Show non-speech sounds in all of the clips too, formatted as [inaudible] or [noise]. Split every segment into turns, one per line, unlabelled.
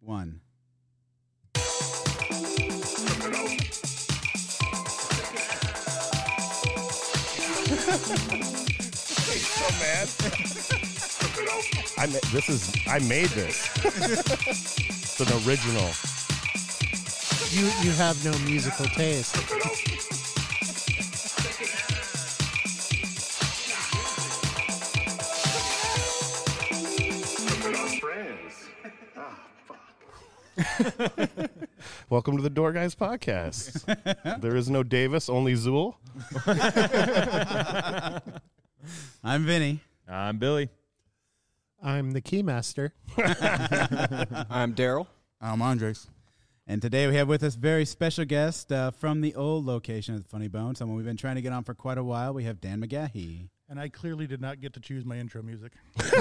one.
so mad. I ma- this is I made this. it's an original.
You you have no musical taste.
Welcome to the Door Guys podcast. there is no Davis, only Zool.
I'm Vinny.
I'm Billy.
I'm the keymaster.
I'm Daryl.
I'm Andres. And today we have with us very special guest uh, from the old location of the Funny Bone, someone we've been trying to get on for quite a while. We have Dan McGahee.
And I clearly did not get to choose my intro music.
[laughs]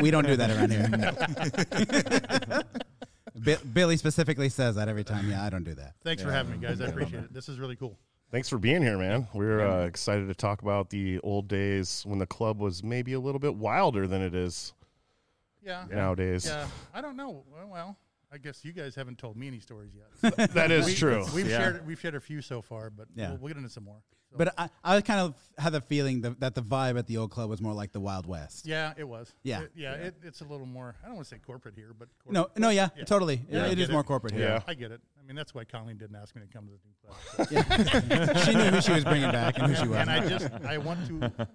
we don't do that around here. [laughs] Bi- Billy specifically says that every time. Yeah, I don't do that.
Thanks for having me, guys. I appreciate it. This is really cool.
Thanks for being here, man. We're uh, excited to talk about the old days when the club was maybe a little bit wilder than it is
Yeah.
nowadays.
Yeah. I don't know. Well, Well, I guess you guys haven't told me any stories
[laughs]
yet.
[laughs] That is true.
We've
Yeah.
shared we've shared a few so far, but
Yeah.
we'll, we'll get into some more. So-
But I, I kind of had the feeling that, that the vibe at the old club was more like the Wild West.
yeah, it was.
Yeah.
It- yeah. It, it's a little more. I don't want to say corporate here, but corporate.
No, no, yeah,
Yeah.
totally.
Yeah, I
it is
get
more
it.
corporate here.
Yeah.
I get it. I mean, that's why Colleen didn't ask me to come to the new club.
she knew who she was bringing back and who she
and,
was.
and I just I want
[laughs]
to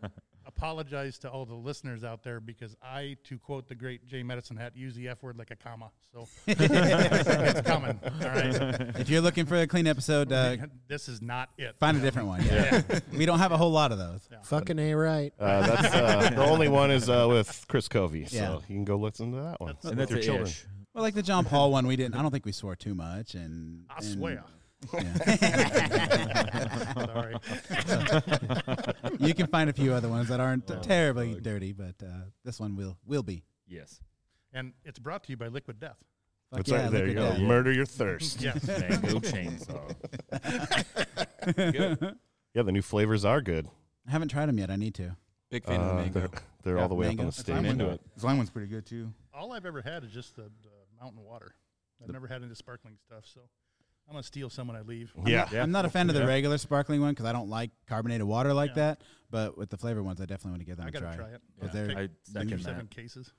apologize to all the listeners out there because I, to quote the great Jay Medicine Hat, use the F word like a comma.
[laughs]
So it's coming. All right.
If you're looking for a clean episode, uh,
[laughs] this is not it.
find a different one. Yeah. [laughs] we don't have a whole lot of those.
Fucking a right.
Uh, that's uh, the only one is uh, with Chris Covey,
Yeah.
so you can go listen to that one.
And that's
your
a
children.
ish.
Well, like the John Paul one, we didn't. I don't think we swore too much, and
I
and-
swear. [laughs] Sorry.
[laughs] you can find a few other ones that aren't terribly dirty, but uh, this one will will be.
Yes.
And it's brought to you by Liquid Death.
Fuck
That's
yeah,
right. There
look
you go.
at that.
Murder your thirst.
Yes.
Mango chainsaw.
Yeah, the new flavors are good.
I haven't tried them yet. I need to.
Big fan
Uh,
of the
they're
mango.
they're all the way
mango.
up on the
That's
stage.
fine.
into it.
This lime one's pretty good too.
All I've ever had is just the, the mountain water. I've never had any sparkling stuff. So I'm going to steal some when I leave.
Yeah.
Yeah.
I'm not a fan of the regular sparkling one because I don't like carbonated water like
Yeah.
that. But with the flavor ones, I definitely want to give them
I
a
got
try.
to try it.
But
Yeah.
they're-
Take
I
six or
second
seven
that.
cases.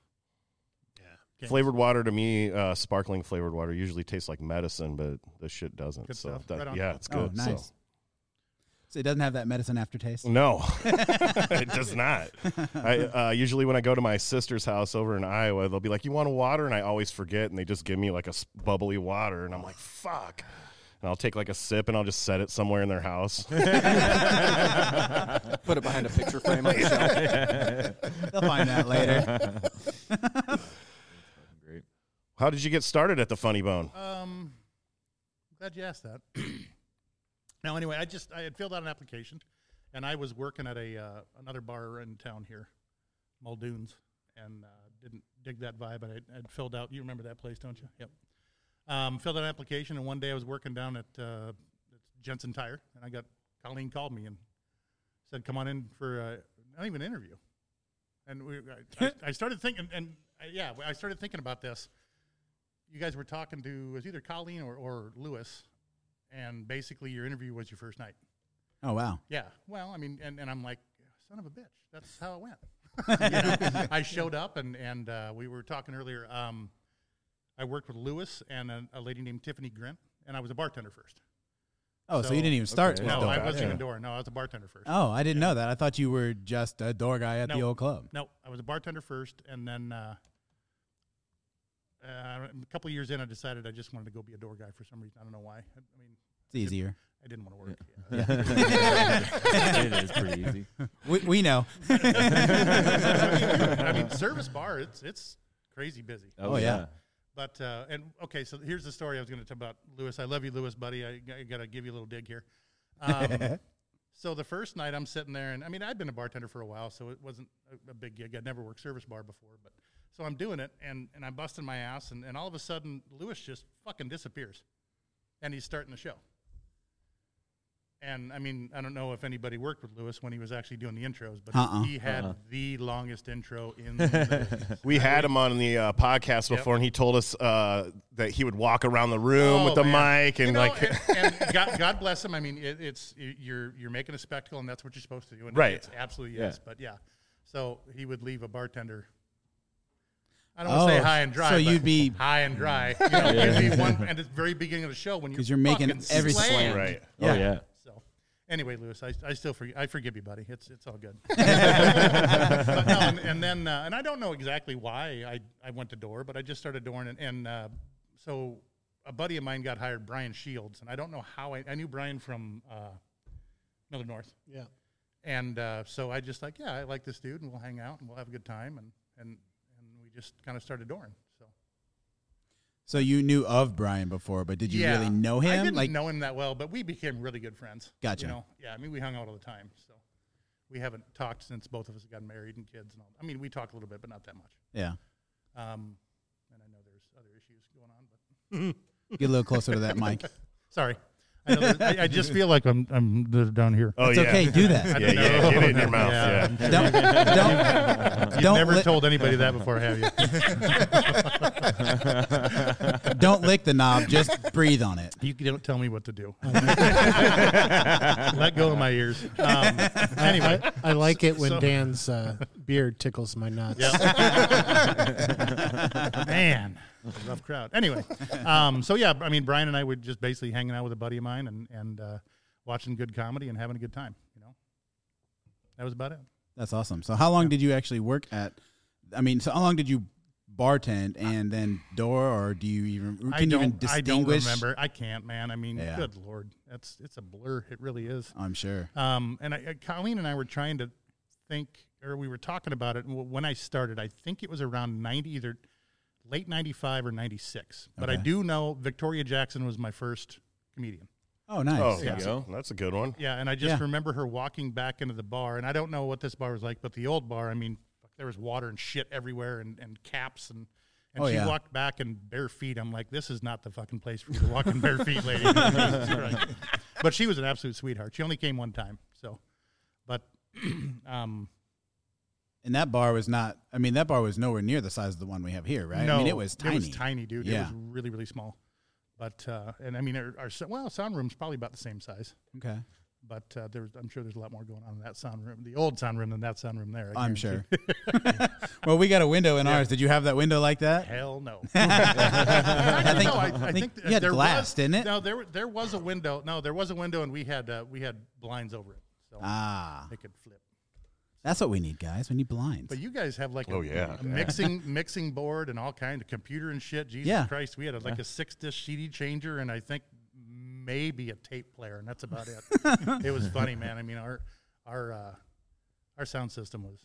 Yeah. Cans.
Flavored water to me, uh, sparkling flavored water usually tastes like medicine, but this shit doesn't.
Good
so
stuff.
that-
Right on.
yeah, it's
oh,
good.
nice. So. it doesn't have that medicine aftertaste.
So. No, it does not. I uh, usually when I go to my sister's house over in Iowa, they'll be like, "You want a water?" and I always forget, and they just give me like a s- bubbly water, and I'm like, "Fuck!" And I'll take like a sip, and I'll just set it somewhere in their house.
Put it behind a picture frame on the shelf.
They'll find out
[laughs]
later.
Great.
How did you get started at the Funny Bone?
Um, glad you asked that. [clears throat] now, anyway, I just I had filled out an application, and I was working at a uh, another bar in town here, Muldoon's, and uh, didn't dig that vibe. And I had filled out. You remember that place, don't you? Yep. Um, filled out an application, and one day I was working down at uh, Jensen Tire, and I got Colleen called me and said, "Come on in for uh, not even an interview." And we, I, I, I started thinking, and uh, yeah, I started thinking about this you guys were talking to it was either Colleen or, or Lewis, and basically your interview was your first night.
Oh wow.
Yeah. Well, I mean, and, and I'm like, son of a bitch. That's how it went. [laughs] You know, I showed up, and and uh, we were talking earlier. Um, I worked with Lewis and a, a lady named Tiffany Grint, and I was a bartender first.
Oh, so,
So-
you didn't even start.
okay.
with
No,
Dope.
I wasn't
Yeah.
even door. No, I was a bartender first.
Oh, I didn't know that. I thought you were just a door guy at the
No.
old club.
No, I was a bartender first, and then uh, uh, a couple years in, I decided I just wanted to go be a door guy for some reason. I don't know why. I, I mean,
It's
[laughs]
easier.
I didn't want to work. Yeah.
it is pretty easy.
[laughs] We, we
[laughs]
know. [laughs]
I mean, service bar, it's it's crazy busy.
Oh, yeah.
But uh, and okay, so here's the story I was going to tell about Lewis. I love you, Lewis, buddy. I, got to give you a little dig here.
[laughs]
Um, so the first night I'm sitting there, and I mean I'd been a bartender for a while, so it wasn't a, a big gig. I'd never worked service bar before, but so I'm doing it, and and I'm busting my ass, and, and all of a sudden Lewis just fucking disappears, and he's starting the show. And I mean, I don't know if anybody worked with Lewis when he was actually doing the intros, but
Uh-uh.
he had the longest intro
[laughs]
in the [laughs] business.
We had him on the uh, podcast before, and he told us uh, that he would walk around the room with
Oh,
the
man.
mic and
You know,
like.
and, and God, God bless him. I mean, it, it's you're you're making a spectacle, and that's what you're supposed to do. And
Right.
It's absolutely
Yeah.
yes, but yeah. So he would leave a bartender. I don't want to say
Oh,
high and dry.
so
but
you'd be-
high
[laughs]
and dry. You know, you'd be one at the very beginning of the show when you
'Cause you're making
fucking
every-
[laughs]
slammed.
right.
Oh yeah.
So, anyway, Lewis, I, I still forgive, I forgive you, buddy. It's it's all good. But no, and, and then uh, and I don't know exactly why I, I went to door, but I just started dooring, and, and uh, so a buddy of mine got hired, Brian Shields, and I don't know how I I knew Brian from uh, Miller North,
Yeah.
and uh, so I just like yeah, I like this dude, and we'll hang out and we'll have a good time, and and and we just kind of started dooring. So
So you knew of Brian before, but did you really know him?
I didn't
like,
know him that well, but we became really good friends.
Gotcha.
You know? Yeah, I mean, we hung out all the time. So we haven't talked since both of us got married and kids and all. I mean, we talk a little bit, but not that much.
yeah,
Um, and I know there's other issues going on, but
get a little closer to that mic.
[laughs] sorry. I, know there's- I, I just feel like I'm I'm the- down here.
Oh
It's
[laughs] yeah.
okay, do
[laughs]
that.
Yeah, yeah. Get it in your mouth. Yeah.
Don't, don't,
You've
don't
never
let-
told anybody that before, have you? [laughs]
don't lick the knob. Just breathe on it.
You don't tell me what
[laughs]
to do. Let go of my ears. Um, anyway,
I, I like [laughs] it when
So-
Dan's uh, beard tickles my nuts.
man, rough crowd. Anyway, um, so yeah, I mean, Brian and I were just basically hanging out with a buddy of mine and and uh, watching good comedy and having a good time. You know, that was about it.
That's awesome. So, how long did you actually work at? I mean, so how long did you bartend and then door, or do you even can
I
you
don't.
even
I don't
distinguish?
remember. I can't, man. I mean,
Yeah.
good lord, that's it's a blur. It really is.
I'm sure.
Um, and I, uh, Colleen and I were trying to think, or we were talking about it w- when I started. I think it was around 90, either late 95 or 96. But I
Okay.
do know Victoria Jackson was my first comedian.
Oh, nice.
Oh,
you
that's,
go.
that's a good one.
Yeah, and I just
Yeah.
remember her walking back into the bar, and I don't know what this bar was like, but the old bar, I mean, fuck, there was water and shit everywhere, and, and caps, and and
Oh,
she
yeah.
walked back in bare feet. I'm like, this is not the fucking place for you to walk in bare feet, lady. [laughs] Jesus Christ. but she was an absolute sweetheart. She only came one time, so. But, [clears throat] um,
And that bar was not. I mean, that bar was nowhere near the size of the one we have here, right?
no,
I mean, it was tiny.
It was tiny, dude. It
Yeah.
was really, really small. But uh, and I mean, our, our so- well, sound room's probably about the same size.
Okay,
But uh, there's, I'm sure there's a lot more going on in that sound room, the old sound room, than that sound room there. I
I'm
guarantee.
sure.
[laughs]
[laughs] well, we got a window in ours. Did you have that window like that?
Hell no.
[laughs] I think,
no, I, I think
you had
there
glass,
was,
didn't it?
No, there there was a window. No, there was a window, and we had uh, we had blinds over it, so
Ah,
they could flip.
that's what we need, guys. We need blinds.
But you guys have like
Oh,
a,
yeah.
a mixing mixing board and all kind of computer and shit. Jesus
Yeah.
Christ, we had a, like a six disc CD changer, and I think maybe a tape player, and that's about
[laughs]
it. it was funny, man. I mean, our our uh, our sound system was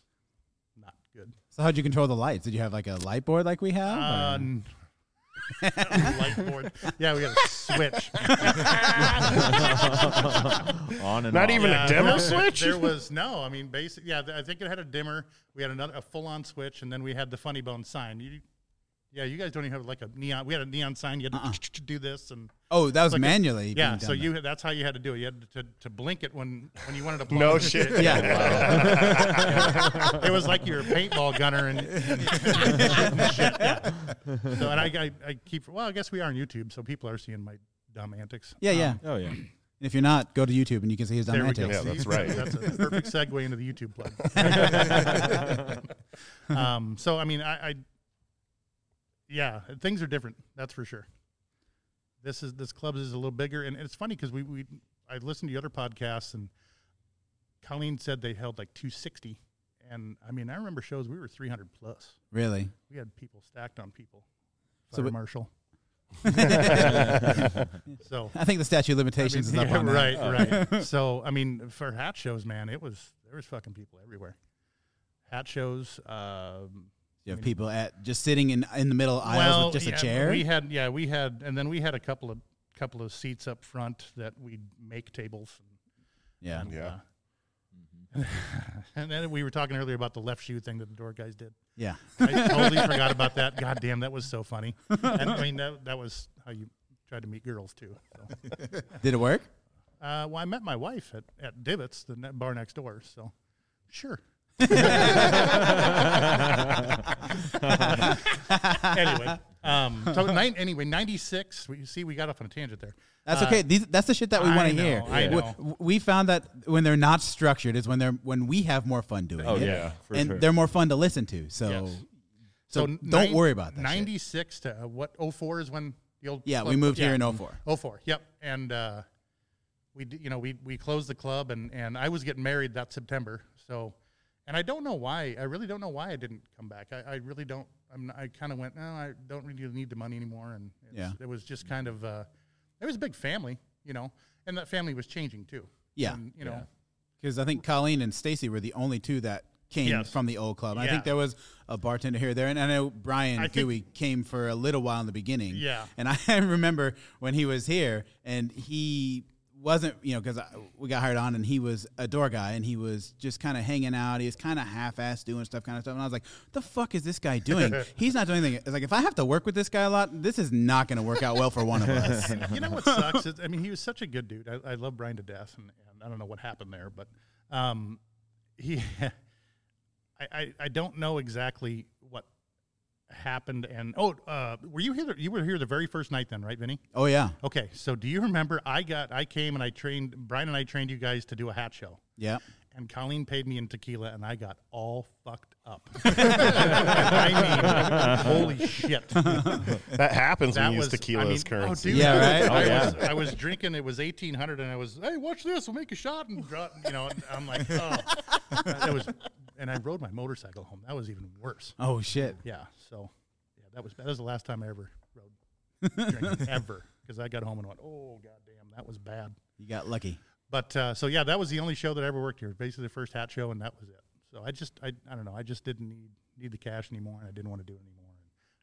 not good.
so, how'd you control the lights? Did you have like a light board like we have? or-
Uh, [laughs] n- light board. Yeah, we got a switch.
Oh, [laughs] On and
Not
off.
even a dimmer
[laughs] there-
switch?
There was no. I mean, basically, yeah. th- I think it had a dimmer. We had another a full-on switch, and then we had the funny bone sign. You, yeah, you guys don't even have like a neon. We had a neon sign. You had [laughs] to do this, and
oh, that was
like a-
manually. being
yeah.
Uh-uh. done
So
then.
you [laughs] that's how you had to do it. You had to, to blink it when when you wanted to. Blow
No
it.
shit.
[laughs]
Yeah.
[laughs]
it was like you're a paintball gunner and. [laughs] and shit, yeah. So and I, I I keep well. I guess we are on YouTube, so people are seeing my dumb antics.
[laughs] Yeah, yeah.
Oh yeah.
And if you're not, go to YouTube and you can see his dumb
There we go.
antics.
Yeah, that's
See?
right.
That's a perfect segue into the YouTube plug. um, so, I mean, I, I, yeah, things are different. That's for sure. This is this club is a little bigger, and it's funny because we, we I listened to the other podcasts, and Colleen said they held like 260, and I mean, I remember shows we were 300 plus.
Really?
We had people stacked on people.
So
Fire
but-
Marshal. [laughs] so
I think the statute of
I
limitations
mean, [laughs]
is up
yeah,
on that. Oh.
right,
[laughs]
right. so I mean, for hat shows, man, it was there was fucking people everywhere. Hat shows. Um,
You have people at just sitting in in the middle aisles
well,
with just
yeah,
a chair.
We had yeah, we had, and then we had a couple of couple of seats up front that we'd make tables.
yeah.
And,
Yeah.
uh, [laughs] and then we were talking earlier about the left shoe thing that the door guys did.
Yeah. [laughs]
I totally forgot about that. God damn, that was so funny. And I mean, that, that was how you tried to meet girls too. So.
Did it work?
Uh, well, I met my wife at, at Divots, the ne- bar next door. So, sure. [laughs] anyway, um, so nine, anyway, ninety six. We see we got off on a tangent there.
That's
Uh,
okay. These, that's the shit that we
I
want to
know,
hear.
I
W-
know.
w- We found that when they're not structured is when they're when we have more fun doing
Oh
it.
yeah, for
and
sure.
they're more fun to listen to. So,
Yes.
so, don't
nine-
worry about that. shit.
Ninety six to uh, what? 04 is when the old
Yeah, we
club-
moved here
yeah.
in 04.
04, Oh, Yep, and uh, we d- you know we we closed the club and and I was getting married that September. So, and I don't know why. I really don't know why I didn't come back. I, I really don't. I'm, I kind of went. No, I don't really need the money anymore. And it's,
Yeah.
it was just kind of. Uh, it was a big family, you know, and that family was changing too.
Yeah.
And, you know.
Because I think Colleen and Stacy were the only two that came
Yes.
from the old club. I
Yeah.
think there was a bartender here or there, and I know Brian
I think-
Dewey came for a little while in the beginning.
Yeah.
and [laughs] I remember when he was here, and he wasn't, you know, because we got hired on, and he was a door guy, and he was just kind of hanging out. He was kind of half-assed doing stuff, kind of stuff, and I was like, "The fuck is this guy
[laughs]
doing? He's not doing anything." It's like if I have to work with this guy a lot, this is not going to work out well for one of
[laughs]
us.
you know what sucks? Is, I mean, he was such a good dude. I, I love Brian to death, and, and I don't know what happened there, but um, he, [laughs] I, I, I don't know exactly what happened. And oh, uh, were you here? The, you were here the very first night, then, right, Vinny?
Oh yeah,
Okay, so do you remember? I got, I came and I trained Brian and I trained you guys to do a hat show.
yeah.
And Colleen paid me in tequila, and I got all fucked up. [laughs] I mean, holy shit!
That [laughs] happens when you use tequila
I mean,
as currency.
Oh, dude,
Yeah, right?
I,
Oh, yeah.
was, I was drinking. It was eighteen hundred, and I was, hey, watch this. We'll make a shot, and draw, you know, and I'm like, oh, [laughs] that was. And I rode my motorcycle home. That was even worse.
Oh shit.
Yeah. So, yeah, that was that was the last time I ever rode drinking ever because I got home and went, oh goddamn, that was bad.
You got lucky.
But uh, so yeah, that was the only show that I ever worked here. Basically, the first hat show, and that was it. So I just I, I don't know. I just didn't need need the cash anymore, and I didn't want to do it anymore.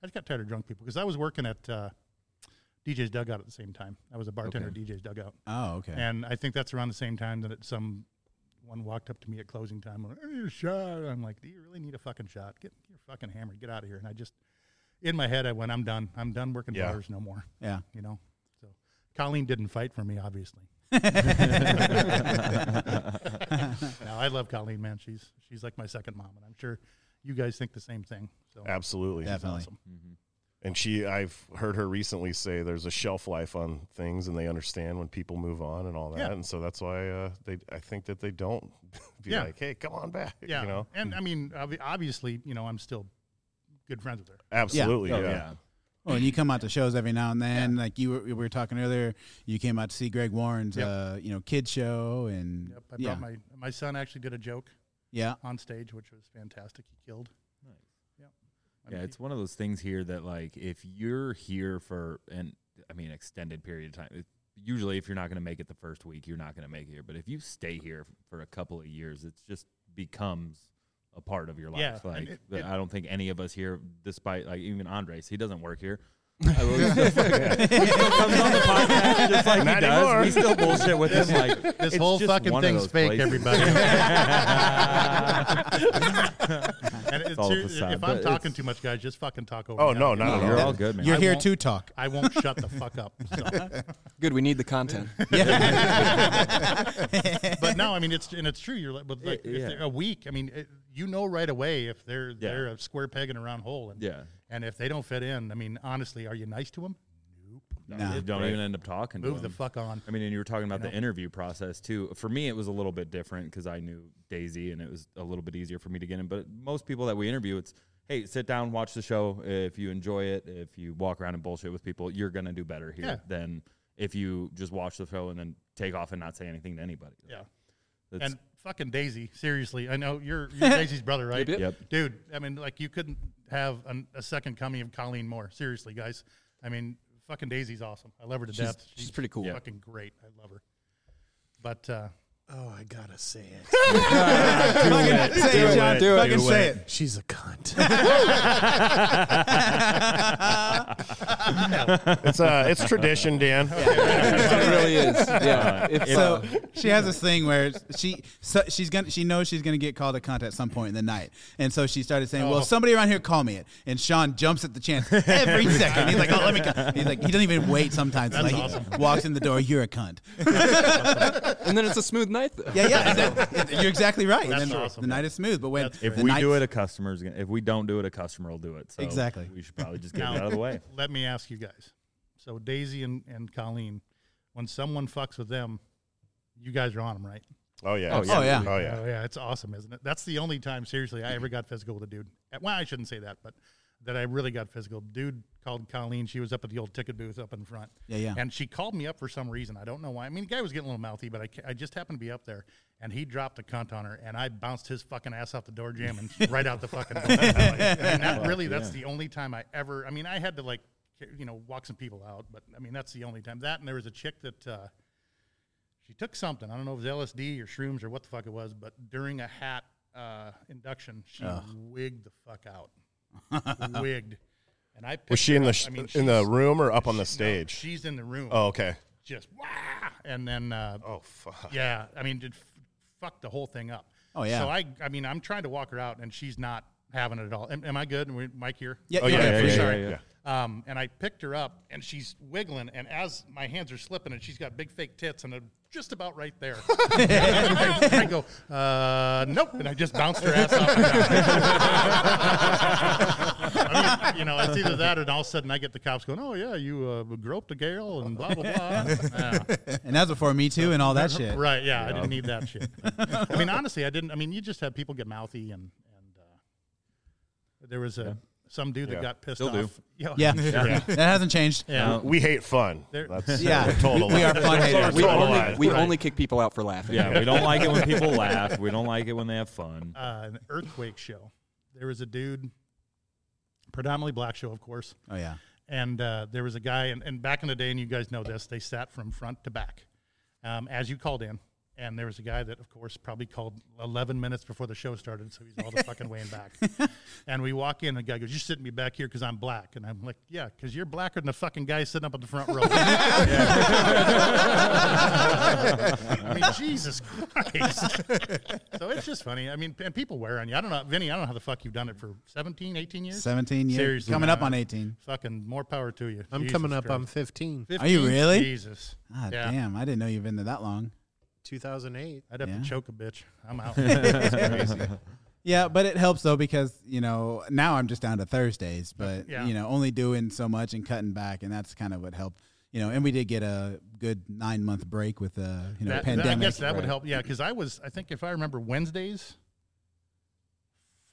I just got tired of drunk people because I was working at uh, DJ's Dugout at the same time. I was a bartender at DJ's Dugout,
Oh okay.
and I think that's around the same time that it, some one walked up to me at closing time and "Hey, a shot. I'm like, do you really need a fucking shot? Get your fucking hammer. Get out of here. And I just in my head I went, I'm done. I'm done working
Yeah.
bars no more.
Yeah.
You know. So Colleen didn't fight for me, obviously. No, I love Colleen, man. She's she's like my second mom, and I'm sure you guys think the same thing. So
Absolutely.
Yeah. Definitely.
awesome.
And she, I've heard her recently say there's a shelf life on things, and they understand when people move on and all that,
Yeah.
and so that's why uh, they, I think that they don't [laughs] be
Yeah.
like, hey, come on back,
Yeah,
you know.
Hmm.
and I mean, obvi- obviously, you know, I'm still good friends with her.
Absolutely, yeah.
Oh, yeah.
Well, and you come out to shows every now and then. Like you were, we were talking earlier, you came out to see Greg Warren's,
Yep.
uh, you know, kid show,
Mm.
and
Yep, I
yeah,
brought my my son actually did a joke
yeah,
[laughs] on stage, which was fantastic. He killed. Nice. Yep.
Yeah, it's one of those things here that like if you're here for an I mean extended period of time. It, usually, if you're not going to make it the first week, you're not going to make it here. But if you stay here for a couple of years, it just becomes a part of your life.
Yeah, and
like
it-
the-
it-
I don't think any of us here, despite like even Andres, he doesn't work [laughs] here. [laughs] Just like
Not
he does,
anymore.
we still bullshit with him. [laughs] Like
this
it's
whole
just
fucking
one of
thing's
those
fake,
places.
and it's
all a
ser-
facade,
if
but
I'm talking
it's-
too much, guys, just fucking talk over.
Oh
me.
no,
I-
not at
[laughs] You're
all.
all good, man.
you're
I
here
won't-
to talk.
I won't shut the
[laughs]
fuck up. so.
Good. We need the content.
but no, I mean it's and it's true. You're like, but like
Yeah,
if
yeah.
they're a week. I mean, it, you know right away if they're
Yeah.
they're a square peg in a round hole, and
Yeah.
and if they don't fit in, I mean, honestly, are you nice to them?
Nah.
You don't even end up talking. to
Move the
him.
fuck on.
I mean, and you were talking about the interview process too. For me, it was a little bit different because I knew Daisy, and it was a little bit easier for me to get in. But most people that we interview, it's hey, sit down, watch the show. If you enjoy it, if you walk around and bullshit with people, you're gonna do better here
Yeah.
than if you just watch the show and then take off and not say anything to anybody.
Yeah.
That's-
And fucking Daisy, seriously, I know you're, you're Daisy's brother, right?
Yep,
yep.
Dude, I mean, like you couldn't have an, a second coming of Colleen Moore. Seriously, guys. I mean, fucking Daisy's awesome. I love her to
She's-
death.
she's pretty cool. Yeah.
Fucking great. I love her. But uh,
Oh, I gotta say [laughs] it.
Fucking say it, John.
Do it.
Fucking
[laughs]
Do
say it.
She's a cunt.
It's uh, it's tradition, Dan.
it really is. Yeah. It's,
So
uh,
she has this thing where she so she's gonna she knows she's gonna get called a cunt at some point in the night, and so she started saying,
Oh.
"Well, somebody around here call me it." And Sean jumps at the chance
[laughs]
every second. He's like, "Oh, let me." Come. He's like, he doesn't even wait. Sometimes He's
That's
like,
awesome.
he walks in the door. You're a cunt.
and then it's a smooth night. Though.
Yeah, yeah. and then- you're exactly right. And
That's
then
awesome.
The night is smooth, but when
That's
If
the
we
night-
do it, a customer's gonna. If we don't do it, a customer will do it. So
Exactly.
We should probably just get it
Now-
out of the
[laughs]
way.
Let me ask you guys. So Daisy and, and Colleen, when someone fucks with them, you guys are on them, right?
Oh yeah.
Oh, yeah.
Oh, yeah.
Oh yeah.
Oh, yeah. It's awesome, isn't it? That's the only time, seriously, I ever got physical with a dude. Uh, Well, I shouldn't say that, but that I really got physical. Dude called Colleen. She was up at the old ticket booth up in front.
Yeah, yeah.
And she called me up for some reason. I don't know why. I mean, the guy was getting a little mouthy, but I, ca- I just happened to be up there. And he dropped a cunt on her, and I bounced his fucking ass off the door jam and [laughs] right out the fucking door. and that really, that's the only time I ever. I mean, I had to like, you know, walk some people out, but I mean, that's the only time. That and there was a chick that uh, she took something. I don't know if it was LSD or shrooms or what the fuck it was, but during a hat uh, induction, she wigged the fuck out.
[laughs]
wigged. And I
Was
picked
she
her
in the
up.
sh-
I mean,
in the
she's-
room or up on the
she- no,
stage?
she's in the room.
Oh okay.
Just wah! And then, uh,
Oh
[laughs]
fuck.
yeah, I mean, it f- fucked the whole thing up.
Oh, yeah.
So I, I mean, I'm trying to walk her out, and she's not having it at all. Am, am I good? We- Mike here.
Yeah,
Oh
yeah,
yeah.
yeah,
for
yeah,
sure.
yeah, yeah.
Yeah.
Um, and I picked her up, and she's wiggling. And as my hands are slipping, and she's got big fake tits, and I'm just about right
[laughs]
there. I go, uh, nope, and I just bounced her ass off. the ground. [laughs] I mean, you know, it's either that, and all of a sudden I get the cops going, "Oh yeah, you uh, groped a girl," and blah
[laughs]
blah blah. Yeah.
and that's before Me Too and all that
[laughs]
shit.
Right? Yeah, I didn't need that shit. I mean, honestly, I didn't. I mean, you just had people get mouthy, and and uh, there was a some dude that
Yeah.
got pissed
Still do.
off. [laughs] Yeah,
Yeah. that hasn't changed.
yeah.
We hate fun.
There-
That's
Yeah.
we're told a
We-
lot.
we are fun
That's what
haters.
we're
We,
told a
only,
lot.
we only kick people out for laughing.
Yeah, we don't like it when people laugh. We don't like it when they have fun.
uh, an earthquake show. There was a dude, predominantly black show, of course,
Oh yeah.
and uh, there was a guy, and, and back in the day, and you guys know this, they sat from front to back um, as you called in. And there was a guy that, of course, probably called 11 minutes before the show started, so he's all the fucking way in back. And we walk in, and the guy goes, You're sitting me back here because I'm black. And I'm like, Yeah, because you're blacker than the fucking guy sitting up at the front row. [laughs] I mean, Jesus Christ. so it's just funny. I mean, and people wear on you. I don't know, Vinny, I don't know how the fuck you've done it for 17, 18 years.
17 years.
Seriously.
Coming up on 18.
Fucking more power to you.
I'm
Jesus
coming up.
Christ.
I'm 15.
Are you
15?
really?
Jesus.
Ah,
Yeah.
damn. I didn't know you've been there that long.
2008.
I'd have
Yeah.
to choke a bitch.
[laughs]
I'm out.
Yeah, but it helps though because you know now I'm just down to Thursdays, but
Yeah.
you know only doing so much and cutting back, and that's kind of what helped. You know, and we did get a good nine month break with the you know
That- that-
pandemic.
I guess that would
Right.
help. Yeah, because I was, I think if I remember, Wednesdays,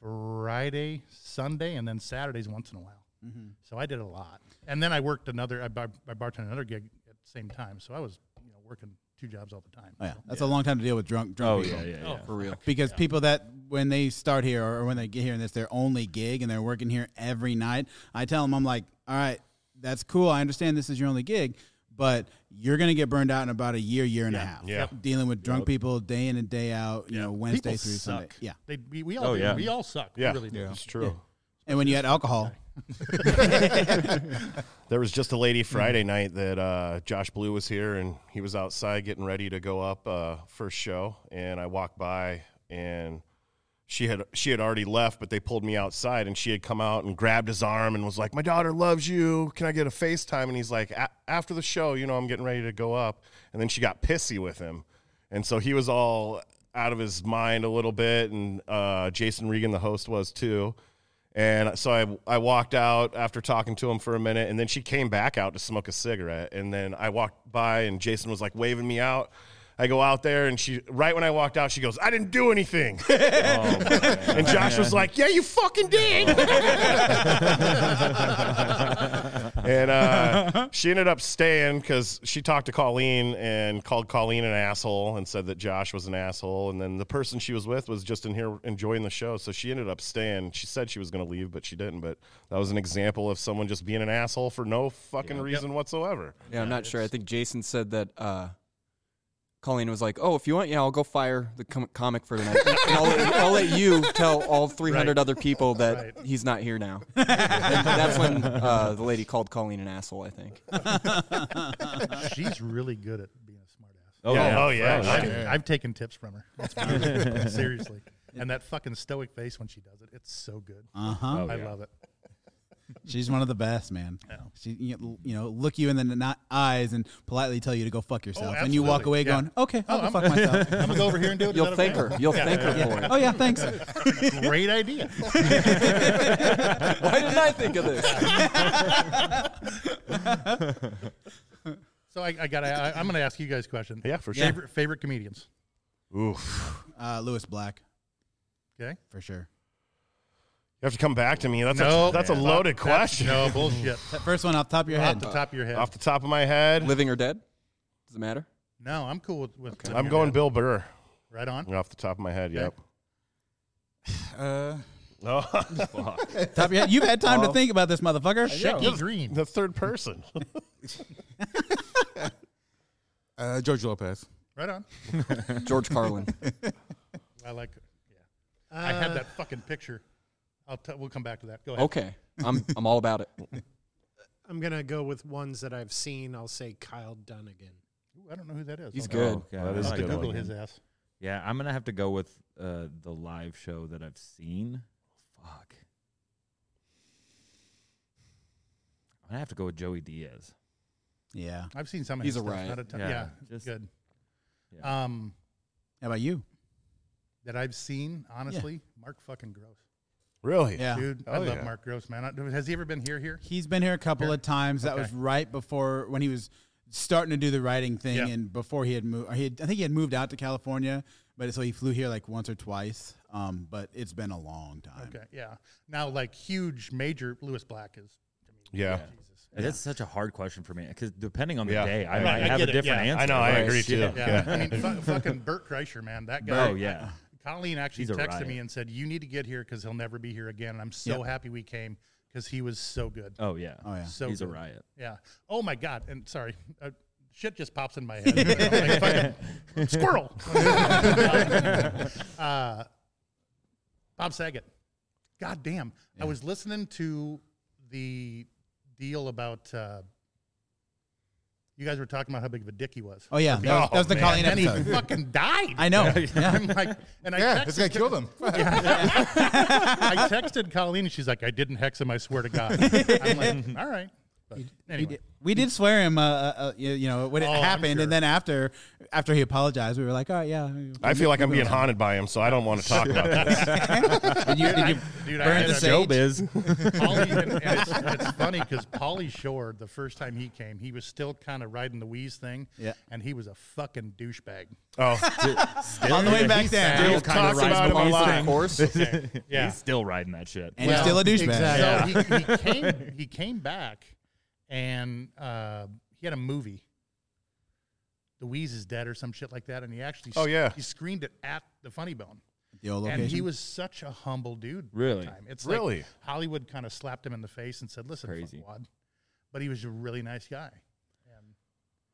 Friday, Sunday, and then Saturdays once in a while.
Mm-hmm.
So I did a lot, and then I worked another. I, bar, I bartended another gig at the same time. So I was, you know, working two jobs all the time.
Oh, yeah,
So-
that's a long time to deal with drunk drunk
Oh
people.
yeah, yeah, yeah.
For real.
Because people that when they start here or when they get here and it's their only gig and they're working here every night, I tell them I'm like, all right, that's cool. I understand this is your only gig, but you're gonna get burned out in about a year, year and a half.
Yeah.
dealing with drunk people day in and day out. You know, Wednesday
People
through Sunday.
suck.
Yeah.
They, we, we all
Oh,
do.
yeah.
we all suck. We
Yeah.
really do.
It's true.
And when you had alcohol,
There was just a lady Friday night that uh, Josh Blue was here and he was outside getting ready to go up uh, first show, and I walked by and she had she had already left, but they pulled me outside and she had come out and grabbed his arm and was like, "My daughter loves you. Can I get a FaceTime?" And he's like, "A- "After the show, you know, I'm getting ready to go up." And then she got pissy with him, and so he was all out of his mind a little bit, and uh, Jason Regan, the host, was too. And so I, I walked out after talking to him for a minute, and then she came back out to smoke a cigarette. And then I walked by, and Jason was like waving me out. I go out there, and she right when I walked out, she goes, "I didn't do anything." [laughs] and Josh was like, "Yeah, you fucking did." and uh, she ended up staying because she talked to Colleen and called Colleen an asshole and said that Josh was an asshole. And then the person she was with was just in here enjoying the show, so she ended up staying. She said she was going to leave, but she didn't. But that was an example of someone just being an asshole for no fucking reason whatsoever.
Yeah, I'm not sure. I think Jason said that uh, Colleen was like, "Oh, if you want, yeah, I'll go fire the com- comic for tonight, and I'll, I'll let you tell all 300
Right.
other people that
Right.
he's not here now." And that's when uh, the lady called Colleen an asshole. I think.
She's really good at being a smart ass.
Oh
Yeah. Oh, yeah.
Fresh.
I've, I've taken tips from her. That's beautiful. Seriously. And that fucking stoic face when she does it, it's so good.
Uh
[laughs]
huh.
Oh,
I
yeah.
love it.
She's one of the best, man. She, you you know, look you in the not eyes and politely tell you to go fuck yourself, and you walk
Oh,
away
absolutely. Yeah.
going, "Okay, I'll
Oh,
go
I'm-
fuck
[laughs]
myself."
I'm going to go over here and do it. Is
You'll
that
thank
okay?
her. You'll thank her for it.
oh yeah,
[laughs]
thanks.
Great idea.
[laughs] Why didn't I think of this?
So I, I got. I, I'm going to ask you guys a question.
Yeah, for sure.
Favorite, favorite comedians.
Oof.
Uh, Lewis Black
Okay.
for sure.
You have to come back to me. That's
No,
a, that's a
man.
loaded
That's-
question.
No bullshit.
That first one off the top of your
Off
head.
the top of your head.
Oh, Off the top of my head,
Living or dead? Does it matter?
No, I'm cool with. with
I'm going Bill Burr.
right on.
[laughs] Off the top of my head, yep.
Uh,
No,
top of your head. You've had time to think about this, motherfucker.
Shecky Green.
the third person.
uh, George Lopez.
Right on.
George Carlin.
I like. Yeah.
Uh,
I had that fucking picture. I'll. T- we'll come back to that. Go ahead.
Okay, I'm I'm all about it.
I'm gonna go with ones that I've seen. I'll say Kyle Dunnigan.
Ooh, I don't know who that is.
He's
I'll-
good.
Oh, yeah,
That
I
is
I'll
like
a good
that
Google
one.
his ass.
Yeah, I'm gonna have to go with uh, the live show that I've seen. Fuck. I'm gonna have to go with Joey Diaz.
Yeah.
I've seen some of
He's
his
a
stuff,
riot.
not ton-
Yeah,
Yeah,
just-
good.
yeah.
Um,
How about you?
that I've seen, honestly, Mark fucking Gross,
Really?
Yeah.
dude. I
Oh,
love
yeah.
Mark Gross, man. I, has he ever been here? Here?
He's been here a couple of times. That was
Okay.
right before when he was starting to do the writing thing,
Yeah.
and before he had moved, or he had, I think he had moved out to California, but so he flew here like once or twice. Um, but it's been a long time.
Okay, yeah. Now, like huge, major Lewis Black is.
Yeah.
Jesus.
That's such a hard question for me because depending on the
Yeah.
day, I
Yeah.
might
I
have a
get it,
different
yeah.
answer.
I know. I
Right.
agree too.
Yeah.
Yeah, I mean, fu- fucking Burt Kreischer, man, that guy.
Oh yeah.
Colleen actually
He's a
texted
riot.
me and said, "You need to get here because he'll never be here again." And I'm so
Yep.
happy we came because he was so good.
Oh yeah.
Oh yeah.
so
He's a
good.
riot.
Yeah. Oh my god. And sorry, uh, shit just pops in my head. [laughs] Like,
[laughs]
fucking squirrel. uh, Bob Saget. God damn. I was listening to the deal about. Uh, you guys were talking about how big of a dick he was.
Oh yeah. That was, that was the
man.
Colleen
and he
episode.
fucking died.
I know.
[laughs] I'm like, and I
[laughs] Yeah,
texted
this guy killed him.
I texted Colleen and she's like, I didn't hex him, I swear
[laughs]
to God. I'm like, all right. But anyway,
We did swear him, uh, uh, uh, you- you know, when it
Oh, I'm
happened,
sure.
and then after, after he apologized, we were like, "All right, yeah."
I feel like I'm being haunted by him, so I don't want to talk about that.
Did you, did you
dude, I
burn
had
the
a
sage?
Job
[laughs]
is.
Pauly, and, and it's, it's funny because Paulie Shore, the first time he came, he was still kind of riding the wheeze thing.
Yeah.
And he was a fucking douchebag.
Oh,
on the way back
still
down,
kinda
talks
rides
about
the
him a
beast
lot.
thing.
course.
Yeah.
He's still riding that shit.
and
Well,
he's still a douchebag.
So he, he came he came back and uh, he had a movie. The Wheeze is dead or some shit like that, and he actually
Oh, yeah.
he screamed it at the funny bone.
The old
And he
location.
was such a humble dude. at the
Really?
time. It's
Really?
Like Hollywood kind of slapped him in the face and said, "Listen,
Crazy.
fuckwad." But he was a really nice guy.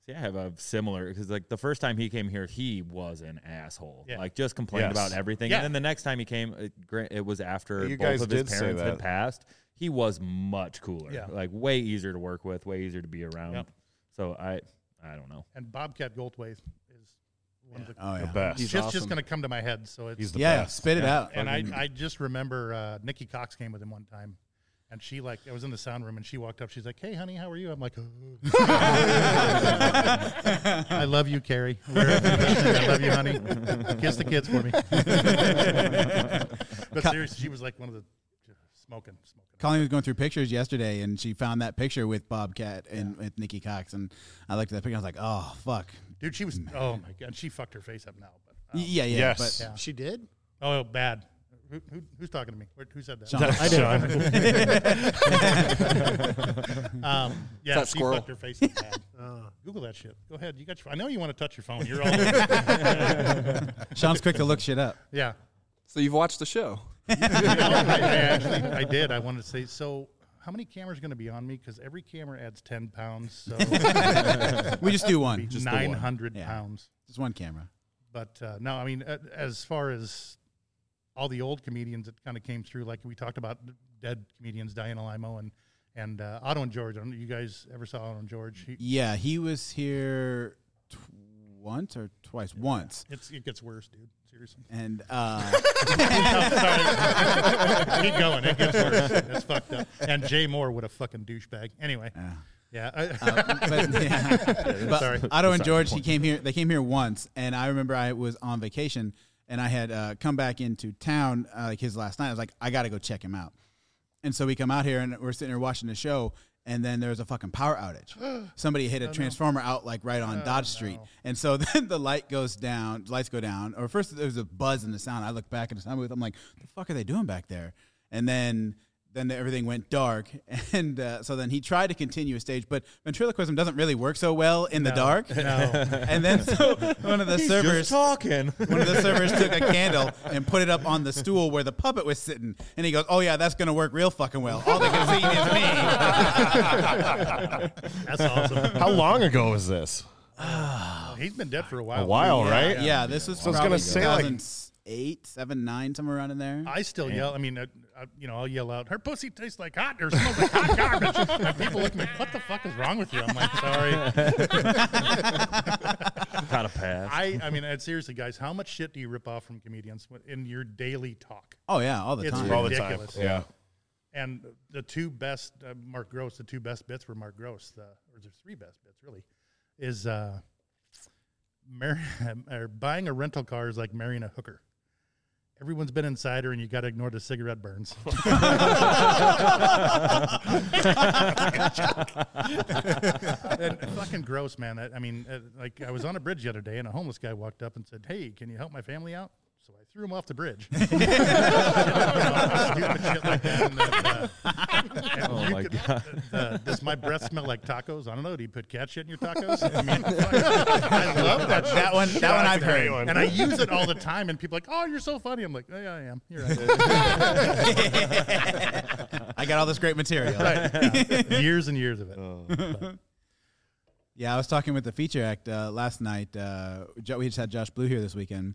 See, I have a similar because like the first time he came here, he was an asshole.
Yeah.
Like just complained
Yes.
about everything.
Yeah.
And then the next time he came, it, gra- it was after
You
both
guys
of his
did say
parents
that.
had passed. He was much cooler.
Yeah.
Like way easier to work with, way easier to be around.
Yep.
So I, I don't know.
And Bobcat Goldthwait is one of the.
oh yeah,
the best.
He's
shit's just
awesome.
going to come to my head, so it's
He's the
yeah.
best.
Spit it out.
and I,
Fucking-
I just remember uh, Nikki Cox came with him one time, and she like I was in the sound room and she walked up. She's like, "Hey, honey, how are you?" I'm like, "Oh." [laughs] "I love you, Carrie. Wherever you're listening, I love you, honey. Kiss the kids for me." [laughs]
[laughs]
but seriously, she was like one of the smoking, smoking.
Colleen was going through pictures yesterday, and she found that picture with Bobcat and with Nikki Cox, and I looked at that picture. I was like, "Oh fuck,
Dude, she was. Oh my god, she fucked her face up now. But uh,
Y- yeah, yeah."
Yes.
But
She did.
oh, bad. Who, who, who's talking to me? Where- Who said that?
[laughs]
I Sean.
Um, yeah,
that
she
squirrel.
fucked her face up bad. Google that shit. Go ahead. You got your. I know you want to touch your phone. You're all.
Sean's quick to look shit up.
yeah.
So you've watched the show.
I, I actually, I did. I wanted to say so. How many cameras going to be on me? Because every camera adds ten pounds, so
We just do one.
nine hundred
Yeah.
pounds.
Just one camera.
But uh, no, I mean, a- as far as all the old comedians that kind of came through, like we talked about dead comedians, Diana Limo and and uh, Otto and George. I don't know, you guys ever saw Otto and George? He,
Yeah, he was here tw- once or twice. Once.
it's it gets worse, dude. Seriously.
And uh,
Sorry. [laughs] Keep going. It gets worse. It's fucked up. And Jay Moore would a fucking douchebag. Anyway,
Yeah.
yeah. I-
uh, but, yeah. but
Sorry.
Otto and George, he came here. They came here once, and I remember I was on vacation, and I had uh, come back into town uh, like his last night. I was like, I got to go check him out. And so we come out here, and we're sitting there watching the show, and then there was a fucking power outage. Somebody hit a transformer out like right on Dodge Street, and so [laughs] then the light goes down, lights go down. Or first there was a buzz in the sound. I look back in the sound booth. I'm like, the fuck are they doing back there? And then then everything went dark, [laughs] and uh, so then he tried to continue a stage, but ventriloquism doesn't really work so well in the dark.
no.
[laughs] And then so one of the servers,
[laughs]
talking. [laughs]
one of the servers took a candle and put it up on the stool where the puppet was sitting, and he goes, "Oh yeah, that's gonna work real fucking well. All they can see is
[laughs]
me."
[laughs]
[laughs]
That's awesome.
How long ago is this?
He's been dead for a while.
A while, right?
Yeah, this was.
I was gonna
probably
say, like-
2008, seven, nine, somewhere around in there.
I still yell. I mean, I, I, you know, I'll yell out, "Her pussy tastes like hot or smells like hot garbage." And people look at me, "What the fuck is wrong with you?" I'm like, "Sorry."
Kind of pass.
I, I mean, and seriously, guys, how much shit do you rip off from comedians in your daily talk?
oh yeah, all the
It's
time.
All the time.
Ridiculous.
Yeah.
And the two best uh, Mark Gross, the two best bits were Mark Gross, the, or there's three best bits really, is uh, mar- [laughs] or buying a rental car is like marrying a hooker. Everyone's been inside her, and you got to ignore the cigarette burns. and fucking gross, man. That, I mean, uh, like I was on a bridge the other day, and a homeless guy walked up and said, "Hey, can you help my family out?" So I threw him off the
[laughs]
bridge. [laughs] Stupid shit like that, and that, uh, and
Oh
you
my
could-
God.
uh, does my breath smell like tacos? I don't know. Do you put cat shit in
[laughs]
your tacos? I, mean, fuck, I love that. shit.
That one,
[laughs]
that one I've heard.
one.
And I use it all the time, and people are like, "Oh, you're so funny." I'm like, oh, "Yeah, I am. You're right."
[laughs]
[laughs]
I got all this great material.
Yeah. Years and years of it.
Yeah, I was talking with the feature act uh, last night. Uh, Jo- we just had Josh Blue here this weekend,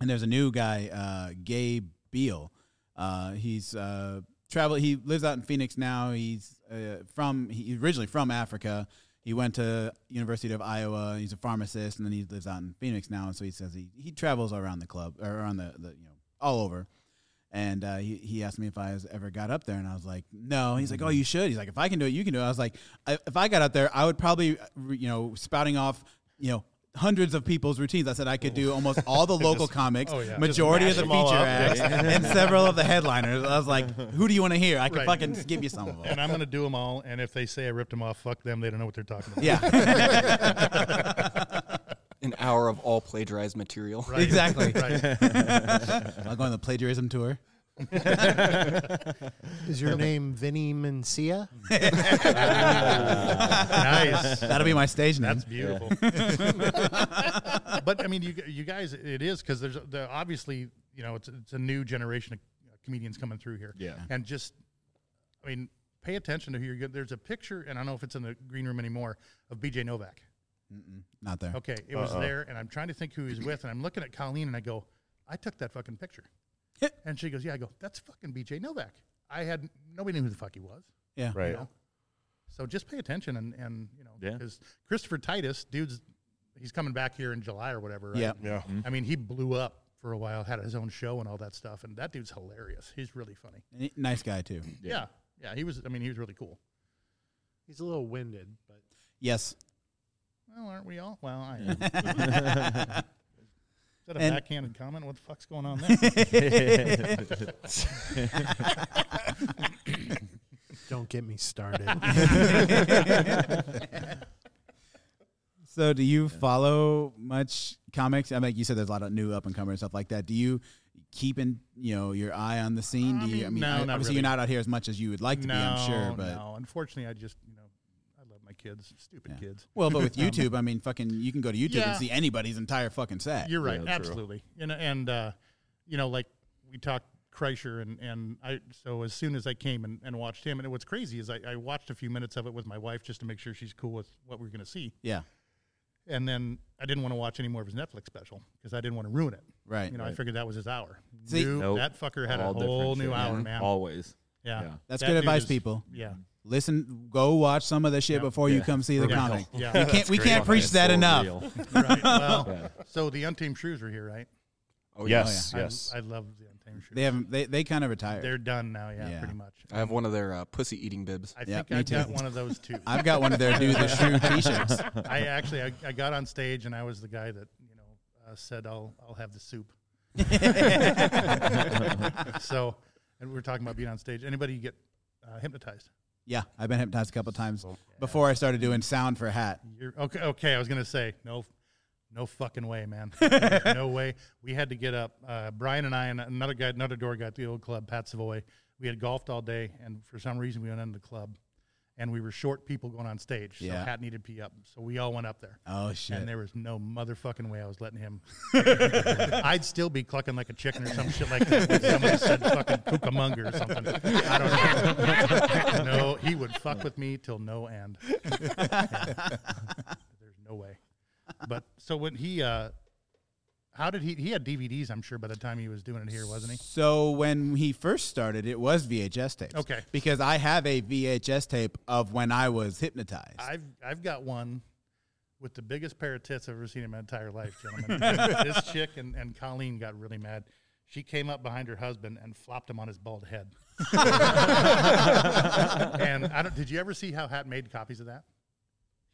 and there's a new guy, uh, Gabe Beal. Uh, he's uh, travel. He lives out in Phoenix now. He's uh, from he's originally from Africa. He went to University of Iowa. He's a pharmacist, and then he lives out in Phoenix now. And so he says he, he travels around the club or around the, the you know all over. And uh, he, he asked me if I has ever got up there, and I was like, no. He's like,
Mm-hmm.
oh, you should. He's like, if I can do it, you can do it. I was like, I, if I got up there, I would probably, uh, re- you know, spouting off, you know, hundreds of people's routines. I said I could do almost all
[laughs]
the local comics,
oh, yeah. Just
majority of the
mash 'em all
feature
up.
acts, and several of the headliners. I was
[laughs]
like, who do you want to hear? I can
Right.
fucking give you some of
[laughs]
them.
And I'm gonna do them all. And if they say I ripped them off, fuck them. They don't know what they're talking about.
Yeah,
An hour of all plagiarized material.
Right.
[laughs]
[laughs]
exactly.
Right.
I'll go on the plagiarism tour.
Is your name Vinny Mencia?
nice.
That'll be my stage name.
That's beautiful. but I mean, you you guys, it is because there's the, obviously you know it's it's a new generation of comedians coming through here.
Yeah.
and just I mean, pay attention to who you're good. There's a picture, and I don't know if it's in the green room anymore of BJ Novak.
Not there.
Okay, it was there, and I'm trying to think who he's with, and I'm looking at Colleen, and I go, I took that fucking picture, and she goes, Yeah, I go, that's fucking BJ Novak. I had nobody knew who the fuck he was.
Yeah.
Right.
know? So just pay attention and, and you know,
Yeah.
because Christopher Titus, dude's, he's coming back here in July or whatever. Right?
Yeah.
Yeah.
I mean, he blew up for a while, had his own show and all that stuff. And that dude's hilarious. He's really funny.
N- Nice guy too.
Yeah. Yeah. he was, I mean, he was really cool.
He's a little winded, but
Yes.
Well, aren't we all? Well,
[laughs]
I am. Is that a
And-
backhanded comment? What the fuck's going on
[laughs]
there?
don't get me started. [laughs]
So, do you follow much comics? I mean, you said there's a lot of new up and comer and stuff like that. Do you keep in, you know, your eye on the scene? Do you? I
mean,
mean,
no,
I-
not
obviously
really.
you're not out here as much as you would like to
no,
be. I'm sure, but
no. Unfortunately, I just, you know, I love my kids. Stupid
Yeah.
kids.
well, but
[laughs]
with YouTube, I mean, fucking, you can go to YouTube
Yeah.
and see anybody's entire fucking set.
You're right,
Yeah, true.
absolutely. And and uh, you know, like we talked Kreischer, and and I so as soon as I came and, and watched him, and what's crazy is I, I watched a few minutes of it with my wife just to make sure she's cool with what we are going to see,
yeah,
And then I didn't want to watch any more of his Netflix special because I didn't want to ruin it.
Right.
You know, I
Right.
figured that was his hour.
See-
Nope,
Nope.
that fucker had
All
a whole
different
new
shit.
hour,
Yeah.
man.
Always.
yeah.
yeah.
That's
That
good
dude
advice,
is-
people.
Yeah.
Listen, go watch some of the shit
Yeah.
before you
Yeah.
come see the
Right.
comic.
Yeah.
We can't we can't
Fucking
preach
it's
that
so
enough.
real.
right. Well,
Yeah.
so the Untamed Shrews are here, right?
Oh, yeah.
yes,
I-
yes.
I, love the Untamed Shrews.
They haven't they, they kind of retired.
They're done now, yeah,
Yeah.
pretty much.
I have one of their uh, pussy eating bibs.
I
Yeah,
think
me
I
too.
got one of
[laughs]
those too.
I've got one of their do the
[laughs]
shrew t-shirts.
[laughs] I actually, I, I got on stage and I was the guy that you know uh, said I'll I'll have
[laughs]
the soup. [laughs] so, and we were talking about being on stage. Anybody get uh, hypnotized?
Yeah, I've been hypnotized a couple
Oh,
times before I started doing sound for hat.
You're okay. Okay, I was gonna say no, no fucking way, man. There's no way. We had to get up. Uh, Brian and I and another guy, another door guy at the old club, Pat Savoy. We had golfed all day, and for some reason we went into the club, and we were short people going on stage.
Yeah.
So Pat needed to pee up, so we all went up there.
Oh shit.
And there was no motherfucking way I was letting him. [laughs] I'd still be clucking like a chicken or some shit like that. If somebody said fucking kookamonga or something. I don't know. no, he would fuck with me till no end. Yeah. There's no way. But so when he, uh, how did he? He had DVDs, I'm sure, by the time he was doing it here, wasn't he?
So when he first started, it was VHS tapes.
Okay.
Because I have a VHS tape of when I was hypnotized.
I've I've got one with the biggest pair of tits I've ever seen in my entire life, gentlemen. this chick and, and Colleen got really mad. She came up behind her husband and flopped him on his bald
[laughs]
head. and I don't, did you ever see how Hat made copies of that?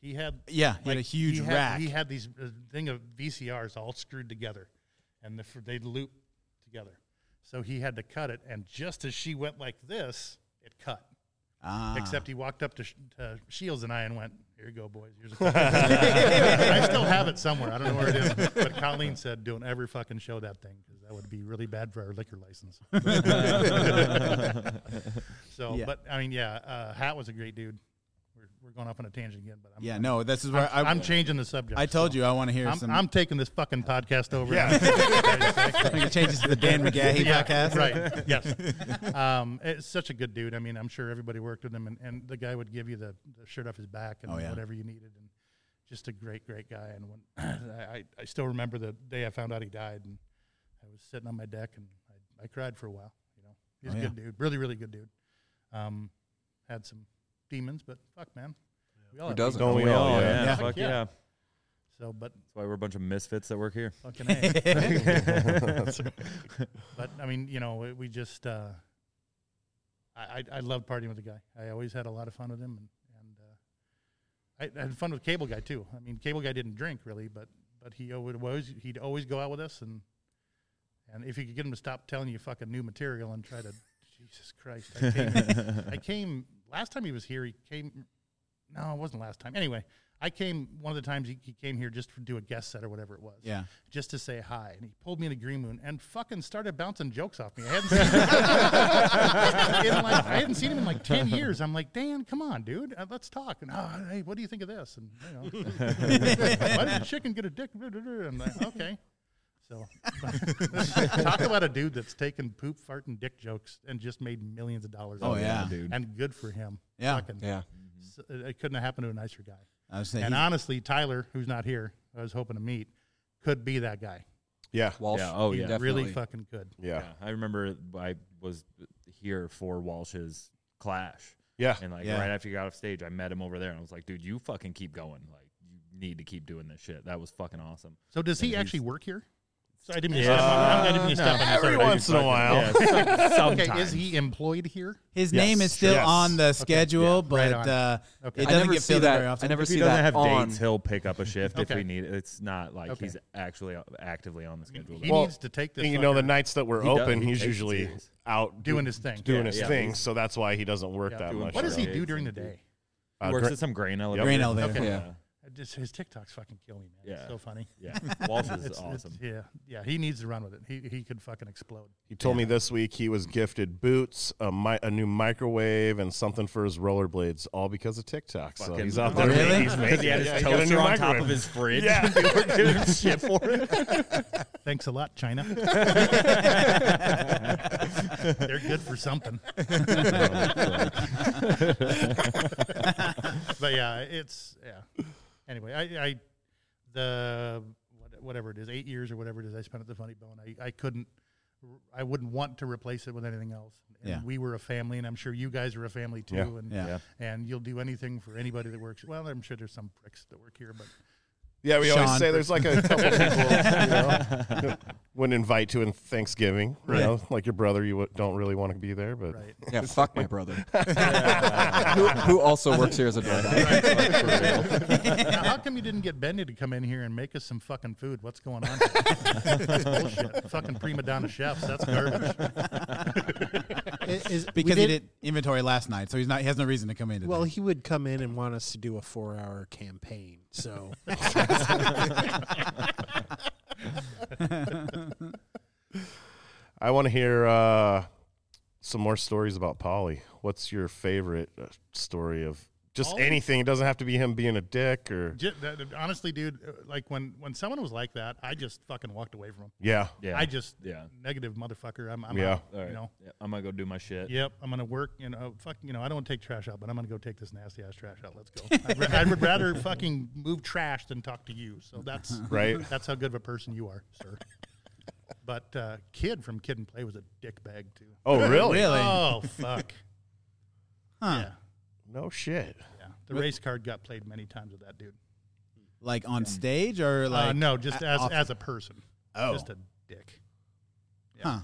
He had
yeah, he had a
like,
huge
he had,
rack.
He had these uh, thing of VCRs all screwed together, and the, fr- they'd loop together. So he had to cut it, and just as she went like this, it cut.
Ah.
Except he walked up to, Sh- to Shields and I and went, "Here you go, boys."
[laughs]
Here's a copy." I still have it somewhere. I don't know where it is. But Colleen said, "Don't ever fucking show that thing because that would be really bad for our liquor
[laughs]
license." so,
Yeah.
but I mean, yeah, uh, Hat was a great dude. We're, we're going off on a tangent again, but I'm,
yeah, no, this is where
I'm,
I,
changing the subject.
I told you I want to hear
I'm,
some.
I'm taking this fucking podcast over. [laughs]
I think it changes to the Dan McGahey
Yeah,
podcast.
Right. Yes. um, it's such a good dude. I mean, I'm sure everybody worked with him, and, and the guy would give you the, the shirt off his back and
Oh, yeah.
whatever you needed, and just a great, great guy. And when [clears throat] I, I- I still remember the day I found out he died, and I was sitting on my deck and I, I cried for a while. You know, he's
Oh,
a
yeah.
good dude, really, really good dude. Um, had some demons, but fuck, man. We all
Who
have
doesn't?
Don't
Oh,
we
yeah,
all?
yeah,
Yeah.
Fuck
Yeah.
yeah.
demons. So, but
That's why we're a bunch of misfits that work here.
fucking A.
[laughs]
[laughs] but I mean, you know, we just uh, I, I I loved partying with the guy. I always had a lot of fun with him, and, and uh, I, I had fun with Cable Guy too. I mean, Cable Guy didn't drink really, but but he would always he'd always go out with us, and and if you could get him to stop telling you fucking new material and try to [laughs] Jesus Christ, I came, I came last time he was here. He came, no, it wasn't last time. Anyway. I came one of the times he, he came here just to do a guest set or whatever it was
[laughs] Yeah.
just to say hi. And he pulled me in a green moon and fucking started bouncing jokes off me. I hadn't seen him, in [laughs] like, I hadn't seen him in like 10 years. I'm like, Dan, come on, dude. Uh, let's talk. And, oh, hey, what do you think of this? And, you know, why did the chicken get a dick? [laughs] I'm like, okay. So [laughs] talk about a dude that's taken poop, fart, and dick jokes and just made millions of dollars.
Oh,
off it.
yeah.
dude.
And good for him.
Yeah.
Fucking-
Yeah.
s- uh, It couldn't have happened to a nicer guy.
I was saying,
And
he's-
honestly, Tyler, who's not here, I was hoping to meet, could be that guy.
yeah,
Walsh.
Yeah, oh,
he
yeah.
Definitely.
Really fucking could.
yeah,
Yeah, I remember I was here for Walsh's clash,
yeah.
and like
Yeah.
right after he got off stage, I met him over there, and I was like, "Dude, you fucking keep going. Like, you need to keep doing this shit. That was fucking awesome."
So does he
And he's-
actually work here? So I didn't mean to
Uh,
step on- I'm not even gonna step on you,
every
sorry.
once in a while.
Yeah, so- sometimes.
[laughs] Okay, is he employed here?
his
Yes,
name is still
yes.
on the schedule,
right
but
on.
uh,
Okay.
it
I
doesn't
I never
get
see
filled
that.
very often.
I never
If he
see
doesn't
that
have
on.
dates, he'll pick up a shift if
Okay.
we need it. It's not like
Okay.
he's actually uh, actively on the schedule.
He
Well,
needs to take this.
And you know, the
fucker-
nights that we're
He does-
open,
he
he's
takes it
usually
serious.
out
Doing his thing.
doing
Yeah,
his
yeah.
thing. So that's why he doesn't work
Yeah.
that
Doing
much.
What is he
Yeah.
do during the day?
Uh,
works
gra-
at some grain elevator.
Grain elevator.
Okay.
Yeah.
Yeah,
I Just, his TikToks fucking kill me, man. It's
Yeah.
so funny.
yeah. Walsh is
[laughs] It's, it's-
awesome.
yeah, yeah. He needs to run with it. He he could fucking explode.
He told me this week he was gifted boots, a, mi- a new microwave, and something for his rollerblades, all because of TikTok. So
Fucking-
he's out there.
Really?
He's
[laughs] Because he had his
Yeah, he got a
toaster
new
on top
microwave.
of his fridge. [laughs]
Yeah.
and they were doing shit for it.
Thanks a lot, China. They're good for something. [laughs] but yeah, it's yeah. Anyway, I, I the what- whatever it is, eight years or whatever it is I spent at the Funny Bone, I, I couldn't, I wouldn't want to replace it with anything else. And
Yeah.
we were a family, and I'm sure you guys are a family too.
Yeah.
And
Yeah.
Yeah.
and you'll do anything for anybody that works. Well, I'm sure there's some pricks that work here, but
Yeah, we
Sean.
always say there's like a couple
[laughs]
people you know, wouldn't invite to in Thanksgiving. You
Right.
know, like your brother, you w- don't really want to be there, but
right.
Yeah, fuck my brother. [laughs] who, who also works here as a dog guy.
[laughs]
now, how come you didn't get Bendy to come in here and make us some fucking food? What's going on? here? Bullshit. Fucking prima donna chefs. That's garbage.
Is- is- we
because he did inventory last night, so he's not. He has no reason to come in. Today.
Well, he would come in and want us to do a four-hour campaign. So
I want to hear uh, some more stories about Polly. What's your favorite uh, story of just
Polly?
anything? It doesn't have to be him being a dick or
Ju- that- that- Honestly, dude, uh, like when when someone was like that, I just fucking walked away from them.
yeah,
[laughs] Yeah.
I just
Yeah.
negative motherfucker. I'm, I'm
Yeah.
out,
All right.
you know.
Yeah, I'm gonna go do my shit.
Yep, I'm gonna work. You know, fuck. You know, I don't take trash out, but I'm gonna go take this nasty ass trash out. Let's go.
[laughs]
I'd, ra- I would rather fucking move trash than talk to you. So that's
[laughs]
[laughs]
right?
That's how good of a person you are, sir. But uh, kid from Kid and Play was a dick bag too.
Oh, really?
really?
Oh
[laughs]
fuck.
Huh.
Yeah,
No shit.
yeah. The race card got played many times with that dude.
Like on stage or like?
uh, no, just
a-
as
off-
as a person.
Oh.
Just a dick.
Huh.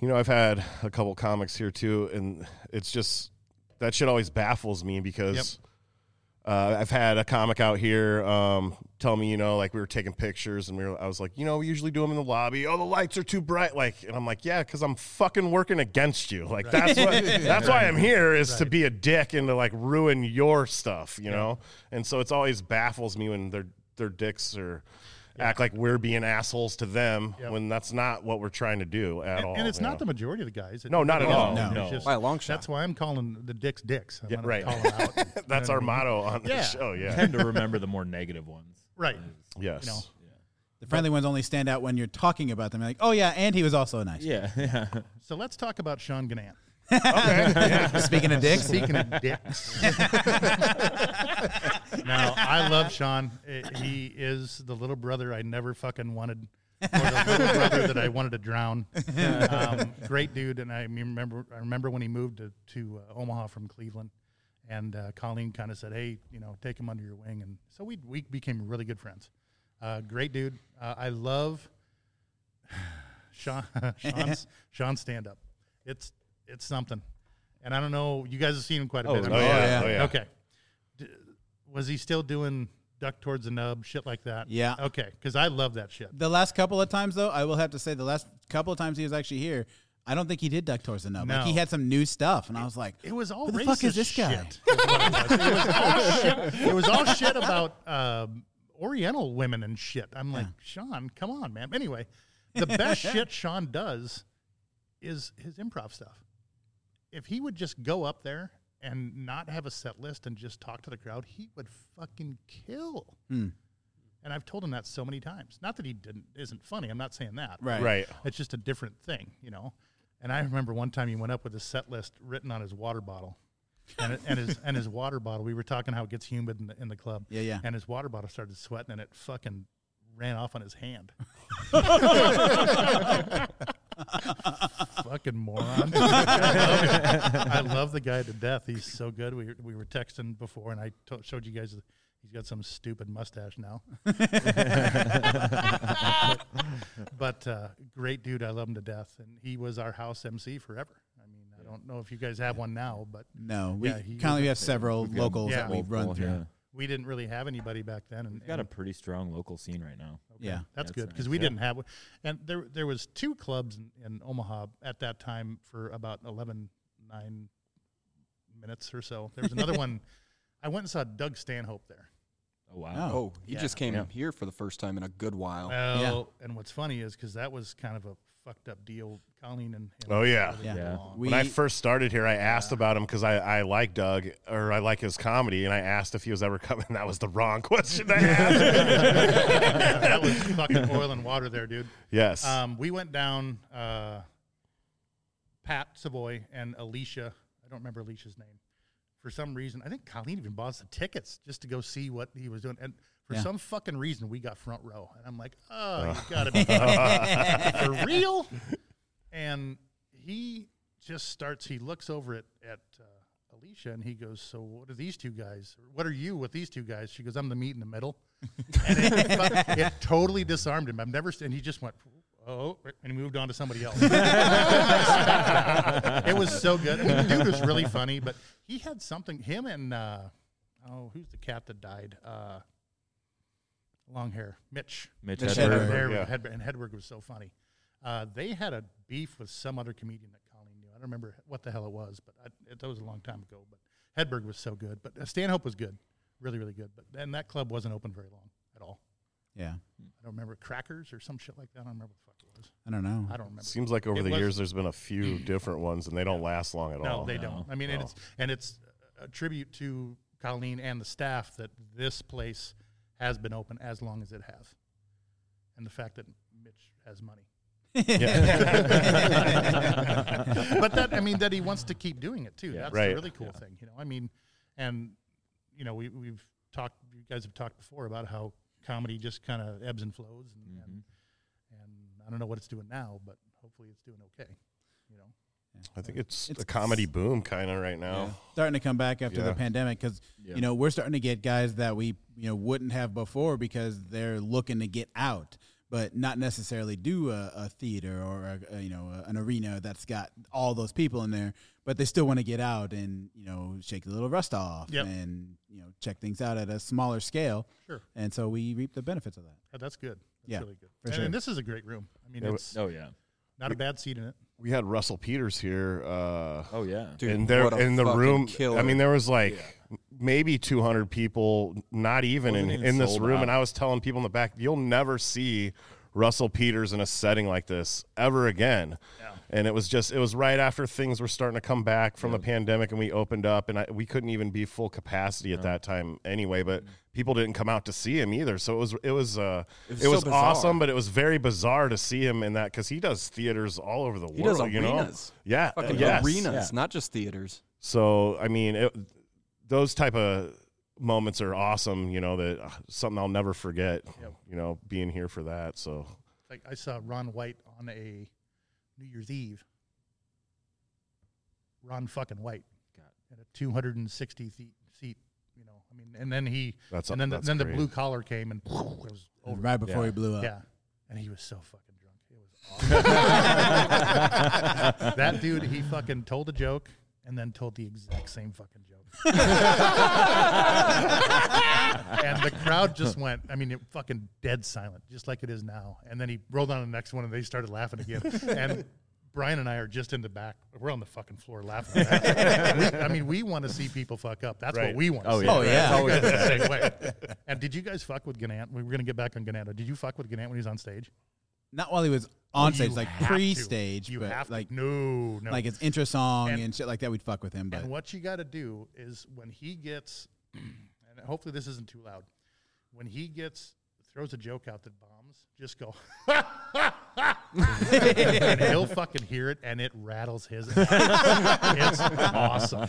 You know, I've had a couple comics here too, and it's just that shit always baffles me because uh, I've had a comic out here um, tell me, you know, like we were taking pictures, and we were, I was like, you know, we usually do them in the lobby. Oh, the lights are too bright, like, and I'm like, yeah, because I'm fucking working against you. Like that's what that's why I'm here is to be a dick and to like ruin your stuff, you know. And so it's always baffles me when their their dicks are. Act like we're being assholes to them
Yep.
when that's not what we're trying to do at all.
And, and it's
you know?
not the majority of the guys. It-
Oh, No, not at all.
Oh, No,
It's
no.
just-
By a long shot.
That's why I'm calling the dicks dicks. I'm
Yeah,
gonna
right.
call 'em out. You
[laughs]
know
That's
what I
our
mean?
motto on
[laughs] Yeah.
the show. Yeah.
Tend to remember the more negative ones.
Right.
yes. [laughs]
You know.
The friendly ones only stand out when you're talking about them. Like, oh yeah, and he was also nice.
[laughs] Yeah. Yeah.
So let's talk about Sean Ganant.
[laughs]
Oh,
Speaking of
[laughs]
dicks,
Speaking of dicks. now, I love Sean. I- He is the little brother I never fucking wanted, or the little brother that I wanted to drown. Um, great dude, and I remember I remember when he moved to, to uh, Omaha from Cleveland, and uh, Colleen kind of said, "Hey, you know, take him under your wing," and so we we became really good friends. Uh, great dude. Uh, I love Sean [laughs] Sean's Sean's stand up. It's it's something, and I don't know. You guys have seen him quite a
Oh,
bit. I'm
Oh,
sure.
yeah.
yeah.
Oh, yeah.
Okay. D- was he still doing duck towards the nub, shit like that?
Yeah.
Okay, because I love that shit.
the last couple of times though, I will have to say the last couple of times he was actually here, I don't think he did duck tours enough. Like
No.
he had some new stuff, and I was like,
It was all
Who the
racist
fuck is this
shit.
guy?
is what It was. It was all shit. It was all shit about um, Oriental women and shit. I'm like, Sean, come on, man. Anyway, the best shit Sean does is his improv stuff. If he would just go up there and not have a set list and just talk to the crowd, he would fucking kill.
Hmm.
And I've told him that so many times. Not that he didn't isn't funny. I'm not saying that.
right,
Right.
It's just a different thing, you know. And I remember one time he went up with a set list written on his water bottle, and, it- and his and his water bottle. We were talking how it gets humid in the, in the club.
Yeah, yeah.
And his water bottle started sweating, and it fucking ran off on
[laughs]
his hand. fucking moron! I love, him. I love the guy to death. He's so good. We were- we were texting before, and I to- showed you guys. He's got some stupid mustache
[laughs]
now. But uh, great dude, I love him to death, and he was our house MC forever. I mean, I don't know if you guys have one now, but
No, we
Yeah, he was
currently have several
got
locals
yeah.
that we've run
Multiple,
through.
yeah.
we didn't really have anybody back then. And
We've got a
and
pretty strong local scene right now.
Yeah.
that's
that's
good because
nice,
we
yeah.
didn't have one. And there, there was two clubs in, in Omaha at that time for about 11, 9 minutes or so. There
[laughs]
was another one. I went and saw Doug Stanhope there.
Oh wow.
Oh.
Oh, he
Yeah.
just came
Yeah.
here for the first time in a good
Oh,
while.
Well, and what's funny is because that was kind of a fucked up deal. Colleen and, and
Oh, yeah.
they
Yeah.
got
Yeah. [laughs]
along.
We,
when I first started here, I asked about him because I, I like Doug or I like his comedy, and I asked if he was ever [laughs] coming. That was the wrong question to
[laughs]
ask.
[laughs] that was fucking oil and water there, dude.
yes.
Um, we went down. Uh, Pat Savoy and Alicia. I don't remember Alicia's name. For some reason, I think Colleen even bought us the tickets just to go see what he was doing. And For
Yeah.
some fucking reason, we got front row, and I'm like, oh, you gotta be for real. And he just starts. He looks over at at uh, Alicia, and he goes, "So what are these two guys? What are you with these two guys?" She goes, "I'm the meat in the middle." and it, fuck- it totally disarmed him. I've never. s- And he just went. Oh, and he moved on to somebody else. it was so good. I mean, the dude was really funny, but he had something. Him and uh, oh, who's the cat that died? Uh, long hair, Mitch.
Mitch
Mitch
Hedberg.
Hedberg.
There,
yeah.
Hedberg, and Hedberg was so funny. Uh, they had a beef with some other comedian that Colleen knew. I don't remember what the hell it was, but I, it, that was a long time ago. But Hedberg was so good. But uh, Stanhope was good, really, really good. But and that club wasn't open very long at all.
yeah,
I don't remember crackers or some shit like that. I don't remember what the fuck it was.
I don't know.
I don't remember.
Seems like over
It
the
was-
years there's been a few different ones, and they don't last long at
no,
all.
they don't. I mean, and
No.
it's and it's a tribute to Colleen and the staff that this place has been open as long as it has, and the fact that Mitch has money.
[laughs]
[laughs] but that I mean that he wants to keep doing it too. That's
Right.
the really cool thing, you know. I mean, and you know we we've talked. You guys have talked before about how comedy just kind of ebbs and flows, and, and and I don't know what it's doing now, but hopefully it's doing okay. You know,
I think it's,
It's-
a comedy boom kind of right now.
starting to come back after
Yeah.
the pandemic because you know we're starting to get guys that we you know wouldn't have before because they're looking to get out but not necessarily do a, a theater or a, a, you know a, an arena that's got all those people in there but they still want to get out and you know shake a little rust off
Yep.
and you know check things out at a smaller scale
Sure.
and so we reap the benefits of that
Yeah, Oh, that's good. That's
Yeah,
really good.
for
and,
sure.
and this is a great room. I mean,
Yeah,
it's
Oh yeah.
not a bad seat in it.
We had Russell Peters here. Uh,
Oh yeah.
[laughs]
[laughs]
Dude,
and there
what a
in the
fucking
room
killer.
i mean there was like maybe 200 people not even in,
Wasn't even
in this
sold
room
out.
and i was telling people in the back you'll never see russell peters in a setting like this ever again and it was just it was right after things were starting to come back from the pandemic and we opened up and I, we couldn't even be full capacity at that time anyway but
Mm-hmm.
people didn't come out to see him either so it was it was uh it was,
was so bizarre.
awesome but it was very bizarre to see him in that because he does theaters all over the
He
world
does
you know
arenas.
yeah
Fucking
uh, yes.
arenas,
Yeah.
not just theaters.
So I mean, it, those type of moments are awesome. You know that uh, something I'll never forget. You know, being here for that. So
Like I saw Ron White on a New Year's Eve. Ron fucking White at a 260 seat, seat. You know, I mean, and then he
That's-
and then
that's
the, then
great.
the blue collar came and [laughs] it was over.
right before
Yeah.
he blew up
Yeah, and he was so fucking drunk. It was
[laughs]
awesome. that dude, he fucking told a joke and then told the exact same fucking joke. and the crowd just went. I mean, it fucking dead silent, just like it is now. And then he rolled on to the next one, and they started laughing again. And Brian and I are just in the back. We're on the fucking floor laughing. We- I mean, we want to see people fuck up. That's
Right.
what we want.
Oh,
see.
yeah.
Oh, yeah.
You guys are the same way. And did you guys fuck with Ganant? We were gonna get back on Ganant. Did you fuck with Ganant when he was on stage?
not while he was on stage
Oh, You
like
have to.
pre-stage
You
but
have to.
like
no, no.
like his intro song and,
And-
shit like that we'd fuck with him but
and what you got to do is when he gets, [clears throat] and hopefully this isn't too loud, when he gets throws a joke out that bombs, just go. [laughs] and he'll fucking hear it, and it rattles his. Ass. It's awesome.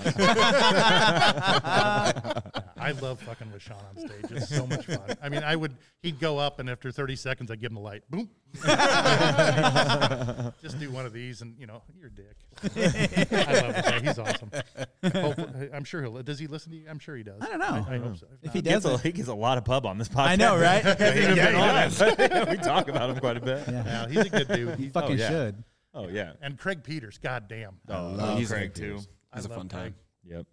I love fucking with Sean on stage. It's so much fun. I mean, I would. He'd go up, and after 30 seconds, I'd give him the light. Boom. [laughs] just do one of these, and you know, you're a dick. I love him. He's awesome. Hopefully- I'm sure he'll. Does he listen to you? I'm sure he does.
I don't know.
I, I hope so.
if he
He gets,
does
a,
it,
he gets a lot of pub on this podcast. [laughs]
I know, right?
Hasn't even been on it. [laughs] we talk about him quite a bit.
Yeah.
Yeah, he's a good dude.
He
He's-
fucking
yeah.
should.
Oh yeah.
and Craig Peters, goddamn.
Oh,
love
he's
Craig
great too.
It's a
love
fun time.
Yep.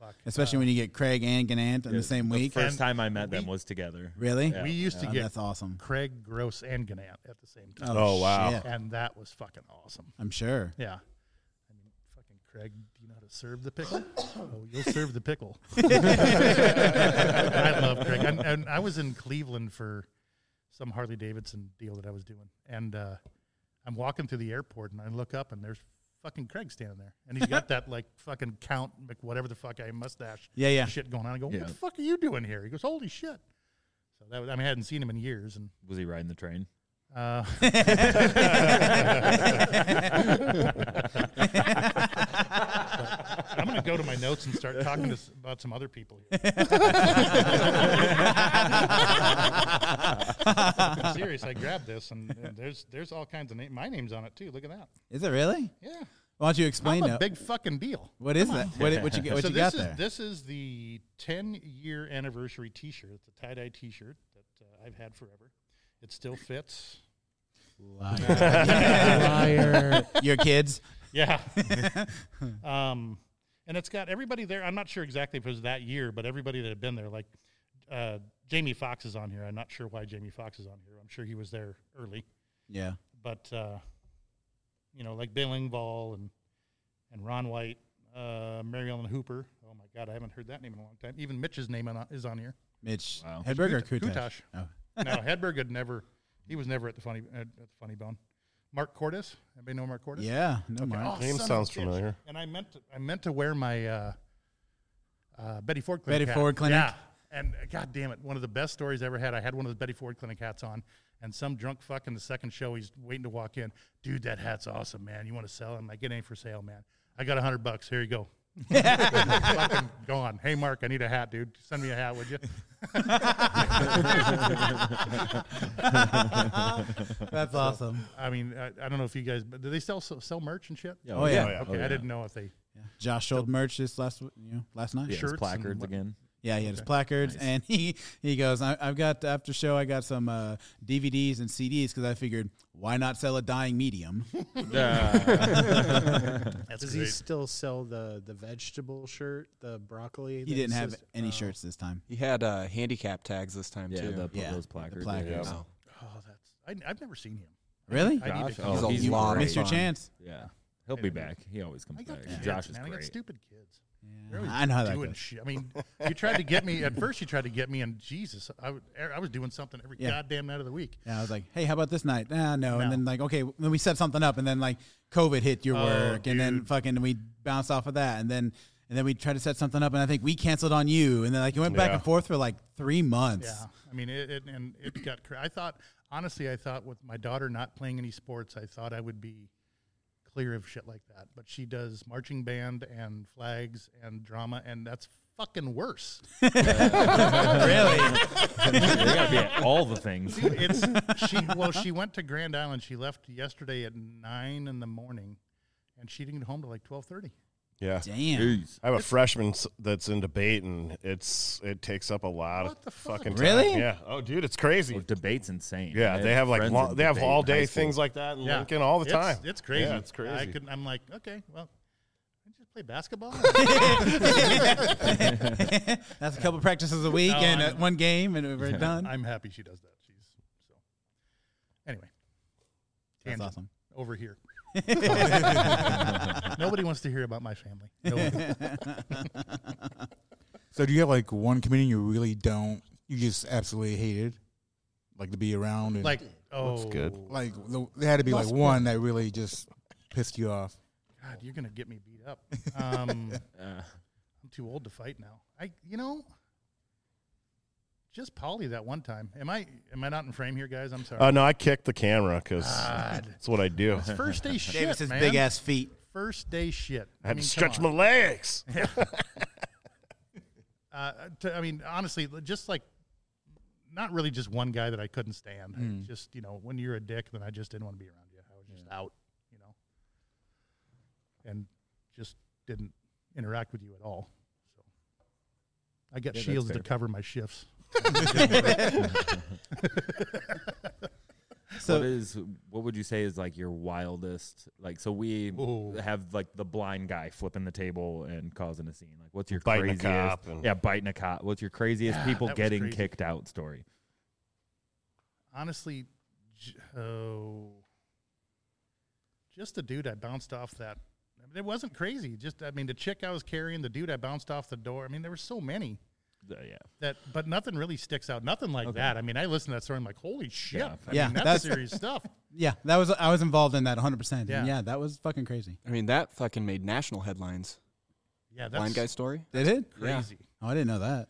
Fuck.
Especially when you get Craig and Ganant in the same week.
First
And
time I met them
we-
was together.
really?
we used to
Oh,
get
that's awesome.
Craig Gross and Ganant at the same time,
Oh, wow.
shit.
and that was fucking awesome.
I'm sure.
Yeah. I mean, fucking Craig, do you know how to serve
[coughs]
the pickle? oh, you'll serve
[laughs]
the pickle. I love Craig. And, and I was in Cleveland for some Harley Davidson deal that I was doing, and uh, I'm walking through the airport, and I look up, and there's fucking Craig standing there, and he's got that like fucking Count Mc- whatever the fuck I mustache
Yeah, yeah.
shit going on. I go, what
Yeah.
the fuck are you doing here? He goes, holy shit. So that was, I mean, I hadn't seen him in years, and
Was he riding the train?
uh, I'm going to go to my notes and start talking to, s- about some other people here. I'm serious. I grabbed this, and, and there's there's all kinds of names. My name's on it too. Look at that.
Is it really?
Yeah,
Why don't you explain
I'm a
it?
big fucking deal.
what is that? What, what you, what
so
you got
this is
there?
this is the 10 year anniversary T-shirt. It's a tie dye T-shirt that uh, I've had forever. It still fits.
Liar.
[laughs] Your kids?
Yeah. um, and it's got everybody there. I'm not sure exactly if it was that year, but everybody that had been there, like uh, Jamie Fox is on here. I'm not sure why Jamie Fox is on here. I'm sure he was there early,
Yeah.
but uh, you know, like Bill Engvall and and Ron White, uh, Mary Ellen Hooper. Oh my God, I haven't heard that name in a long time. Even Mitch's name on, is on here.
Mitch
Wow.
Hedberg or
Kut-
Kutash?
Kutash.
Oh.
no, [laughs] Hedberg had never. He was never at the funny at the funny bone. Mark Cordes. Anybody know Mark Cordes?
Oh, Yeah. No
[laughs]
more.
Name
son of a
sounds
bitch.
familiar.
And I meant to, I meant to wear my uh, uh, Betty Ford clinic.
Betty
hat.
Ford Clinic?
Yeah. And uh, god damn it, one of the best stories I ever had. I had one of the Betty Ford clinic hats on, and some drunk fuck in the second show, he's waiting to walk in. Dude, that hat's awesome, man. You want to sell? it?" I'm like, it ain't for sale, man. I got a hundred bucks. Here you go. [laughs] Fucking gone. Hey, Mark, I need a hat, dude. Send me a hat, would you?
That's awesome.
I mean, I, I don't know if you guys, but do they sell sell merch and shit?
Oh, yeah.
yeah.
Okay, I didn't know if they
Josh sold merch this last you know last night.
Yeah, it's
shirts and
placards
what- [laughs]
again.
Yeah, he had his placards, and [laughs] he he goes, I, "I've got after show, I got some uh, DVDs and CDs because I figured why not sell a dying medium? [laughs]
That's
Does he still sell the the vegetable shirt, the broccoli? Oh.
He didn't have
oh.
any shirts this time.
He had uh, handicap tags this time
yeah,
too.
the,
Yeah,
those
the
placards.
placards.
Yeah.
Oh.
Oh, that's I, I've never seen him.
Really?
I need
Josh,
to
oh,
come-
he's
he's
a lot.
great.
Missed your
fun.
chance.
Yeah. He'll be back. He always comes
I
back.
got kids,
Josh is
man. I got
great. [laughs]
stupid kids. They're always
I know how that
doing
goes.
shit. I mean, you tried to get me at [laughs] first. You tried to get me, and Jesus, I, would, er, I was doing something every
Yeah.
goddamn night of the week.
Yeah, I was like, "Hey, how about this night?" Ah, no.
No.
And then like, okay, then we set something up, and then like COVID hit your
Oh,
work, and then
dude.
fucking we bounced off of that, and then and then we tried to set something up, and I think we canceled on you, and then like it went back
Yeah.
and forth for like three months.
Yeah, I mean, it, it and it got. Cra- I thought honestly, I thought with my daughter not playing any sports, I thought I would be clear of shit like that. But she does marching band and flags and drama, and that's
[laughs]
fucking worse. [laughs]
really?
you gotta be at all the things.
it's she well she went to grand island she left yesterday at 9 in the morning and she didn't get home till like 12.30
Yeah.
Damn.
Jeez.
I have a freshman s- that's in debate, and it's it takes up a lot
What
of
the fuck?
fucking time.
Really?
Yeah. Oh, dude, it's
Well,
crazy.
debate's insane.
Yeah, they have like long, they have all day things like that in Lincoln all the
It's-
time.
it's crazy
Yeah, it's crazy.
I could, i'm like okay well I just play
[laughs]
basketball [laughs]
[laughs] That's a couple practices a week
No,
and uh,
I'm-
one game, and we're done.
i'm happy she does that she's so anyway
That's
tangent
awesome.
over here [laughs] nobody wants to hear about my family no one.
So do you have like one comedian you really don't, you just absolutely hated, like to be around? And,
like oh
good.
like the, there had to be like
Must
one that really just pissed you off.
god you're gonna get me beat up um [laughs]
Uh,
I'm too old to fight now. I, you know, just Polly that one time. Am I, am I not in frame here, guys? I'm sorry.
Uh, no, I kicked the camera because
God.
that's what I
[laughs]
do.
It's
[laughs]
first day shit,
Davis's
man.
big ass feet.
First day shit.
I had
mean,
to
come
stretch
on.
my
[laughs]
legs.
Uh, to, I mean, honestly, just like, not really just one guy that I couldn't stand. I
Hmm.
just you know, when you're a dick, then I just didn't want to be around you. I was just out, you know, and just didn't interact with you at all. So I got
Yeah, that's
shields to
fair.
cover my shifts.
what
So
is what would you say is like your wildest like so we
Ooh.
have like the blind guy flipping the table and causing a scene like what's your
Biting a
craziest
cop and-
yeah biting a cop what's your craziest people
that was
getting
crazy.
kicked out story
[laughs] honestly, j- oh, just the dude I bounced off that. I mean, it wasn't crazy. Just I mean, the chick I was carrying, the dude I bounced off the door. I mean, there were so many
Uh, yeah
that, but nothing really sticks out. Nothing like that. I mean, I listened to that story. I'm like, holy shit!
Yeah.
I
Yeah,
mean, that's,
that's-
serious stuff.
yeah, that was I was involved in that 100. percent
Yeah.
Yeah, yeah, that was fucking crazy.
I mean, that fucking made national headlines.
Yeah, that's
Blind guy story.
Did it?
Yeah.
crazy.
Oh, I didn't know that.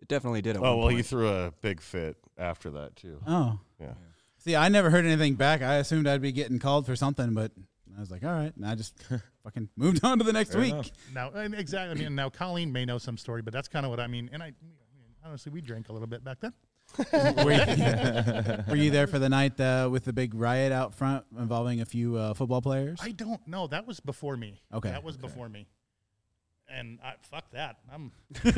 It definitely did. At
Oh
one
well,
point.
he threw a big fit after that too.
Oh,
Yeah.
See, I never heard anything back. I assumed I'd be getting called for something, but And I was like, all right. And I
[laughs]
just fucking moved on to the next
Fair
week. [laughs]
enough.
Now, and exactly. I mean, now Colleen may know some story, but that's kind of what I mean. And I, I mean, honestly, we drank a little bit back then.
[laughs]
Were you there for the night uh, with the big riot out front involving a few uh, football players?
I don't know. That was before me.
Okay,
that was before me. And I, fuck that. I'm [laughs]
no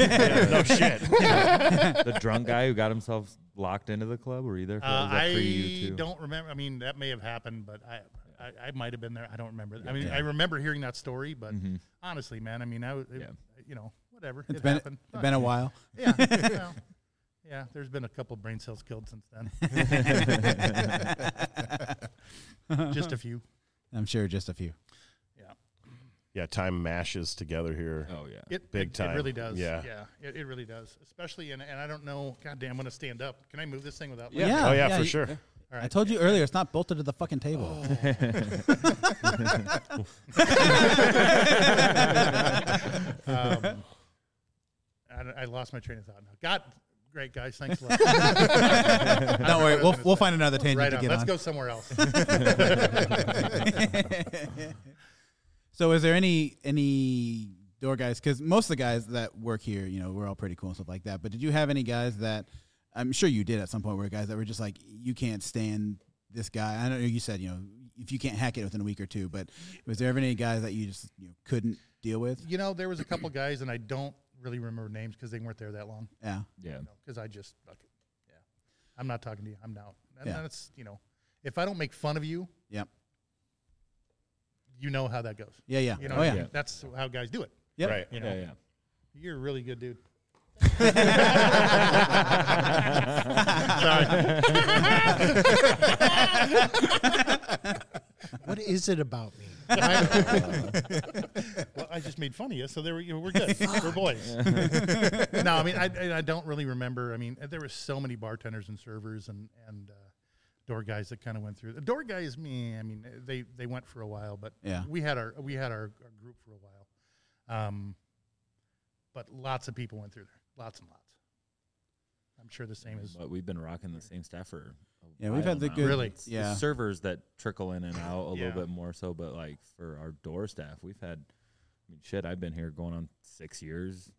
shit.
the drunk guy who got himself locked into the club. Were you there? For
Uh,
that? Was that pre you
I
too?
don't remember. I mean, that may have happened, but I, I, I might have been there. I don't remember. I mean, I remember hearing that story, but
Mm-hmm.
honestly, man, I mean, I, was- it,
Yeah.
you know, whatever.
It's
it
been
happened.
it's been a while.
yeah.
[laughs]
[laughs] well, yeah. There's been a couple brain cells killed since
[laughs]
[laughs]
then. Just a few.
I'm sure just a few.
Yeah, time mashes together here.
Oh yeah.
It,
Big
it-
time.
It really does.
Yeah.
Yeah. Yeah. It, it really does. Especially, and, and I don't know. God damn, I'm going to stand up. Can I move this thing without?
Yeah.
Oh yeah, for
you-
sure.
All
I
right.
told you earlier, it's not bolted to the fucking table.
um, [laughs] I, I lost my train of thought now. God, great guys, thanks a lot. I
[laughs] [laughs] Don't worry,
what I was
we'll
gonna
we'll
say.
find another tangent
Right
to
on.
get
Let's
on.
go
[laughs]
somewhere else.
[laughs] so is there any any door guys because most of the guys that work here you know we're all pretty cool and stuff like that but did you have any guys that i'm sure you did at some point where guys that were just like you can't stand this guy i know you said you know if you can't hack it within a week or two but was there ever any guys that you just you know, couldn't deal with
you know, there was a couple guys, and I don't really remember names because they weren't there that long.
yeah
Yeah.
Because I just, fuck it. yeah, I'm not talking to you. I'm out. And
Yeah.
that's you know, if I don't make fun of you,
Yep.
you know how that goes.
yeah yeah
You know,
oh yeah
yeah.
that's how guys do it.
Yep.
Right.
You know,
Yeah. Yeah.
you're a really good dude.
What is it about me?
[laughs] Well, I just made fun of you, so there we, we're
[laughs]
good. we're boys. no, I mean, I, and I don't really remember. I mean, there were so many bartenders and servers and and uh, door guys that kind of went through. The door guys, me, I mean, they they went for a while, but
Yeah.
we had our we had our, our group for a while. Um, but lots of people went through there, lots and lots. I'm sure the same as
But we've been rocking the same staff for. a
Yeah, we've
while
had the
now.
good-
Really?
It's the
yeah.
servers that trickle in and out a
Yeah.
little bit more so, but like for our door staff, we've had. I mean, shit, I've been here going on six years.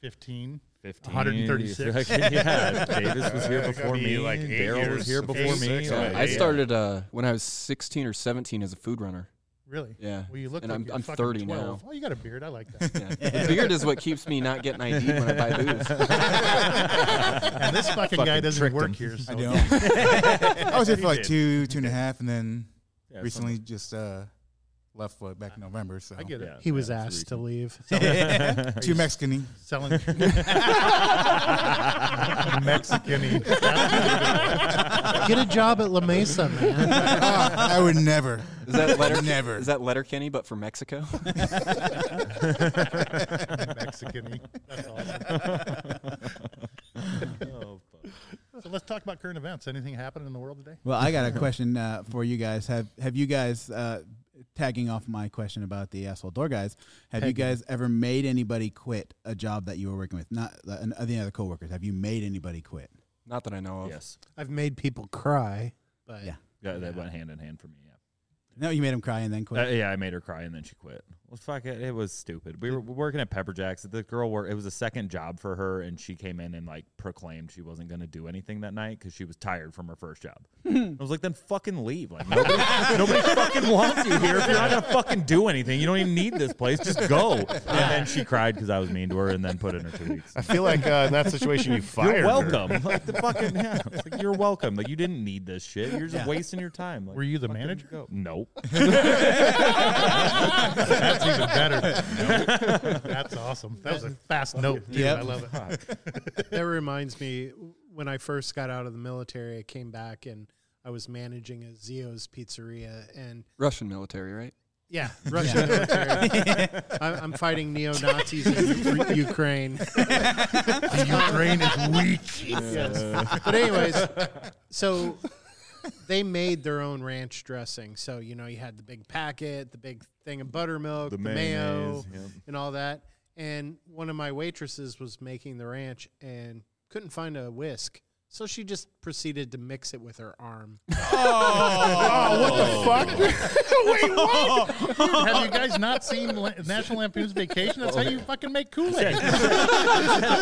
15.
15.
136.
[laughs] yeah, Davis was here
Yeah,
before
gotta be
me.
like eight
Daryl was
years,
here before me.
56,
so-
right?
I
Yeah.
started uh, when I was 16 or 17 as a food runner.
Really?
Yeah.
Well, you look
And
like
I'm-
you're
I'm
fucking
30 now.
12. Oh, you got a beard. I like
[laughs]
that.
Yeah. the beard is what keeps me not getting ID when
[laughs]
I buy
[laughs]
booze.
and this fucking, guy
Fucking
doesn't
tricked
work
him.
here. So
I don't. [laughs] I was here for like two, two and a half, and then
yeah,
recently just uh, left for back in November. So
[laughs]
I get
something-
it.
[laughs] yeah,
He was
yeah, it's
asked to leave.
too Mexican.
Selling Mexican.
Get a job at La Mesa, man. [laughs]
[laughs] I would never.
Is that letter?
Never.
Is that letter Kenny, but for Mexico? [laughs]
Mexican. That's awesome.
recent. [laughs] Oh, fuck.
So let's talk about current events. Anything happening in the world today?
Well, I got a question uh, for you guys. Have Have you guys uh, tagging off my question about the asshole door guys? Have you guys ever made anybody quit a job that you were working with? Not the, an- the other coworkers. Have you made anybody quit?
Not that I know of.
yes.
I've made people cry. But
Yeah.
Yeah, that went hand in hand for me. Yeah.
No, you made them cry and then quit.
Uh, yeah, I made her cry and then she quit. Well, fuck it. It was stupid. We were working at Pepper Jack's. The girl worked, it was a second job for her, and she came in and like proclaimed she wasn't going to do anything that night because she was tired from her first job. I was like, then fucking leave. Like, nobody, [laughs] nobody fucking wants you here. If you're not going to fucking do anything, you don't even need this place. Just go. And then she cried because I was mean to her and then put in her two weeks.
I feel like uh, in that
[laughs]
situation you fired.
[laughs] You're
her.
welcome. Like, the fucking, yeah. It's like, you're welcome. Like, you didn't need this shit. You're just
Yeah.
wasting your time. Like,
Were you the
fucking
manager?
Go. Nope.
That's even [laughs] better. That's awesome. That was a fast note. Yeah,
Yep.
I love it. [laughs]
that reminds me when I first got out of the military, I came back and I was managing a Zio's pizzeria and
Russian military, right?
[laughs]
yeah, Russian military. I'm, I'm fighting neo Nazis in
[laughs]
Ukra- Ukraine.
Ukraine is weak.
Yes. But anyways, so they made their own ranch dressing. So you know you had the big packet, the big thing of buttermilk, the, mayo,
mayonnaise, yep.
and all that. And one of my waitresses was making the ranch and couldn't find a whisk So she just proceeded to mix it with her arm.
Oh, what the fuck?
Have you guys not seen La- National Lampoon's Vacation? That's how you fucking make Kool Aid.
[laughs]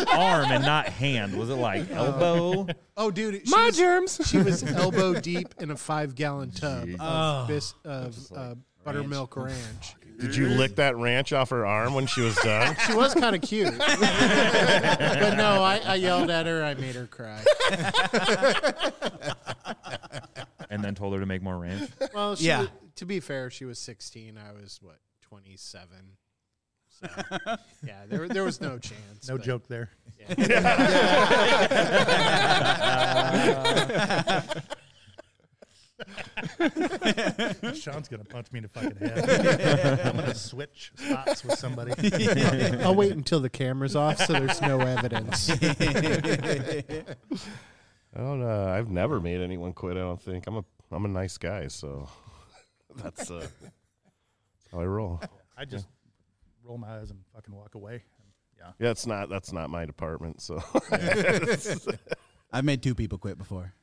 Arm and not hand. Was it like elbow?
Oh, dude, she
My
was,
Ah, germs.
she was elbow deep in a five gallon tub of, bis- of uh, buttermilk ranch.
Did you lick that ranch off her arm when she was done? [laughs]
She was kind of [laughs] cute, but no, I, I yelled at her. I made her cry.
and then told her to make more ranch.
Well, she
Yeah.
wa- to be fair, she was 16. I was what 27. [laughs] So, yeah, there there was no chance.
No
but-
joke there.
[laughs]
Uh, [laughs]
Sean's gonna punch me in the fucking [laughs] head. I'm gonna switch spots with somebody. [laughs] Oh,
I'll wait until the camera's off, so there's no [laughs] evidence.
I don't know. I've never made anyone quit. I don't think I'm a I'm a nice guy, so [laughs] that's uh, how I roll.
I just roll my eyes and fucking walk away.
Yeah, it's not that's not my department. So
[laughs]
[laughs]
I've made two people quit before.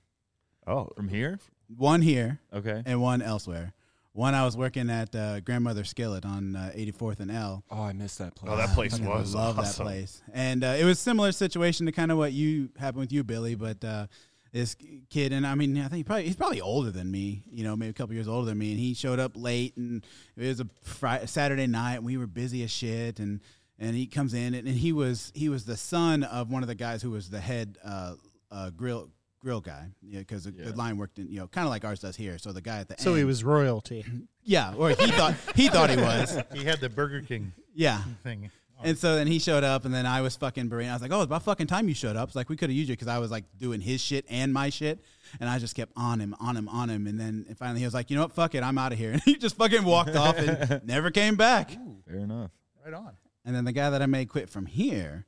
oh,
From here?
One here
Okay.
and one elsewhere. One I was working at uh, Grandmother Skillet on uh, 84th and L.
Oh, I missed that place.
oh, that place
Fucking
was
love
awesome.
that place. And uh, it was similar situation to kind of what you happened with you, Billy. But uh, this kid, and I mean, I think he probably he's probably older than me. You know, maybe a couple years older than me. And he showed up late, and it was a Friday, Saturday night, and we were busy as shit. And and he comes in, and, and he was he was the son of one of the guys who was the head uh, uh, grill grill guy, because the, the line worked in you know kind of like ours does here. So the guy at the
So
end,
he was royalty.
yeah, or he thought he thought he was
He had the Burger King
yeah.
thing. on.
And so then he showed up, and then I was fucking berating. I was like, "Oh, it's about fucking time you showed up." It's like we could have used you because I was like doing his shit and my shit, and I just kept on him, on him, on him. And then and finally, he was like, "You know what? Fuck it, I'm out of here." [laughs] And he just fucking walked off and never came back.
Fair enough.
Right on.
And then the guy that I made quit from here.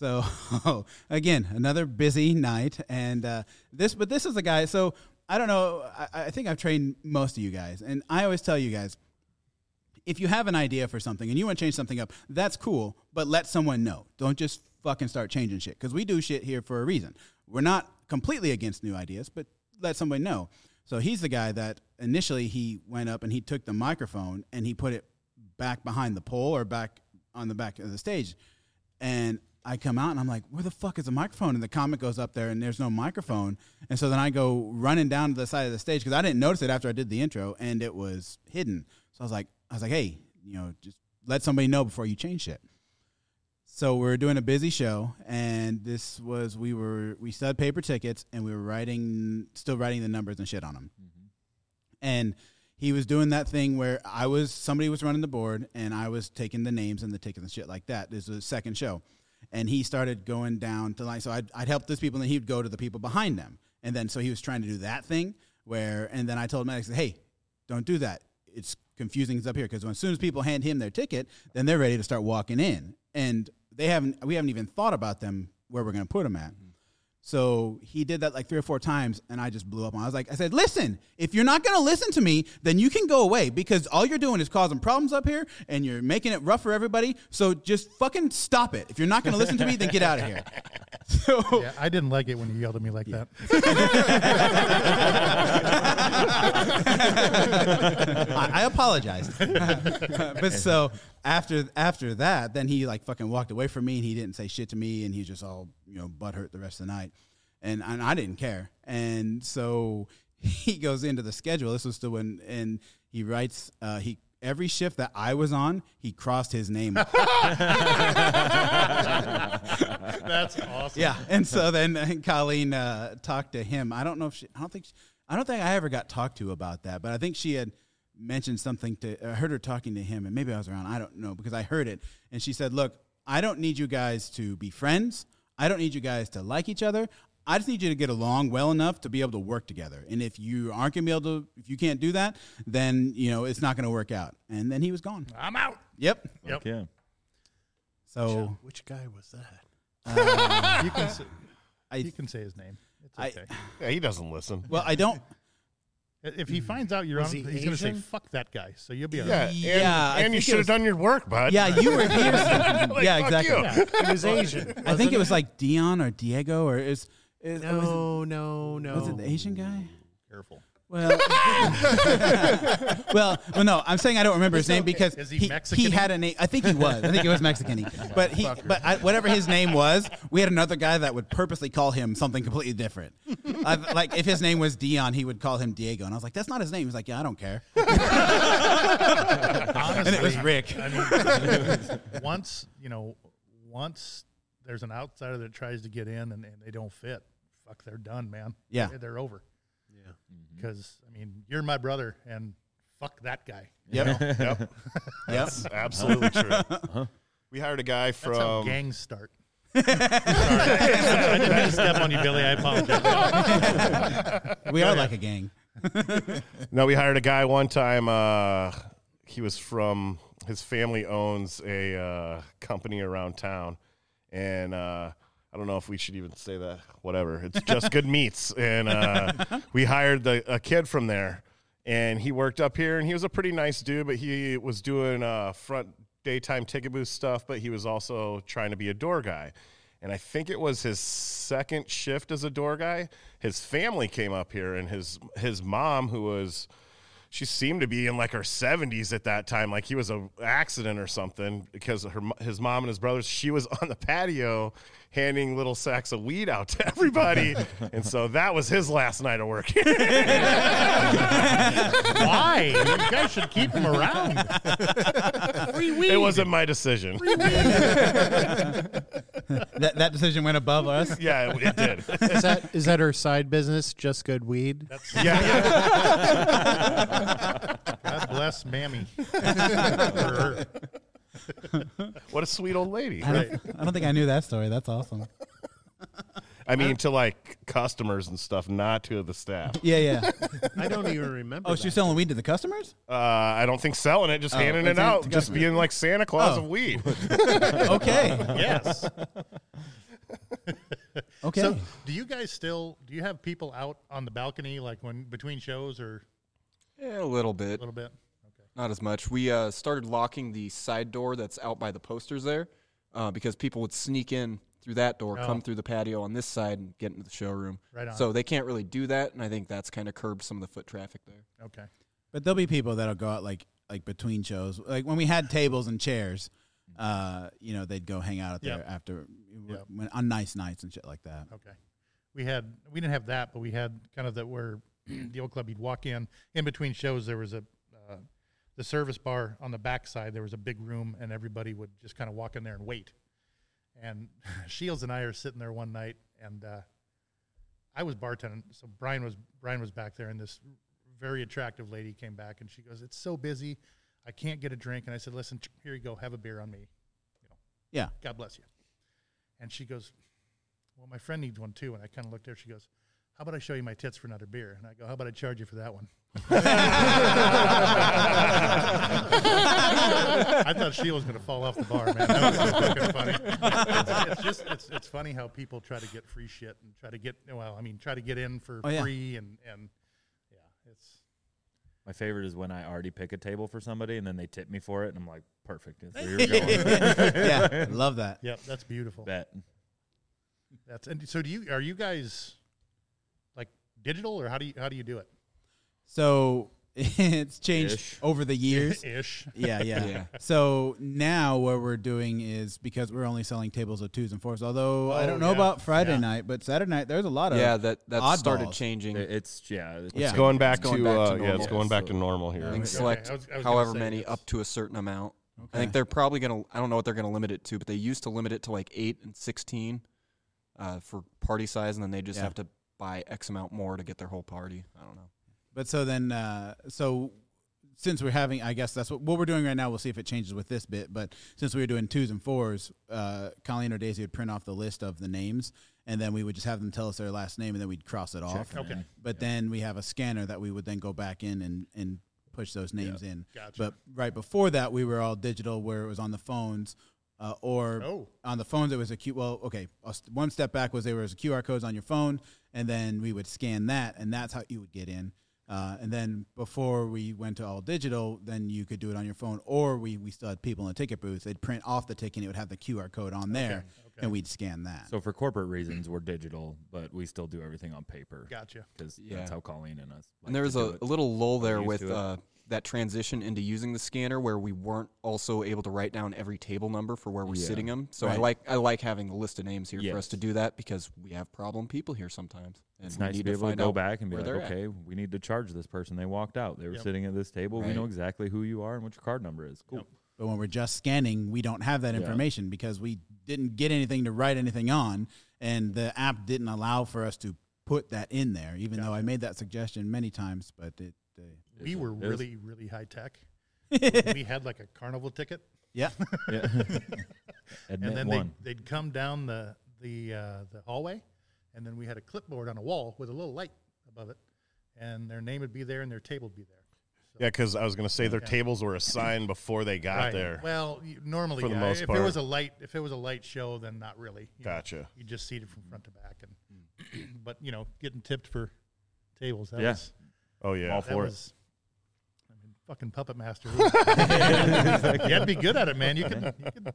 So [laughs] again, another busy night, and uh, this, but this is the guy. So I don't know. I, I think I've trained most of you guys, and I always tell you guys, if you have an idea for something and you want to change something up, that's cool, but let someone know. Don't just fucking start changing shit because we do shit here for a reason. We're not completely against new ideas, but let somebody know. So he's the guy that initially he went up and he took the microphone and he put it back behind the pole or back on the back of the stage. And I come out and I'm like, where the fuck is the microphone? And the comic goes up there and there's no microphone. And so then I go running down to the side of the stage because I didn't notice it after I did the intro and it was hidden. So I was like, I was like, hey, you know, just let somebody know before you change shit. So we are doing a busy show, and this was we were we still had paper tickets, and we were writing, still writing the numbers and shit on them. And he was doing that thing where I was somebody was running the board, and I was taking the names and the tickets and shit like that. This was the second show, and he started going down to like so I'd, I'd help those people, and then he'd go to the people behind them, and then so he was trying to do that thing where, and then I told him I said, hey, don't do that. It's confusing us up here because as soon as people hand him their ticket, then they're ready to start walking in, and they haven't. We haven't even thought about them where we're going to put them at. So he did that like three or four times, and I just blew up. on him. I was like, I said, listen, if you're not going to listen to me, then you can go away because all you're doing is causing problems up here, and you're making it rough for everybody. So just fucking stop it. If you're not going to listen to me, then get out of here. [laughs] So
Yeah, I didn't like it when you yelled at me like that.
[laughs] I, I apologized. but so after after that, then he like fucking walked away from me and he didn't say shit to me and he was just all you know butthurt the rest of the night, and and I didn't care. And so he [laughs] goes into the schedule. This was the when and he writes uh, he every shift that I was on, he crossed his name.
[laughs] That's awesome.
Yeah, [laughs] and so then uh, Colleen uh, talked to him. I don't know if she. I don't think. She, I don't think I ever got talked to about that, but I think she had mentioned something to. I heard her talking to him, and maybe I was around. I don't know because I heard it, and she said, "Look, I don't need you guys to be friends. I don't need you guys to like each other. I just need you to get along well enough to be able to work together. And if you aren't gonna be able to, if you can't do that, then you know it's not gonna work out." And then he was gone.
Ah.
I'm out.
Yep.
Yep.
Yeah.
Oh.
So
Which guy was that?
You can say,
I-
you can say his name. It's
I-
okay.
Yeah, he doesn't listen.
well, I
[laughs]
don't.
if he finds out you're on,
Was
he's
he
going to say
Asian?
"fuck that guy." So you'll be all
Yeah,
[laughs] right.
and,
Yeah, I
and you
think it
should
was-
have done your work, bud.
Yeah,
[laughs]
you were here. yeah,
fuck
exactly.
you.
He was Asian.
I think it was like Dion or Diego or is Is, was,
No, no,
it,
no.
was it the Asian guy?
[laughs] Careful.
Well, [laughs] well, well, no. I'm saying I don't remember his
It's
name
okay.
because
Is he
he,
Mexican?
had a name. I think he was. I think he was
[laughs]
Mexican. But he, but I, whatever his name was, we had another guy that would purposely call him something completely different. I, like if his name was Dion, he would call him Diego, and I was like, "That's not his name." He's like, "Yeah, I don't care." [laughs]
Honestly,
And it was Rick.
I mean, [laughs] once you know, once there's an outsider that tries to get in and, and they don't fit, fuck, they're done, man.
Yeah.
They're- they're over. Yeah, because I mean, you're my brother, and fuck that guy.
[laughs] Yep.
Yep.
yep.
Absolutely true.
Uh-huh.
We hired a guy
That's how
from.
gangs start. Sorry. [laughs] I didn't mean to step on you, Billy. I apologize.
We are like a gang.
No, we hired a guy one time. Uh, he was from his family owns a uh, company around town, and uh, I don't know if we should even say that. Whatever, it's just good meats, and uh, we hired the, a kid from there, and he worked up here, and he was a pretty nice dude, but he was doing uh, front daytime ticket booth stuff, but he was also trying to be a door guy. And I think it was his second shift as a door guy. His family came up here, and his his mom, who was she seemed to be in like her 70s at that time like he was a accident or something because her mo- his mom and his brothers she was [laughs] on the patio handing little sacks of weed out to everybody and so that was his last night of work [laughs]
Why? You guys should keep him
[laughs]
around. Free weed.
it wasn't my decision
That that decision went above us.
yeah it, it
[laughs]
did
is that is that her side business? Just good weed.
That's,
yeah,
God bless Mammy. For her.
what a sweet old lady
I don't, [laughs] I don't think I knew that story. That's awesome.
i mean to like customers and stuff not to the staff
Yeah, yeah.
I don't even remember.
[laughs] Oh, she's
that.
selling weed to the customers?
uh, i don't think selling it just
Oh,
handing it
it's in-
out
to
just
customers.
being like santa claus
Oh.
of weed
Okay.
Yes.
Okay.
So, do you guys still do you have people out on the balcony like when between shows or
Yeah, a little
a
bit,
little bit?
not as much. We uh, started locking the side door that's out by the posters there, uh, because people would sneak in through that door,
Oh.
come through the patio on this side, and get into the showroom.
Right on.
So they can't really do that, and I think that's kind of curbed some of the foot traffic there.
Okay.
But there'll be people that'll go out like like between shows. Like when we had tables and chairs, uh, you know, they'd go hang out out there
Yep.
after
Yep.
when, on nice nights and shit like that.
Okay. We had we didn't have that, but we had kind of that where [clears throat] the old club you'd walk in in between shows there was a uh, the service bar on the back side there was a big room and everybody would just kind of walk in there and wait. And [laughs] Shields and I are sitting there one night and uh, I was bartending, so Brian was Brian was back there and this very attractive lady came back and she goes, "It's so busy, I can't get a drink." And I said, "Listen, here you go, have a beer on me." You know,
Yeah.
God bless you. And she goes, well, my friend needs one too. And I kind of looked at her. She goes, how about I show you my tits for another beer? And I go, how about I charge you for that one? [laughs] I thought she was going to fall off the bar, man. That was so fucking funny. It's, it's just, it's, it's funny how people try to get free shit and try to get, well, I mean, try to get in for
Oh, yeah.
free and, and yeah, it's,
My favorite is when I already pick a table for somebody and then they tip me for it, and I'm like, perfect. That's where you're
[laughs]
going.
[laughs]
yeah, love that.
yeah, that's beautiful.
Bet.
That's, and so do you, are you guys like digital or how do you, how do you do it?
So [laughs] it's changed
Ish.
over the
[laughs]
years.
Ish.
yeah, yeah,
Yeah.
So now what we're doing is because we're only selling tables of twos and fours. Although I
Oh,
don't know
yeah.
about Friday
Yeah.
night, but Saturday night there's a lot of
yeah, that that started
oddballs.
changing.
It's yeah. It's
Yeah.
it's going back
It's going
to,
back to
uh, yeah it's
normal.
going back to normal here
I think
Okay,
select
I was- I was gonna
however
say
many
yes.
up to a certain amount. I think they're probably gonna. I don't know what they're gonna limit it to, but they used to limit it to like eight and sixteen uh, for party size, and then they just
Yeah.
have to buy X amount more to get their whole party. I don't know.
But so then, uh, so since we're having, I guess that's what, what we're doing right now. We'll see if it changes with this bit. But since we were doing twos and fours, uh, Colleen or Daisy would print off the list of the names, and then we would just have them tell us their last name, and then we'd cross it off.
Okay.
But then we have a scanner that we would then go back in and and push those names in.
Gotcha.
But right before that, we were all digital, where it was on the phones. Uh, or
Oh.
on the phones, it was a Q. Well, okay. I'll st- One step back was there was QR codes on your phone, and then we would scan that, and that's how you would get in. Uh, and then before we went to all digital, then you could do it on your phone, or we, we still had people in the ticket booth. They'd print off the ticket, and it would have the QR code on there, and we'd scan that.
So for corporate reasons, we're digital, but we still do everything on paper
Gotcha.
because
Yeah.
that's how Colleen and us. like
And there
to
was
do
a,
it.
a little lull there
used
with
to it.
uh, that transition into using the scanner where we weren't also able to write down every table number for where we're
Yeah.
sitting them. So I
Right.
like I like having the list of names here for us
Yes.
to do that because we have problem people here sometimes. And
It's
we
nice to
need
be able to
find
go
out
back and be
where
like,
they're at.
okay, we need to charge this person. They walked out. They were
Yep.
sitting at this table. We know
Right.
exactly who you are and what your card number is. Cool.
But when we're just scanning, we don't have that
Yeah.
information because we didn't get anything to write anything on, and the app didn't allow for us to put that in there. Even though I made that suggestion many times, but it, uh,
We
Is-
were
is-
really, really
[laughs]
high tech. we had like a carnival ticket,
yeah, [laughs]
Yeah.
and
Admit
then they'd,
one.
they'd come down the the uh, the hallway, and then we had a clipboard on a wall with a little light above it, and their name would be there and their table would be there.
Yeah, because I was gonna say their tables were assigned before they got
Right.
there.
Well, you- normally,
For the
yeah,
most
if
part.
it was a light, if it was a light show, then not really. You know,
Gotcha.
you just seated from front to back, and [clears throat] but you know, getting tipped for tables. That
Yeah.
was,
Oh yeah,
All
that
for it.
was. I mean, fucking puppet master. [laughs] yeah, would be good at it, man. You could, you could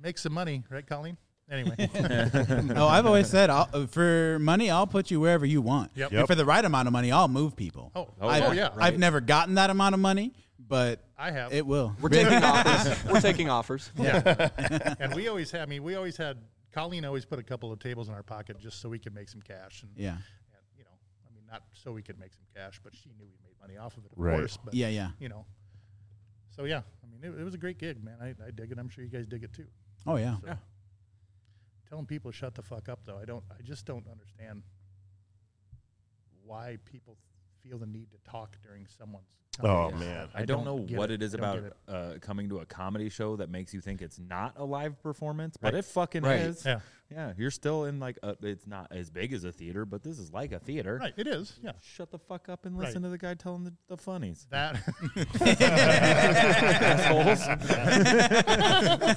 make some money, right, Colleen? [laughs] Anyway,
[laughs] oh, I've always said I'll, uh, for money, I'll put you wherever you want.
Yep.
And for the right amount of money, I'll move people.
oh, oh,
I've,
yeah,
I've never gotten that amount of money, but
I have.
it will.
[laughs]
We're taking offers. We're taking offers.
yeah, and we always had. I mean, we always had. Colleen always put a couple of tables in our pocket just so we could make some cash, and,
[laughs] yeah,
and you know, I mean, not so we could make some cash, but she knew we made money off of it, of
Right.
course. But
yeah, yeah.
you know. So yeah, I mean, it, it was a great gig, man. I, I dig it. I'm sure you guys dig it too.
Oh yeah.
So. Telling people to shut the fuck up, though, I don't. I just don't understand why people feel the need to talk during someone's.
Oh
conversation.
man.
I don't,
I don't
know
get
what
it.
it is
I don't
about uh, coming to a comedy show that makes you think it's not a live performance, but it fucking
Right.
is.
Yeah.
Yeah, you're still in like a, it's not as big as a theater, but this is like a theater.
Right. It is. Yeah.
Shut the fuck up and
Right.
listen to the guy telling the, the funnies.
That. [laughs]
Assholes.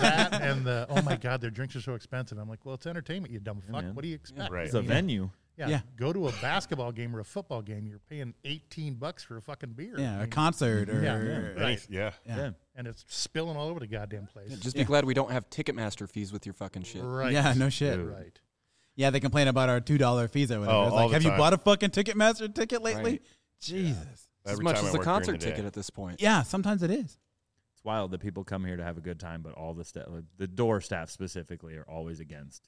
that and the oh my god, their drinks are so expensive. I'm like, well, it's entertainment, you dumb fuck.
man.
What do you expect?
Right.
It's a venue.
Yeah.
Yeah.
Go to a basketball game or a football game. You're paying 18 bucks for a fucking beer.
[laughs]
I
Yeah, a
Mm.
mean,
concert or
Yeah.
Any-
Right.
Yeah.
Yeah.
Yeah.
and it's spilling all over the goddamn place.
[laughs] Just be glad we don't have Ticketmaster fees with your fucking shit.
Right.
Yeah, no shit.
Right.
Yeah, they complain about our two dollar fees or whatever.
Oh,
it's
all
like,
the
have
time.
you bought a fucking Ticketmaster ticket lately?
Right.
Jesus.
As
Every
much
time
as
I
the
work during
concert
day.
ticket at
[laughs]
this point.
Yeah, sometimes it is.
It's wild that people come here to have a good time, but all the staff, like the door staff specifically, are always against.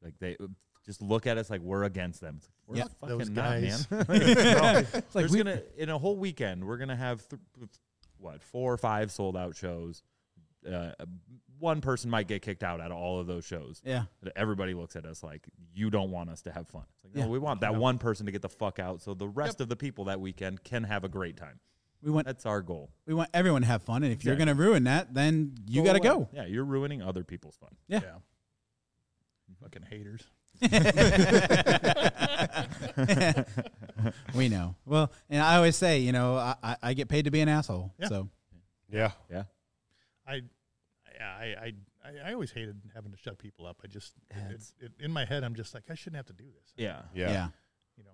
Like they uh, just look at us like we're against them. It's like, we're
Yeah.
not fucking
Those
not,
guys.
man. [laughs] Like, no.
It's like
There's
we,
gonna in a whole weekend we're gonna have th- what four or five sold out shows. Uh, one person might get kicked out out of all of those shows.
yeah,
Everybody looks at us like you don't want us to have fun. It's like, no,
Yeah.
we want that one person to get the fuck out, so the rest of the people that weekend can have a great time.
we want
That's our goal.
we want everyone to have fun, and if you're gonna ruin that, then you gotta
away.
go.
Yeah, you're ruining other people's fun.
Yeah.
Yeah. Fucking haters.
[laughs] we know. Well, and I always say, you know, I, I, I get paid to be an asshole.
Yeah.
So
Yeah.
Yeah.
I, I, I, I, I always hated having to shut people up. I just, it-
Yeah,
it-
it's-
it, in my head, I'm just like, I shouldn't have to do this.
Yeah.
yeah.
Yeah.
You know,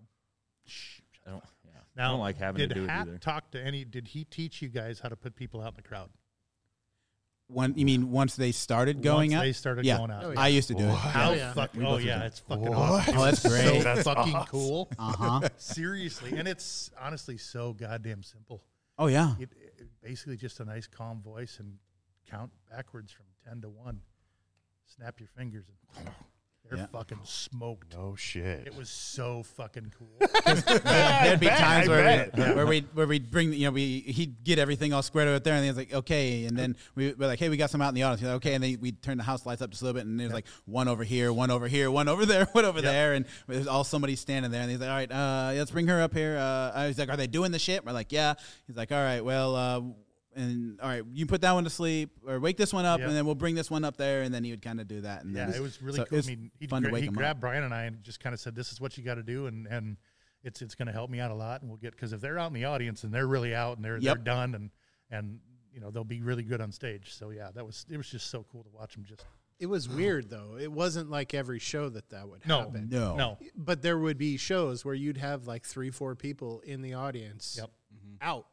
shh. shut
I
the
don't,
fuck up.
yeah.
Now,
I don't like having
did
to do it
Hat
either.
talk to any? Did he teach you guys how to put people out in the crowd?
One, you mean once they started going
Once
up?
they started
yeah,
going out.
Oh, yeah.
I used to do it.
How
Yeah.
fuck-
We
Oh
both did
yeah,
that.
it's fucking awesome.
Oh, that's
[laughs] So
great.
fucking cool.
Uh huh.
Seriously, and it's honestly so goddamn simple.
Oh yeah.
It, it basically just a nice calm voice and count backwards from ten to one. Snap your fingers and [laughs] they're
Yeah.
fucking smoked.
No shit.
It was so fucking
[laughs]
cool.
There'd be
bet,
times
I
where we,
bet.
where we where we'd bring you know we he'd get everything all squared out there and then it's like okay and then we were like hey we got some out in the audience He's like, okay and then we'd turn the house lights up just a little bit and there's like one over here one over here one over there [laughs] one over there and there's all somebody standing there and he's like all right uh, let's bring her up here uh, I was like are they doing the shit we're like yeah he's like all right well. Uh, and all right, you put that one to sleep, or wake this one up,
Yeah.
and then we'll bring this one up there, and then he would kind of do that. And
Yeah,
then
it was really
so
cool.
it's
I mean, he,
fun to
gra-
wake
he
him
grabbed
up.
Brian and I and just kind of said, "This is what you got to do," and and it's it's going to help me out a lot, and we'll get because if they're out in the audience and they're really out and they're they're
Yep.
done and and you know they'll be really good on stage. So yeah, that was it was just so cool to watch them just
It was weird though. It wasn't like every show that that would
no
happen.
No. [laughs]
no
But there would be shows where you'd have like three, four people in the audience
Yep.
out.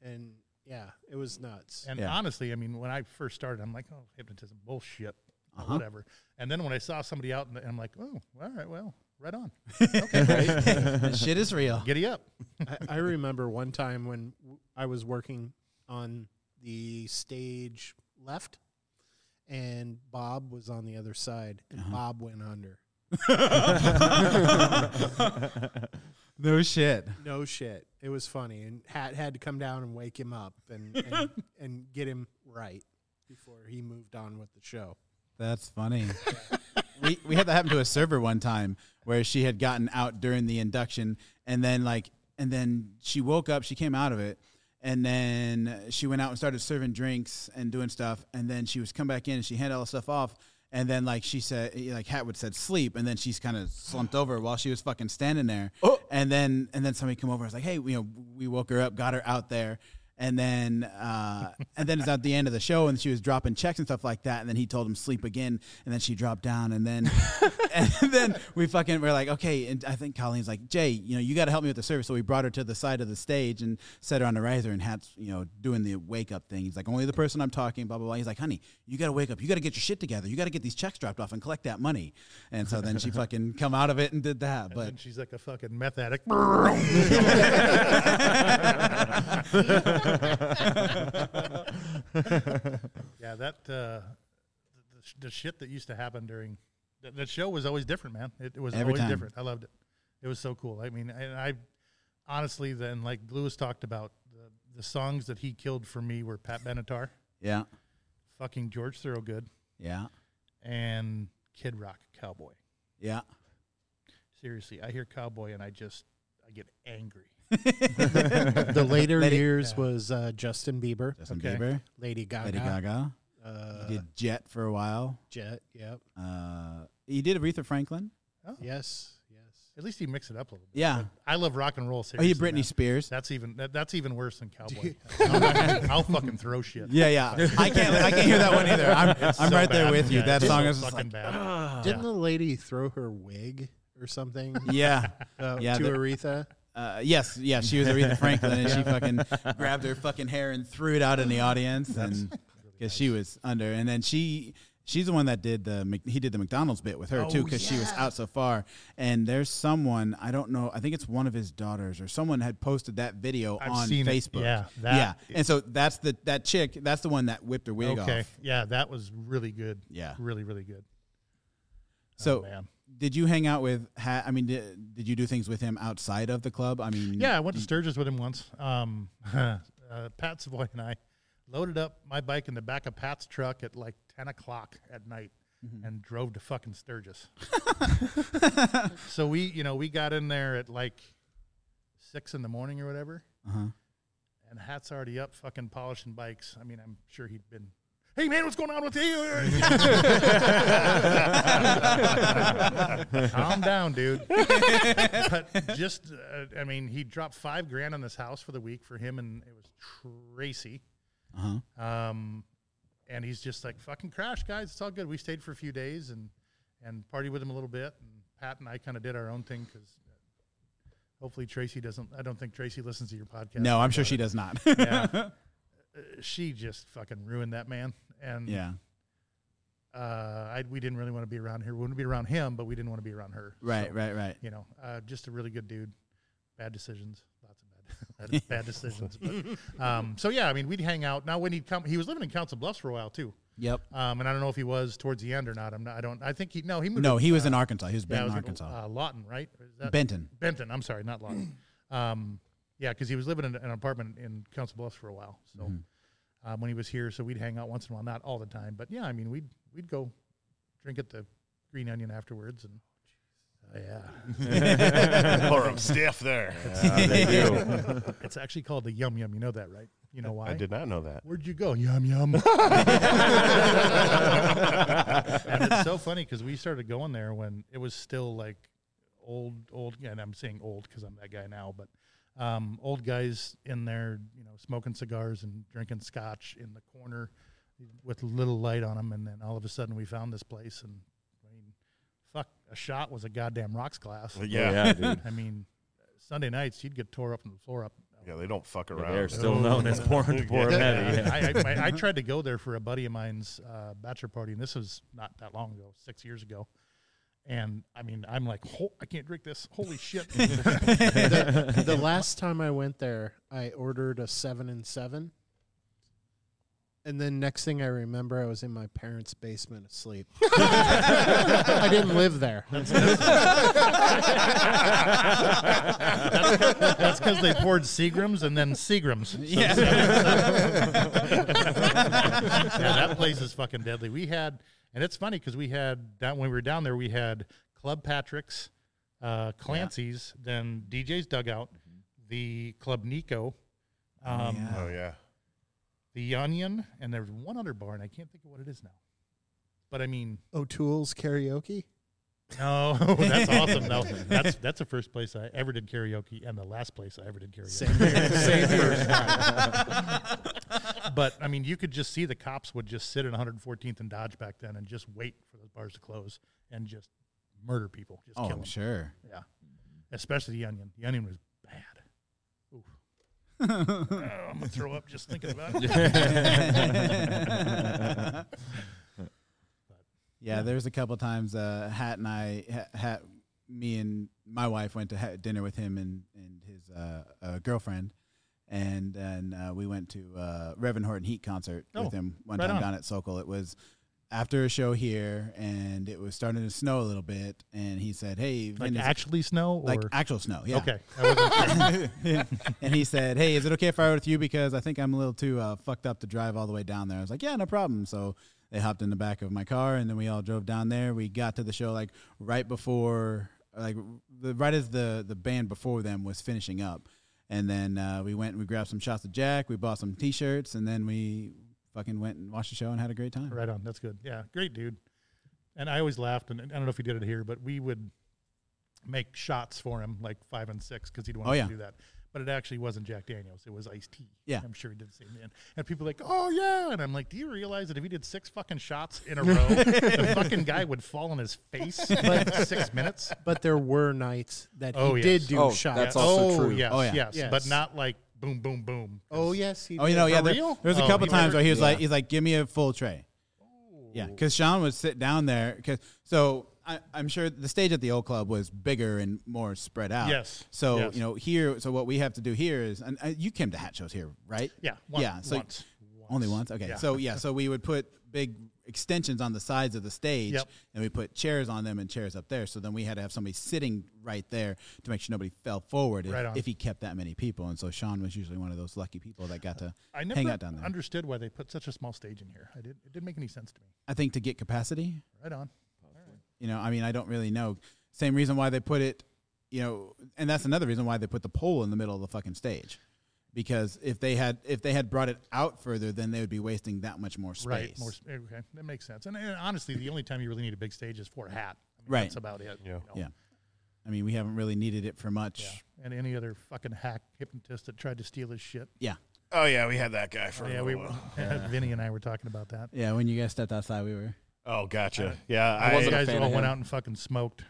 And yeah, it was nuts.
And
Yeah.
honestly, I mean, when I first started, I'm like, oh, hypnotism bullshit. or
Uh-huh.
whatever. And then when I saw somebody out, and I'm like, oh, all right, well, right on. [laughs]
That shit is real.
Giddy
[laughs]
up.
I, I remember one time when w- I was working on the stage left, and Bob was on the other side, and
Uh-huh.
Bob went under.
[laughs] No shit.
No shit, it was funny, and had had to come down and wake him up and
[laughs]
and, and get him right before he moved on with the
[laughs]
show.
That's funny. we we had that happen to a server one time where she had gotten out during the induction and then like and then she woke up, she came out of it, and then she went out and started serving drinks and doing stuff, and then she was come back in and she handed all the stuff off. And then, like she said, like Hatwood said, sleep. And then she's kind of slumped over while she was fucking standing there. And then, and then somebody come over. and was like, "Hey, you know, we woke her up, got her out there." and then uh, and then it's at the end of the show, and she was dropping checks and stuff like that. And then he told him sleep again, and then she dropped down, and then [laughs] and then we fucking were like, okay. And I think Colleen's like, Jay, you know, you got to help me with the service. So we brought her to the side of the stage and set her on the riser, and hats, you know, doing the wake up thing. He's like, only the person I'm talking, blah blah blah. He's like, honey, you got to wake up. You got to get your shit together. You got to get these checks dropped off and collect that money. And so then she fucking come out of it and did that. But
And she's like a fucking
[laughs]
meth addict. yeah, that uh, the, sh- the shit that used to happen during the, the show was always different, man. It, it was
Every
always
time.
different. I loved it. It was so cool. I mean, and I honestly then like Lewis talked about the, the songs that he killed for me were Pat Benatar,
[laughs] yeah,
fucking George Thorogood,
yeah,
and Kid Rock Cowboy.
yeah.
Seriously, I hear Cowboy and I just I get
[laughs]
angry.
The later
Lady-
years
Yeah.
was uh, Justin Bieber,
Justin
Okay.
Bieber,
Lady Gaga,
Lady Gaga.
Uh,
He did Jet for a while.
Jet. Yep.
Uh, he did Aretha Franklin.
Yes. Yes.
At least he mixed it up a little bit.
Yeah.
I love rock and roll.
Oh,
Seriously,
he did Britney
man.
Spears.
That's even that, that's even worse than cowboy. [laughs] I'll, fucking- I'll fucking throw shit.
Yeah, yeah. I can't. I can't hear that one either. I'm, I'm
So
right there
bad.
with you.
Yeah,
that
it's
song
so
is just
fucking
like,
bad.
Didn't the lady throw her wig or something
[laughs] yeah,
uh,
Yeah,
to
the- [laughs]
Aretha?
uh, yes, yeah. She was Aretha Franklin, and she fucking [laughs] grabbed her fucking hair and threw it out in the audience, and because she was under, and then she. She's the one that did the Mc- he did the McDonald's bit with her
Oh,
too because she was out so far and there's someone I don't know I think it's one of his daughters or someone had posted that video
I've
on
seen it.
Facebook
Yeah, that-
yeah and so that's the that chick that's the one that whipped her wig
Okay. Oh,
off
Yeah, that was really good.
Yeah.
Really, really good.
So,
man.
did you hang out with? Ha- I mean, did, did you do things with him outside of the club? I mean,
Yeah, I went to Sturgis with him once. Um, [laughs] uh, Pat Savoy and I loaded up my bike in the back of Pat's truck at like ten o'clock at night and drove to fucking Sturgis. [laughs] so we, you know, we got in there at like six in the morning or whatever.
Uh-huh.
and Hat's already up fucking polishing bikes. I mean, I'm sure he'd been, hey man, what's going on with you? [laughs] Calm down, dude. but just, uh, I mean, he dropped five grand on this house for the week for him, and it was Tracy.
Uh-huh.
Um, and he's just like, fucking crash, guys. It's all good. We stayed for a few days and and partied with him a little bit. And Pat and I kind of did our own thing because hopefully Tracy doesn't. I don't think Tracy listens to your podcast.
No, I'm sure she does
[laughs]
not. [laughs]
Yeah. Uh, she just fucking ruined that man. And
yeah,
uh, I, we didn't really want to be around her. We wouldn't be around him, but we didn't want to be around her.
right,
So,
right, right.
You know, uh, just a really good dude. Bad decisions. Lots of
[laughs]
bad, [laughs] bad decisions. But, um, so, yeah, I mean, we'd hang out. Now, when he'd come, he was living in Council Bluffs for a while, too.
Yep.
Um, and I don't know if he was towards the end or not. I'm not. I don't. I think he. No, he moved.
No,
to,
he was
uh,
in Arkansas. He was
yeah,
Benton,
it was in,
Arkansas.
uh, Lawton, right? Or is that-
Benton.
Benton. I'm sorry, not Lawton. um, yeah, because he was living in an apartment in Council Bluffs for a while. So um, when he was here, so we'd hang out once in a while, not all the time, but yeah, I mean we'd we'd go drink at the Green Onion afterwards, and
Oh,
uh, [laughs]
[laughs]
yeah,
Pour 'em stiff there.
it's actually called the Yum Yum. You know that, right? You know
[laughs]
why?
I did not know that.
Where'd you go? Yum yum. and it's so funny because we started going there when it was still like old, old, and I'm saying old because I'm that guy now, but um, old guys in there, you know, smoking cigars and drinking scotch in the corner with little light on them, and then all of a sudden we found this place, and I mean, fuck, a shot was a goddamn rocks glass.
Yeah.
yeah, dude.
I mean, Sunday nights you'd get tore up from the floor up.
Yeah, they don't fuck around.
They're still known as [laughs] porn, porn
Yeah.
heavy. Yeah.
I, I, I, I tried to go there for a buddy of mine's uh, bachelor party, and this was not that long ago, six years ago. And I mean, I'm like, Ho- I can't drink this. Holy shit!
the, the last time I went there, I ordered a seven and seven. And then next thing I remember, I was in my parents' basement asleep. I didn't
[laughs]
live there.
That's because they poured Seagrams and then Seagrams.
Yeah.
yeah, that place is fucking deadly. We had, and it's funny because we had down when we were down there, we had Club Patrick's, uh, Clancy's, then DJ's Dugout, the Club Nico, um,
Yeah.
Oh yeah.
the Onion, and there's one other bar, and I can't think of what it is now. But I mean,
O'Toole's karaoke.
[laughs] no, that's awesome. [laughs] No, that's that's the first place I ever did karaoke, and the last place I ever did karaoke.
Same
[laughs]
here. Same
But I mean, you could just see the cops would just sit in 114th and Dodge back then and just wait for those bars to close and just murder people,
[laughs]
just
Oh,
kill
I'm
them.
sure.
Yeah, especially the onion. The onion was bad. Oof. Oh, [laughs] I'm gonna throw up just thinking about it.
[laughs] yeah, there was a couple times uh, Hat and I, Ha- Hat, me and my wife went to ha- dinner with him and and his uh, uh, girlfriend, and then uh, we went to uh, Reverend Horton Heat concert
Oh,
with him one
right
time
on.
down at Sokol. It was after a show here, and it was starting to snow a little bit, and he said, "Hey,
Like
Vin, is it-
actually snow or
like actual snow, yeah." [laughs]
okay. I wasn't sure.
and he said, "Hey, is it okay if I ride with you? Because I think I'm a little too uh, fucked up to drive all the way down there." I was like, "Yeah, no problem." So they hopped in the back of my car, and then we all drove down there. We got to the show like right before, like the right as the the band before them was finishing up, and then uh, we went and we grabbed some shots of Jack. We bought some T-shirts, and then we fucking went and watched the show and had a great time.
Right on. That's good. Yeah, great dude. And I always laughed, and and I don't know if he did it here, but we would make shots for him, like five and six, because he'd want
Oh,
us
yeah.
to do that. But it actually wasn't Jack Daniels; it was Ice Tea.
Yeah.
I'm sure he did the same thing. And people like, "Oh yeah," and I'm like, "Do you realize that if he did six fucking shots in a
[laughs]
row, the fucking guy would fall on his face in like six minutes?"
But there were nights that
Oh,
he
yes.
did do
Oh,
shots.
that's also
oh,
true.
Yes,
Oh, yeah.
yes, but
Yes.
not like boom, boom, boom.
Oh, yes. He
Oh, you
did.
know, yeah.
For
There,
real?
there was
Oh,
a couple
he
times
ordered-
where he was like, he's like, "Give me a full tray." Yeah, because Sean would sit down there. Because so I, I'm sure the stage at the old club was bigger and more spread out.
Yes,
So
yes.
you know here, so what we have to do here is, and uh, you came to hat shows here, right?
Yeah, one-
yeah. So
once.
only once. Okay.
Yeah.
So yeah, so we would put big extensions on the sides of the stage,
Yep.
and we put chairs on them and chairs up there. So then we had to have somebody sitting right there to make sure nobody fell forward if,
Right on.
if he kept that many people. And so Sean was usually one of those lucky people that got to
I never
hang out down there.
understood why they put such a small stage in here. I did. It didn't make any sense to me.
I think to get capacity.
Right on.
You know, I mean, I don't really know. Same reason why they put it, you know, and that's another reason why they put the pole in the middle of the fucking stage. Because if they had if they had brought it out further, then they would be wasting that much more space.
Right. More, s- okay. That makes sense. And, and honestly, the only time you really need a big stage is for a hat. I mean,
Right.
That's about it.
Yeah.
know.
Yeah. I mean, we haven't really needed it for much.
Yeah. And any other fucking hack hypnotist that tried to steal his shit.
Yeah.
Oh yeah, we had that guy for.
Oh, yeah,
a
we,
little while.
[laughs] Vinny and I were talking about that.
Yeah. When you guys stepped outside, we were. [laughs]
Oh, gotcha. Yeah, I,
You
wasn't a
guys
fan
all
of
went
him.
out and fucking smoked.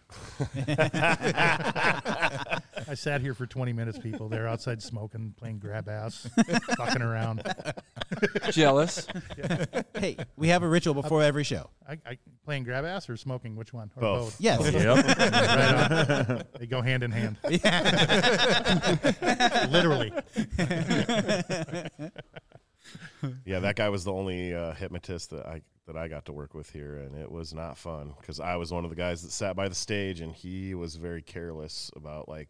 I sat here for 20 minutes, people. They're outside smoking, playing grab ass, fucking around.
[laughs] Jealous.
Hey, we have a ritual before every show.
I, I, playing grab ass or smoking? Which one? Or
Both.
both?
Yes.
[laughs] Yep.
Right on. they go hand in hand. Literally.
yeah, that guy was the only uh, hypnotist that I that I got to work with here, and it was not fun because I was one of the guys that sat by the stage, and he was very careless about like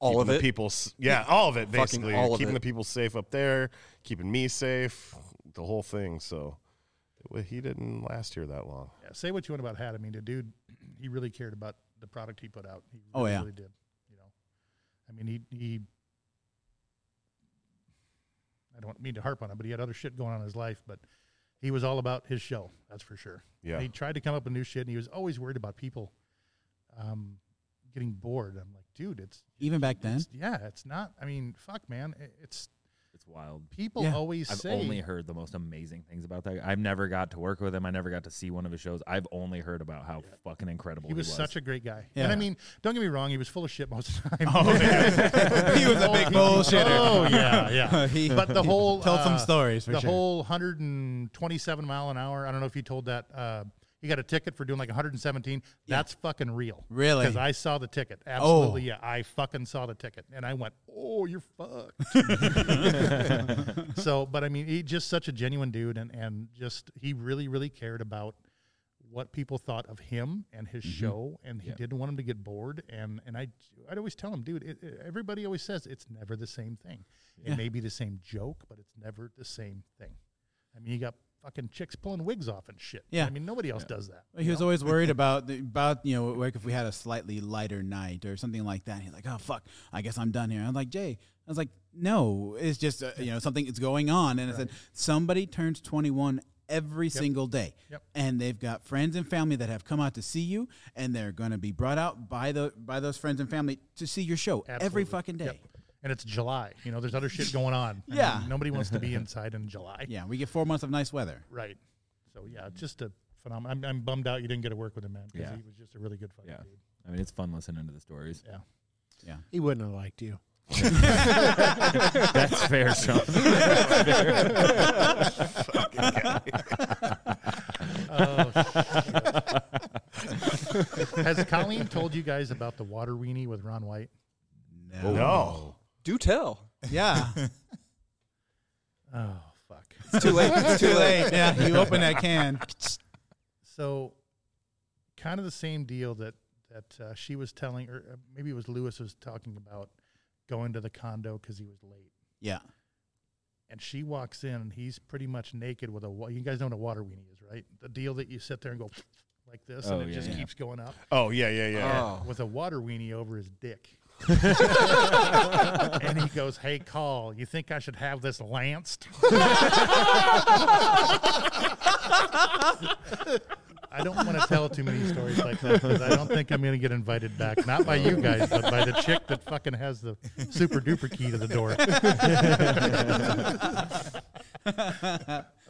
All
keeping
of
the
it.
people. s- Yeah, all of it
Fucking
basically,
all of
keeping
it.
the people safe up there, keeping me safe, the whole thing. So it, wa- he didn't last here that long.
Yeah, say what you want about Hat. I mean, the dude, he really cared about the product he put out. He
Oh,
really,
yeah.
really did. You know, I mean, he he. I don't mean to harp on him, but he had other shit going on in his life. But he was all about his show. That's for sure.
Yeah,
And he tried to come up with new shit, and he was always worried about people, um, getting bored. I'm like, dude, it's
Even back then.
it's- yeah, it's not. I mean, fuck, man, it, it's
It's wild.
People
Yeah.
always
I've
say
only heard the most amazing things about that. guy. I've never got to work with him. I never got to see one of his shows. I've only heard about how fucking incredible
He was, such a great guy. And
Yeah. Oh,
I mean, don't get me wrong, he was full of shit most of the time. [laughs]
he was a big
Oh,
bullshitter.
yeah,
[laughs]
yeah.
he
But the whole
told some
uh,
stories for
the
sure.
whole 127 mile an hour. I don't know if you told that. Uh, he got a ticket for doing like 117. That's fucking real.
Really? Oh.
Because I saw the ticket. Absolutely. Yeah. I fucking saw the ticket. And I went, oh, you're
[laughs]
fucked. [laughs] so, but I mean, he just such a genuine dude. And, and just, he really, really cared about what people thought of him and his
Mm-hmm.
show. And he
Yeah.
didn't want him to get bored. And, and I, I'd always tell him, dude, it, it- everybody always says it's never the same thing. It may be the same joke, but it's never the same thing. I mean, you got fucking chicks pulling wigs off and shit.
Yeah.
I mean, nobody else does that.
He was always worried
[laughs]
about the, about you know like if we had a slightly lighter night or something like that. He's like, oh fuck, I guess I'm done here. I'm like Jay. I was like, no, it's just uh, you know something is going on. And I said somebody turns 21 every single day,
Yep.
and they've got friends and family that have come out to see you, and they're going to be brought out by the by those friends and family to see your show every
Absolutely.
fucking day.
Yep. And it's July. You know, there's other shit going on. I
Yeah.
mean, nobody wants
[laughs]
to be inside in July.
Yeah, we get four months of nice weather.
Right. So, yeah, it's just a phenomenal. I'm, I'm bummed out you didn't get to work with him, man, because
Yeah.
he was just a really good fucking
Yeah.
dude.
I mean, it's fun listening to the stories.
Yeah.
he wouldn't have liked you.
[laughs] That's
[laughs]
fair, Sean.
Has Colleen told you guys about the water weenie with Ron White?
No.
Oh. No.
Do tell.
Yeah.
Oh, fuck.
It's too late.
[laughs]
[laughs]
It's too late.
Yeah. You open that can.
So, kind of the same deal that that uh, she was telling, or uh, maybe it was Lewis was talking about going to the condo because he was late.
Yeah.
and she walks in and he's pretty much naked with a wa- you guys know what a water weenie is right the deal that you sit there and go [laughs] like this
Oh,
and it
yeah,
just
yeah.
keeps going up
Oh yeah, yeah, yeah.
Oh.
with a water weenie over his
[laughs]
dick and he goes hey call you think i should have this lanced i don't want to tell too many stories like that because i don't think i'm going to get invited back not by you guys but by the chick that fucking has the super duper key to the door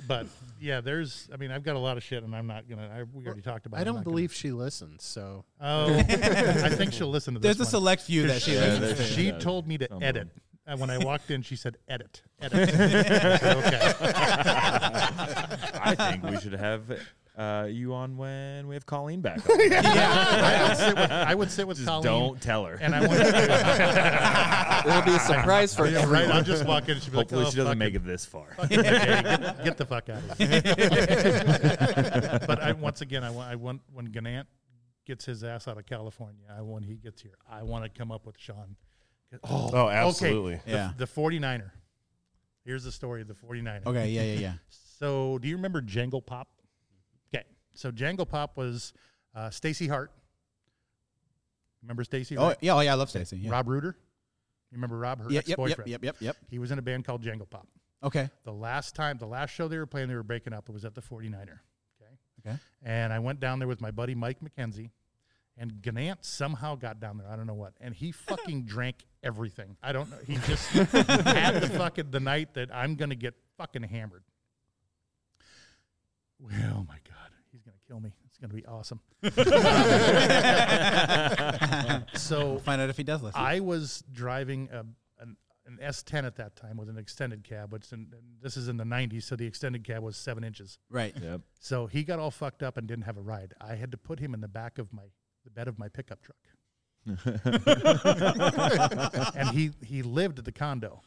but yeah, there's. I mean, I've got a lot of shit, and I'm not gonna. I, we already talked about.
I
it, I'm
don't
not
believe she listens, so
Gonna, oh, I think she'll listen to this.
There's a
one.
select few that she
she,
listens
there's-
she
yeah.
told me to
Some of
edit. And when I walked in, she said, "Edit,
[laughs]
edit." I said, okay.
I think we should have uh, you on when we have Colleen back. on.
[laughs] I would sit with, I would sit with
Just
Colleen,
don't tell her.
and I want
[laughs]
to.
It'll be a surprise for
Yeah, right.
everyone.
I'll just walk in. And she'll be like,
Hopefully,
"Oh,
she doesn't
fuck
make it this far.
[laughs] Okay, get, get the fuck out of here.
[laughs]
but I, once again, I want, I want when Ganant gets his ass out of California, I when he gets here, I want to come up with Sean. Oh,
Oh, absolutely.
Okay, the-
Yeah.
the, 49er. Here's the story of the
[laughs]
49er.
Okay. Yeah. Yeah. [laughs] Yeah.
So, do you remember Jangle Pop? Okay. So, Jangle Pop was uh, Stacy Hart. Remember Stacy?
Oh
Hart?
yeah, oh yeah, I love Stacy. Yeah.
Rob Reuter. You remember Rob, her
yep, yep,
ex-boyfriend?
yep, yep, yep, yep.
He was in a band called Jangle Pop
[laughs] Okay.
the last time, the last show they were playing, they were breaking up. It was at the 49er. Okay.
Okay.
And I went down there with my buddy Mike McKenzie, and Ganant somehow got down there. I don't know what. And he fucking drank everything. I don't know. He just had the fucking the night that I'm going to get fucking hammered. Well, my God. He's going to kill me. It's going to be awesome. so
Find out if he does listen.
I was driving a, an, an S10 at that time with an extended cab, which in, this is in the 90s, so the extended cab was seven inches.
right.
Yep.
So he got all fucked up and didn't have a ride. I had to put him in the back of my the bed of my pickup truck, and he he lived at the condo.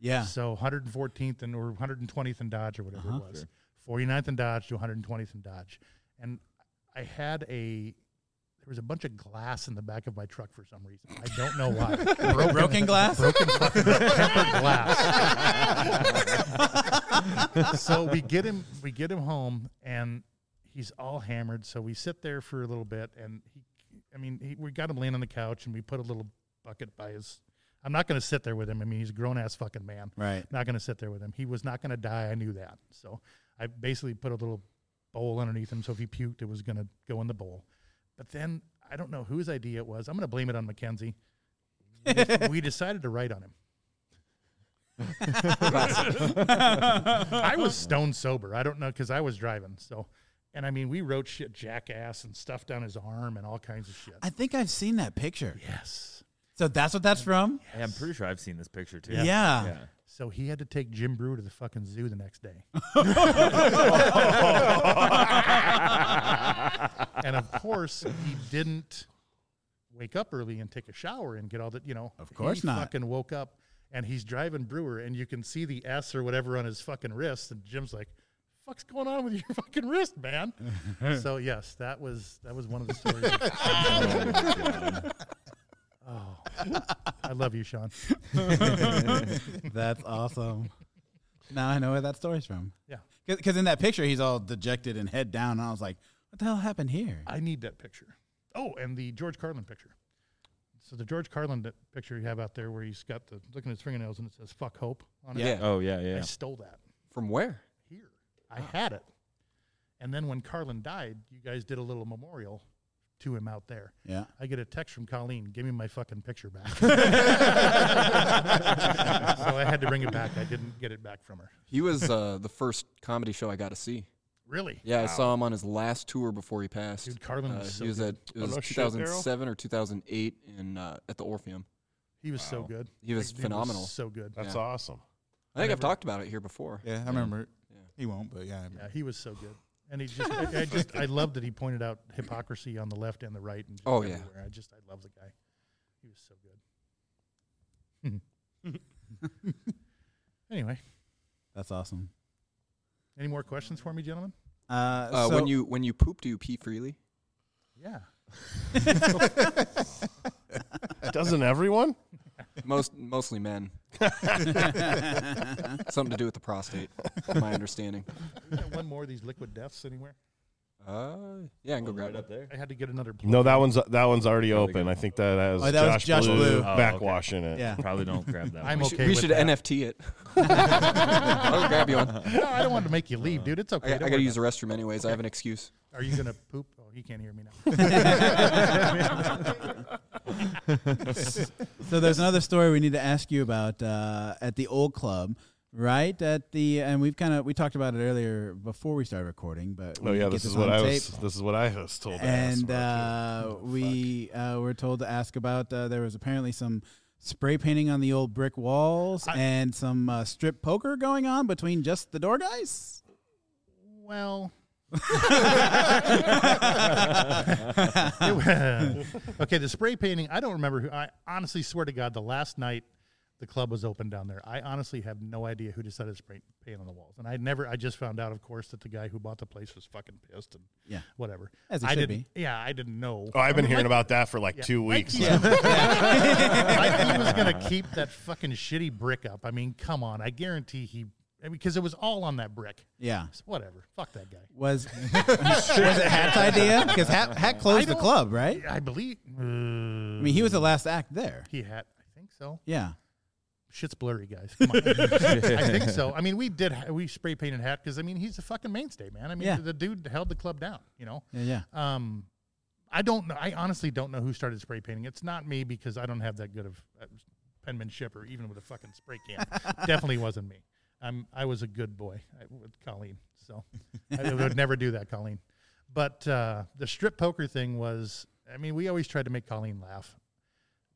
Yeah.
So 114th and or 120th and Dodge or whatever
Uh-huh.
it was. 49th and Dodge to 120th and Dodge. And I had a there was a bunch of glass in the back of my truck for some reason. I don't know
[laughs]
why. broken,
Broken glass? [laughs]
Broken fucking tempered glass. so we get him we get him home and he's all hammered. So we sit there for a little bit and he I mean, he, we got him laying on the couch and we put a little bucket by his I'm not going to sit there with him. I mean, he's a grown ass fucking man
Right.
not going to sit there with him. He was not going to die. I knew that. So I basically put a little bowl underneath him. So if he puked, it was going to go in the bowl. But then I don't know whose idea [laughs] it was. I'm going to blame it on Mackenzie. We, we decided to write on him. I was stone sober. I don't know because I was driving. So, and I mean, we wrote shit, jackass, and stuff down his arm and all kinds of shit.
I think I've seen that picture.
yes.
So that's what that's from.
Yeah, I'm pretty sure I've seen this picture too.
Yeah.
Yeah.
So he had to take Jim Brewer to the fucking zoo the
[laughs]
next day. and of course, he didn't wake up early and take a shower and get all that, you know.
Of course
he
not.
fucking woke up and he's driving Brewer and you can see the S or whatever on his fucking wrist. And Jim's like, fuck's going on with your [laughs] fucking wrist, man? so, yes, that was that was one of
[laughs]
the stories. oh, I love you, Sean.
[laughs] That's awesome. Now I know where that story's from.
Yeah.
Because in that picture, he's all dejected and head down. And I was like, what the hell happened here?
I need that picture. Oh, and the George Carlin picture. So the George Carlin that picture you have out there where he's got the looking at his fingernails and it says fuck hope on it.
Yeah. Ah.
Oh [laughs] yeah, yeah.
I stole that
From where?
here. I had it. And then when Carlin died, you guys did a little memorial to him out there.
Yeah.
I get a text from Colleen, give me my fucking picture
[laughs]
back. so I had to bring it back. I didn't get it back from her.
He was uh, [laughs] the first comedy show I got to see.
Really?
Yeah, I saw him on his last tour before he passed.
Dude, Carlin
Uh,
was so
he was
good. Oh,
at it was
no shit, Daryl.
2007 or 2008 in uh, at the Orpheum.
He was so good.
He was
Like,
phenomenal.
so good.
That's
Yeah.
awesome.
I think I've talked about it here before.
Yeah, I remember. it. He won't, but yeah. I
Yeah, he was so good. And he just, I, I just, I love that he pointed out hypocrisy on the left and the right. And just
Oh, yeah.
everywhere. I just, I love the guy. He was so good. Hmm. [laughs] anyway,
That's awesome.
any more questions for me, gentlemen?
Uh,
Uh,
so-
when you when you poop, do you pee freely?
Yeah.
Doesn't everyone?
Most [laughs] mostly
[laughs]
men. Something to do with the prostate, from my understanding.
We got one more of these liquid deaths anywhere.
Uh, yeah, I can go grab
Right
it.
up there.
I had to get another. plug.
No, that one's that one's already
There we
open.
go.
I think that has
Oh, that was
Josh,
Josh
Blue,
Blue.
Oh, okay.
backwashing it.
yeah.
[laughs] Probably don't grab that. [laughs]
I'm
one.
okay.
We should, we
with
should
that.
NFT
[laughs]
it. [laughs] I'll grab you one.
No, I don't want to make you leave, dude. It's
I,
okay.
got- I
Don't
got to
worry
use the restroom anyways. I have an excuse.
about it. Are you gonna poop? Oh, he can't hear me now.
so there's another story we need to ask you about uh, at the old club, right? At the and we've kind of we talked about it earlier before we started recording, but we
Oh yeah,
get
this is
on
what I was.
tape.
This is what I was told. to ask
And
for, too.
uh,
Oh,
we uh, were told to ask about uh, there was apparently some spray painting on the old brick walls and some uh, strip poker going on between just the door guys.
Well, [laughs] It wa- okay, the spray painting, I don't remember who. I honestly swear to God, the last night the club was open down there, I honestly have no idea who decided to spray paint on the walls. And I never, I just found out, of course, that the guy who bought the place was fucking pissed and
Yeah.
whatever.
As it
I
should
didn't, Yeah, I didn't know.
Oh, I've been hearing about that for like
Yeah.
two
Like
weeks.
he-
now.
[laughs]
Like he was going to keep that fucking shitty brick up. I mean, come on. I guarantee he, because it was all on that brick.
Yeah.
So whatever. Fuck that guy.
[laughs]
Was was it Hat's idea? Because Hat, Hat closed the
don't-
club, right?
I believe. uh,
I mean, he was the last act there.
He had, I think so.
Yeah.
shit's blurry, guys. Come
[laughs]
on. I think so. I mean, we did we spray painted hat because I mean he's a fucking mainstay, man. I mean,
Yeah.
the dude held the club down. You know,
Yeah. Yeah.
um, I don't know. I honestly don't know who started spray painting. It's not me because I don't have that good of uh, penmanship or even with a fucking spray can. Definitely wasn't me. I'm I was a good boy I, with Colleen, so I would never do that, Colleen. But uh, the strip poker thing was. I mean, we always tried to make Colleen laugh.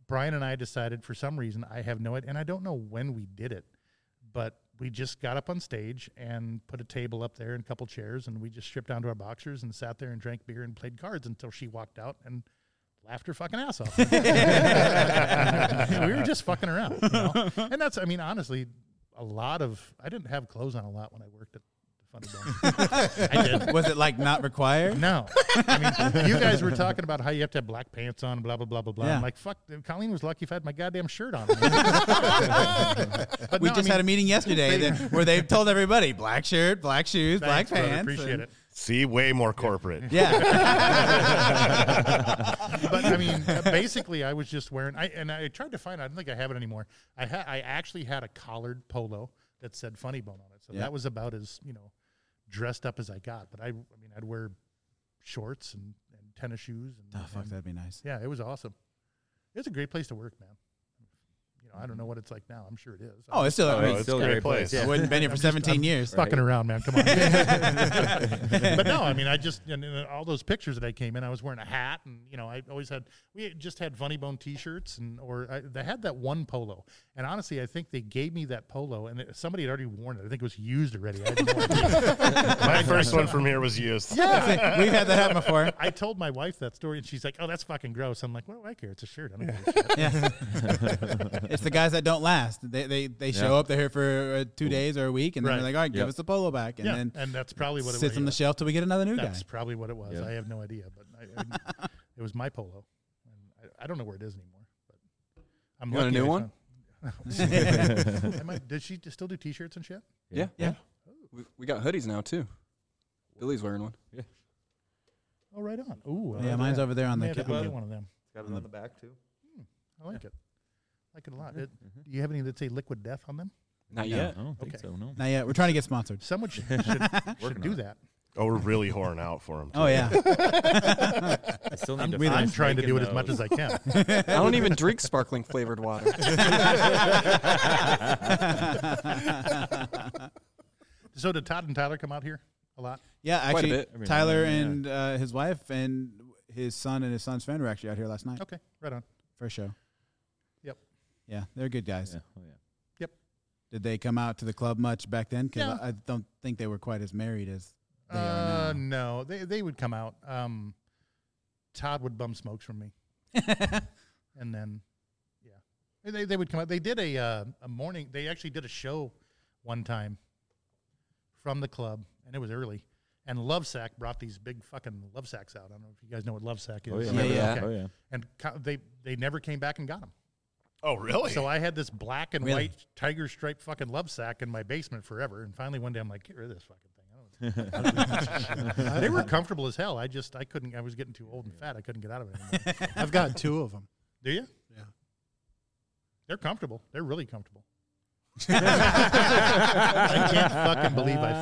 Brian and I decided for some reason I have no idea, and I don't know when we did it, but we just got up on stage and put a table up there and a couple chairs, and we just stripped down to our boxers and sat there and drank beer and played cards until she walked out and laughed her fucking ass off. [laughs] we were just fucking around, you know? and that's I mean honestly, a lot of I didn't have clothes on a lot when I worked at the Funny Bone. I did.
Was it like not required?
No, I mean, you guys were talking about how you have to have black pants on, blah blah blah blah blah.
Yeah.
I'm like, fuck, dude, Colleen was lucky if I had my goddamn shirt on. But
We
no, I
just
mean,
had a meeting yesterday that, where they told everybody black shirt, black shoes,
thanks,
black
brother,
pants.
Appreciate
and-
it.
See, way more corporate.
Yeah.
[laughs] But I mean, basically, I was just wearing. I and I tried to find. I don't think I have it anymore. I ha- I actually had a collared polo that said Funny Bone on it, so
Yeah.
that was about as you know, dressed up as I got. But I, I mean, I'd wear shorts and, and tennis shoes. And,
oh, fuck,
and-
that'd be nice.
Yeah, it was awesome. It was a great place to work, man. You know, know. I don't know what it's like now. I'm sure it is.
Oh, it's still.
Oh,
I mean,
it's still a great place.
I
Yeah.
wouldn't been here for 17 years.
fucking around, man. Come on. but no, I mean, I just and, and all those pictures that I came in, I was wearing a hat, and you know, I always had we just had funny bone T-shirts, and or I, they had that one polo, and honestly, I think they gave me that polo, and it, somebody had already worn it. I think it was used already. I had no [laughs] idea.
My
[laughs]
first one from here was used.
yeah.
We've had that happen before.
I told my wife that story, and she's like, "Oh, that's fucking gross." I'm like, "What do I care? It's a shirt. I don't give a shit."
[laughs]
Yeah. it's the guys that don't last. They they, they show
Yeah.
up. They're here for uh, two days or a week, and then
Right.
they're like, "All right, give
Yep.
us the polo back," and
yeah,
then
and that's probably what it
sits
was.
on the
yeah.
shelf till we get another new guy.
That's probably what it was.
Yeah.
I have no idea, but I, I- it was my polo, and I, I don't know where it is anymore. But I'm
You want a
lucky I
new one?
found- [laughs] Am I- does she still do T-shirts and shit?
Yeah.
Yeah.
We, we got hoodies now too. Billy's wearing one.
Oh, right on. Ooh, I
yeah,
like
mine's
that.
over there on
May
the.
have to
ca-
go
on
get
the-
one of them.
Got it on the back too.
I like it. I like it a lot. It- do you have any that say "Liquid Death" on them?
Not
Yeah.
yet.
I don't think
Okay.
so. No.
Not yet. We're trying to get sponsored.
Someone [laughs] should, should, should
Working
do
on it.
that.
Oh, we're really whoring out for him.
Oh
[laughs]
yeah. [laughs]
I still need
I'm,
to
I'm
finish
trying to
making
do it as much
those.
as I can. [laughs]
I don't even drink sparkling flavored water.
so did Todd and Tyler come out here a lot?
Yeah,
a
actually,
bit.
Every now and
Tyler
then, yeah.
and uh, his wife and his son and his son's friend were actually out here last night
Okay, right on.
for a show.
Yep.
Yeah, they're good guys.
Yeah. Oh, yeah.
Did they come out to the club much back then? Because
Yeah.
I don't think they were quite as married
[laughs]
as they
uh,
are now.
no, they they would come out. Um, Todd would bum smokes
[laughs]
from me, and then yeah, they they would come out. They did a uh, a morning. They actually did a show one time from the club, and it was early. And Lovesack brought these big fucking love sacks out. I don't know if you guys know what Lovesack is.
Oh yeah.
Yeah, yeah.
Oh yeah.
And co- they they never came back and got them.
Oh, really?
So I had this black and
Really?
white tiger stripe fucking love sack in my basement forever. And finally one day I'm like, get rid of this fucking thing. I don't they were comfortable as hell. I just I couldn't. I was getting too old and fat. I couldn't get out of it. Anymore.
I've got two of them.
Do you?
Yeah.
They're comfortable. They're really comfortable. I can't fucking believe I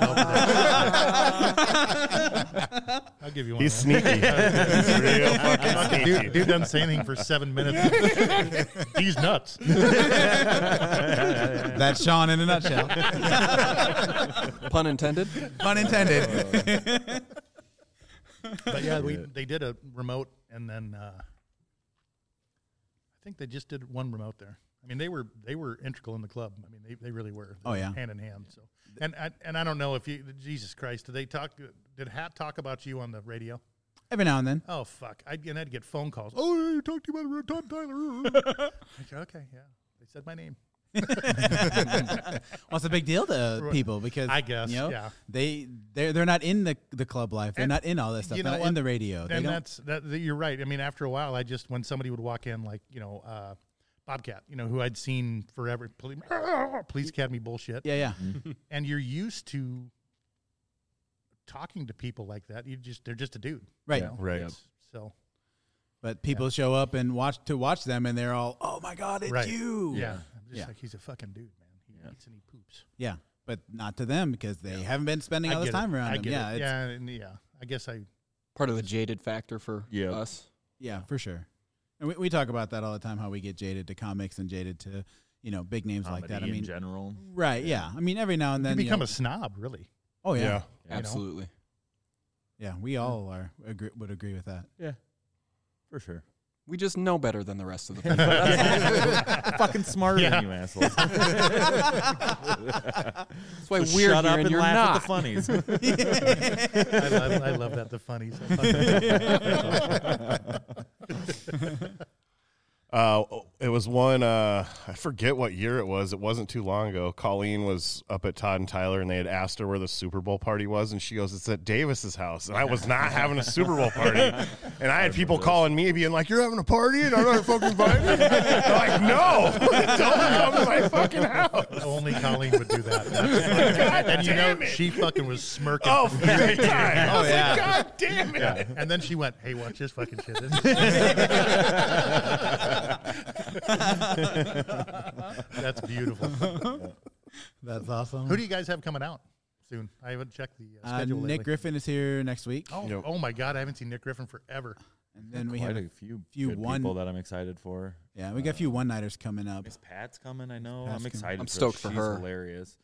felt
[laughs]
that. I'll give you one.
He's
man. [laughs]
sneaky. He's real fucking sneaky.
Dude, dude doesn't say anything for seven minutes. He's
[laughs]
nuts.
[laughs] That's Sean in a nutshell. [laughs]
[laughs] Pun intended.
Pun intended.
but yeah, we they did a remote, and then uh, I think they just did one remote there. I mean, they were they were integral in the club. I mean, they, they really were. They
Oh,
were
yeah.
hand in hand. So and I, and I don't know if you Jesus Christ did they talk did Hat talk about you on the radio?
Every now and
[laughs]
then.
Oh fuck! I'd and I'd get phone calls. Oh, I talked to you about Tom
[laughs]
Tyler. I'd say, okay, yeah, they said my name.
Well, it's a big deal to
Right.
people because
I guess,
you know,
yeah.
they they're they're not in the the club life. They're
And
not in all this stuff.
you
They're
know
not in
what?
the radio. They
and
don't.
that's that, that- You're right. I mean, after a while, I just when somebody would walk in, like you know, uh, Bobcat, you know, who I'd seen forever, police, [laughs] police academy bullshit,
Yeah, yeah.
Mm-hmm.
and you're used to talking to people like that. You just they're just a dude,
Right.
you know?
Right.
It's- So
But people show up and watch to watch them, and they're all, "Oh my God, it's
Right.
you!"
yeah, I'm just
Yeah.
like he's a fucking dude, man. He eats and he poops.
yeah. But not to them because they haven't been spending all
I
this
get it.
time around
I
them.
get
Yeah,
it.
it's-
yeah, and yeah. I guess I
Part of the jaded factor for
Yeah.
us.
yeah, for sure. And we, we talk about that all the time. How we get jaded to comics and jaded to you know big names like that. I
Comedy in
mean,
general.
right? Yeah. I mean, every now and then
you become
know,
a snob, really.
Oh yeah. yeah,
You know?
Absolutely.
We all are agree, would agree with that.
For sure.
We just know better than
[laughs]
the rest of the people.
fucking smarter
Yeah.
than you assholes.
That's why
So shut
we're here
up
and,
and
you're
laugh
not.
at the funnies.
[laughs] I love, I love that the funnies. I fucking-
Uh, it was one. Uh, I forget what year it was. It wasn't too long ago. Colleen was up at Todd and Tyler, and they had asked her where the Super Bowl party was, and she goes, "It's at Davis's house." And I was
[laughs]
not having a Super Bowl party, and I had people calling me, being like, "You're having a party, and I'm not fucking invited." [laughs] I'm like, "No, [laughs] don't come to my fucking house."
[laughs]
[laughs]
Only Colleen would do that.
[laughs] God
and you
damn
know,
it.
she fucking was smirking.
Oh, every time.
Oh,
I was
yeah.
like, "God damn it!"
Yeah. And then she went, "Hey, watch this fucking shit."
[laughs]
This is- That's beautiful.
That's awesome.
Who do you guys have coming out? soon. I haven't checked the uh,
Uh,
schedule.
Nick
lately.
Griffin is here next week,
Oh,
Yep.
oh my God! I haven't seen Nick Griffin forever.
and then we
Quite
have
a few
few
good
one-
people that I'm excited for.
yeah, we got a few
Uh,
one nighters coming up.
Miss Pat's coming. I know.
Pat's
I'm
coming.
excited.
I'm
for
stoked
her.
for
She's
her.
Hilarious.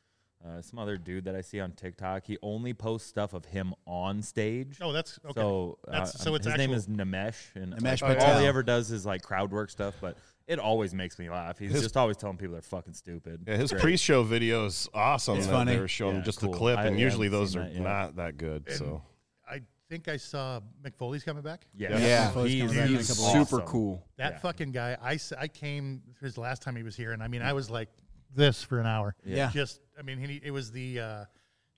Uh, some other dude that I see on TikTok. He only posts stuff of him on stage.
Oh, that's okay.
So, uh,
That's- so
um,
it's
his name
actual-
is Namesh, and
Namesh
like, all
Patel.
he ever does is like crowd work stuff. But it always makes me laugh. He's
His-
just always telling people they're fucking stupid.
Yeah, his pre-show video is awesome.
It's
that
funny.
They were showing
Yeah,
just
cool.
the clip,
I-
and
yeah, I
usually
haven't
those
seen
are
that yet.
not that good. So
I think I saw McFoley's coming back.
Yeah.
Yeah,
Yeah.
he's,
He's coming back in a
he's
couple
awesome.
Super cool.
That
Yeah.
fucking guy. I, s- I came his last time he was here, and I mean,
Mm.
I was like this for an hour.
Yeah.
Just, I mean, he, it was the. Uh,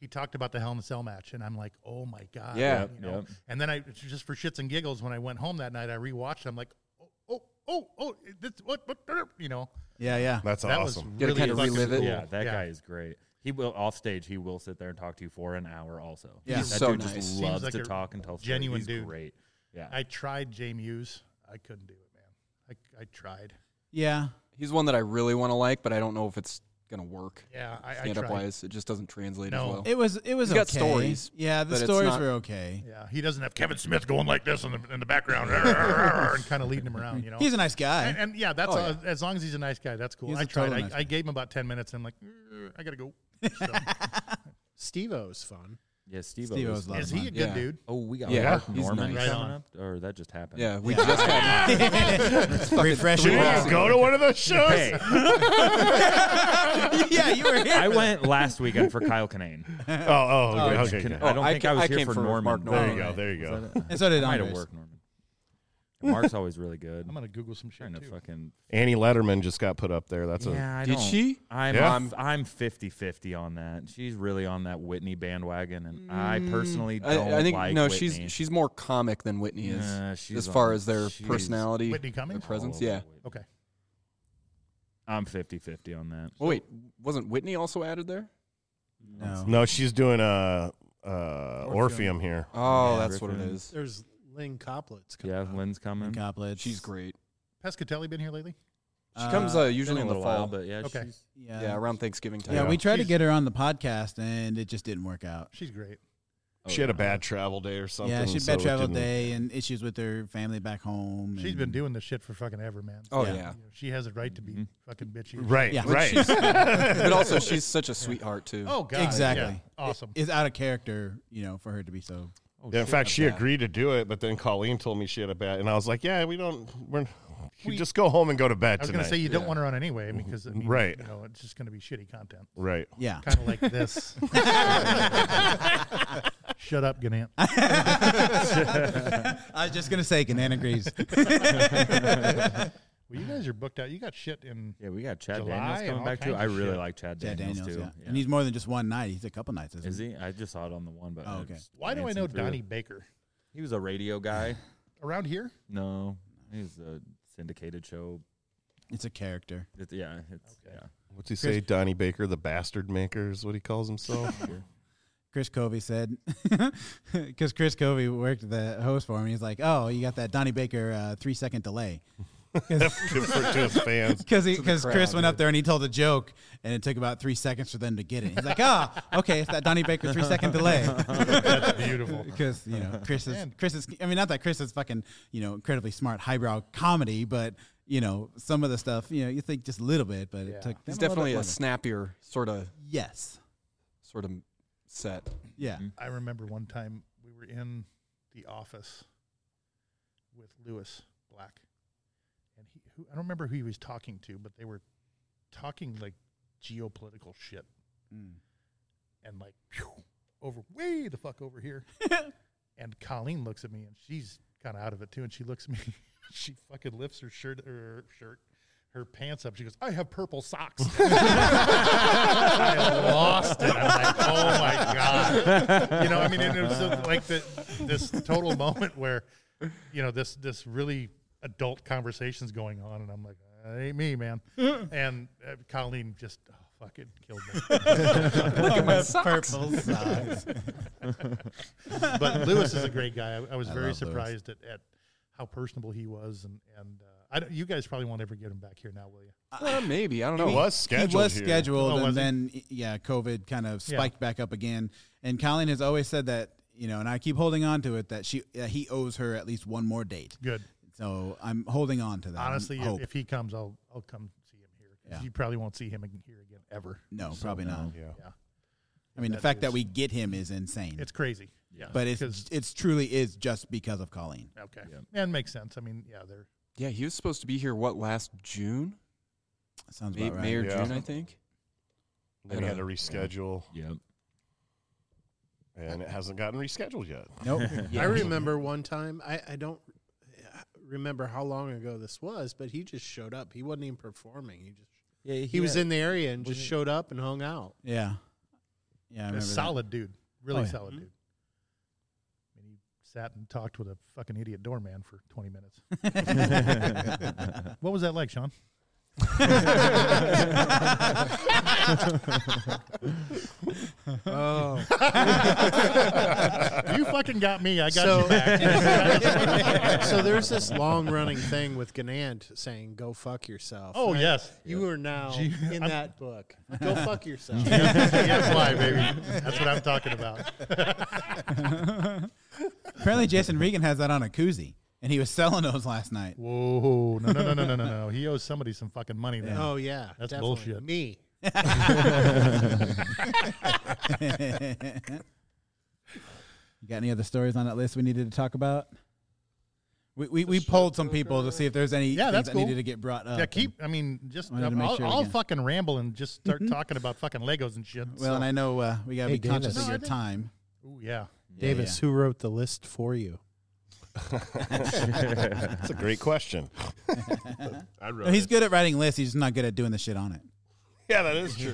he talked about the Hell in a Cell match, and I'm like, oh my god.
Yeah.
You know?
Yep.
And then I just for shits and giggles when I went home that night, I rewatched. I'm like, oh, oh, oh, oh this what, what, you know.
Yeah, yeah.
that's
that was
awesome.
Gotta
really
kinda
fucking
relive it.
cool.
Yeah, that guy is great. He will off stage. He will sit there and talk to you for an hour. Also,
Yeah.
that
He's
so
dude
nice.
just
Seems
loves
like
to
a
talk and tell stories.
genuine
He's
dude.
Great. Yeah,
I tried J Muse. I couldn't do it, man. I, I tried.
Yeah.
He's one that I really want to like, but I don't know if it's gonna work
Yeah, I, I
stand up
tried.
wise. It just doesn't translate
No.
as well.
It was it was
He's got
okay.
stories,
Yeah, the
but it's
stories
not-
were okay.
Yeah, he doesn't have Kevin Smith going like this in the in the background and kind of leading him around, you know.
He's a nice guy.
and, and yeah, that's
Oh,
all, as long as he's a nice guy, that's cool.
He's
I
a
tried.
total
I,
nice
I gave him about ten minutes. And I'm like, "Uh, I gotta go. So,
Steve O's fun.
yeah. Steve
Steve O's
was.
love.
is he a good
Yeah.
dude?
Oh, we got
Yeah,
Mark
he's
Norman
nice.
Right
coming
on.
up, or that just happened.
Yeah, we just
[laughs]
[laughs]
got
Refresh
Did
your
you
wall.
Yeah.
go to one of those shows? Oh,
Hey,
[laughs] yeah, you were here.
I
for that.
went last weekend for Kyle
[laughs]
Kanane.
Oh, oh, okay. okay,
Can-
yeah.
I don't
I
think
ca-
I was
I
here
came
for
for
Norman.
Mark
there
Norman.
you go. There you go.
And so did
Might have
Andres.
worked, Norman. Mark's always really good.
I'm gonna Google some shit
trying to
too.
fucking.
Annie Letterman just got put up there. That's a
yeah, I
did
don't-
she?
I'm
Yeah.
I'm I'm 50 50 on that. She's really on that Whitney bandwagon, and I personally don't
Mm, I, I think
like
no,
Whitney.
she's she's more comic than Whitney is
Nah, she's
as far
on-
as their
she's
personality,
Whitney
their
Cummings.
presence.
all over
Yeah.
Whitney.
Okay,
I'm 50 50 on that.
Oh wait, wasn't Whitney also added there?
No.
no. She's doing a uh, Orpheum here.
Oh,
Yeah,
that's what
Griffin.
it is.
There's Lynn Coplett's coming.
Yeah,
up. [laughs]
Lynn's coming.
And Coplitz.
She's great.
Pescatelli been here lately?
She comes uh, usually
Been a
in the
little
fall,
while, but yeah,
Okay.
she's-
yeah.
yeah, around Thanksgiving time.
Yeah, we tried to
She's-
get her on the podcast and it just didn't work out.
She's great.
oh,
she had a
yeah.
bad travel day or something.
yeah, she had
so
bad
it
travel
didn't-
day and issues with her family back home.
She's
and-
been doing this shit for fucking ever, man.
Oh
Yeah.
yeah,
[laughs] You know, she has a right to be
Mhm.
fucking bitchy.
Right,
Yeah.
right. [laughs]
but also she's such a sweetheart too.
Oh god,
Exactly.
yeah. Awesome.
It's out of character, you know, for her to be so.
Oh,
Yeah, in
shit,
fact,
I'm
she
bad.
agreed to do it, but then Colleen told me she had a bad, and I was like, "Yeah, we don't. We're
We-
we, just go home and go to bed
I was
tonight."
gonna say you don't
Yeah.
want her on anyway because I mean,
Right.
You know, it's just gonna be shitty content.
right.
Yeah.
kind of like this. Shut up, Ganant.
I was just going to say, Canan agrees.
Well, you guys are booked out. You got shit in.
Yeah, we got Chad
July
Daniels
and
coming
all
back too.
kinds
I
of
really
shit.
like Chad
Yeah,
Daniels,
Daniels,
too.
yeah.
Yeah.
And he's more than just one night. He's a couple nights, isn't
Is he? I just saw it on the one, but
Oh,
I
okay.
just
Why do I
glancing
know
through.
Donnie Baker?
He was a
[laughs]
radio guy.
Around here?
No, he was a syndicated show.
It's a character.
It, yeah, it's
What's he say? Donnie Baker, the bastard maker, is what he calls himself.
yeah.
Chris Covey said, [laughs] because Chris Covey worked the host for him. He's like, oh, you got that Donnie Baker uh, three second delay.
[laughs]
Good for- [laughs] to
[laughs]
his fans.
Because because
crowd,
Chris went up there and he told a joke, and it took about three seconds for them to get it. He's like, ah, okay, it's that Donnie Baker three second delay.
[laughs] That's
[laughs]
beautiful.
Because you know Chris is
Man.
Chris is I mean not that Chris is fucking you know incredibly smart highbrow comedy, but you know some of the stuff you know you think just a little bit, but
Yeah.
it took.
He's
them little
definitely
bit
a
longer.
snappier sort of
yes,
sort of set.
yeah.
I remember one time we were in the office with Lewis Black, and he who, I don't remember who he was talking to, but they were talking like geopolitical shit
Mm.
and like phew, over way the fuck over here. and Colleen looks at me and she's kind of out of it too, and she looks at me. [laughs] she fucking lifts her shirt, her shirt, her pants up. She goes, "I have purple socks." [laughs] I lost it. I'm like, "Oh my god!" You know, I mean, and
[laughs]
it was just like the, this total moment where, you know, this this really adult conversation's going on, and I'm like, "That ain't me, man." and uh, Colleen just oh, fucking killed me.
Look at my [laughs] socks.
Purple socks. [laughs]
but Lewis is a great guy. I, I was
I
very
love Lewis.
surprised at, at how personable he was, and and uh, I don't- you guys probably won't ever get him back here now, will you?
Well, maybe I don't know.
He was scheduled.
He was
here.
scheduled,
Oh,
and
was he?
then y- yeah, COVID kind of
Yeah.
spiked back up again. And Colleen has always said that you know, and I keep holding on to it that she that he owes her at least one more date.
Good.
So I'm holding on to that. I'm
Honestly, if,
hope.
if he comes, I'll I'll come see him here. 'Cause
Yeah.
You probably won't see him ag- here again ever.
no, probably not.
Yeah.
Yeah,
I mean, the
That
fact that
is-
we get him is insane.
it's crazy.
Yeah.
but it's
'cause-
it's truly is just because of Colleen.
Okay,
Yeah.
and makes sense. I mean, yeah, they're
Yeah, he was supposed to be here what last June,
Sounds
May,
about right.
May or
Yeah.
June, I think.
Then he had to reschedule,
[laughs]
Yep.
and it hasn't gotten rescheduled yet.
Nope.
[laughs]
I remember one time. I, I don't remember how long ago this was, but he just showed up. He wasn't even performing. He just
Yeah,
he was in the area and just
wasn't-
showed up and hung
[laughs]
out.
yeah. Yeah, I
a
remember that.
solid dude, really
Oh, yeah.
solid dude. I mean, he sat and talked with a fucking idiot doorman for
[laughs]
twenty minutes. what was that like, Sean?
Oh,
you fucking got me. I got
So-
[laughs]
you back.
[laughs]
[laughs]
so there's this long running thing with Ganand saying "Go fuck yourself."
oh yes.
You are now
Gee,
in
I'm-
that book. Go fuck yourself.
[laughs]
[laughs]
yes, why, baby? That's what I'm talking about.
[laughs] Apparently, Jason Regan has that on a koozie, and he was selling those last night.
Whoa! No, no, no, no,
[laughs]
no, no, no. He owes somebody some fucking money. Then.
Oh yeah,
That's
definitely.
bullshit.
Me.
you got any other stories on that list we needed to talk about? We we, we polled some people to see if there's any
Yeah,
things
that's
that
cool.
needed to get brought up.
Yeah, keep. I mean, just
Wanted to
I'll,
make sure
I'll
again.
fucking ramble and just start talking about fucking Legos and shit.
And- well, and I know uh, we gotta
Hey,
be conscious
Davis.
of
No,
your
I think-
time.
Ooh,
[laughs]
yeah.
Davis, who wrote the list for you?
That's a great question.
[laughs]
I wrote
No, he's
it.
good at writing lists. He's just not good at doing the shit on it.
Yeah, that is
[laughs]
true.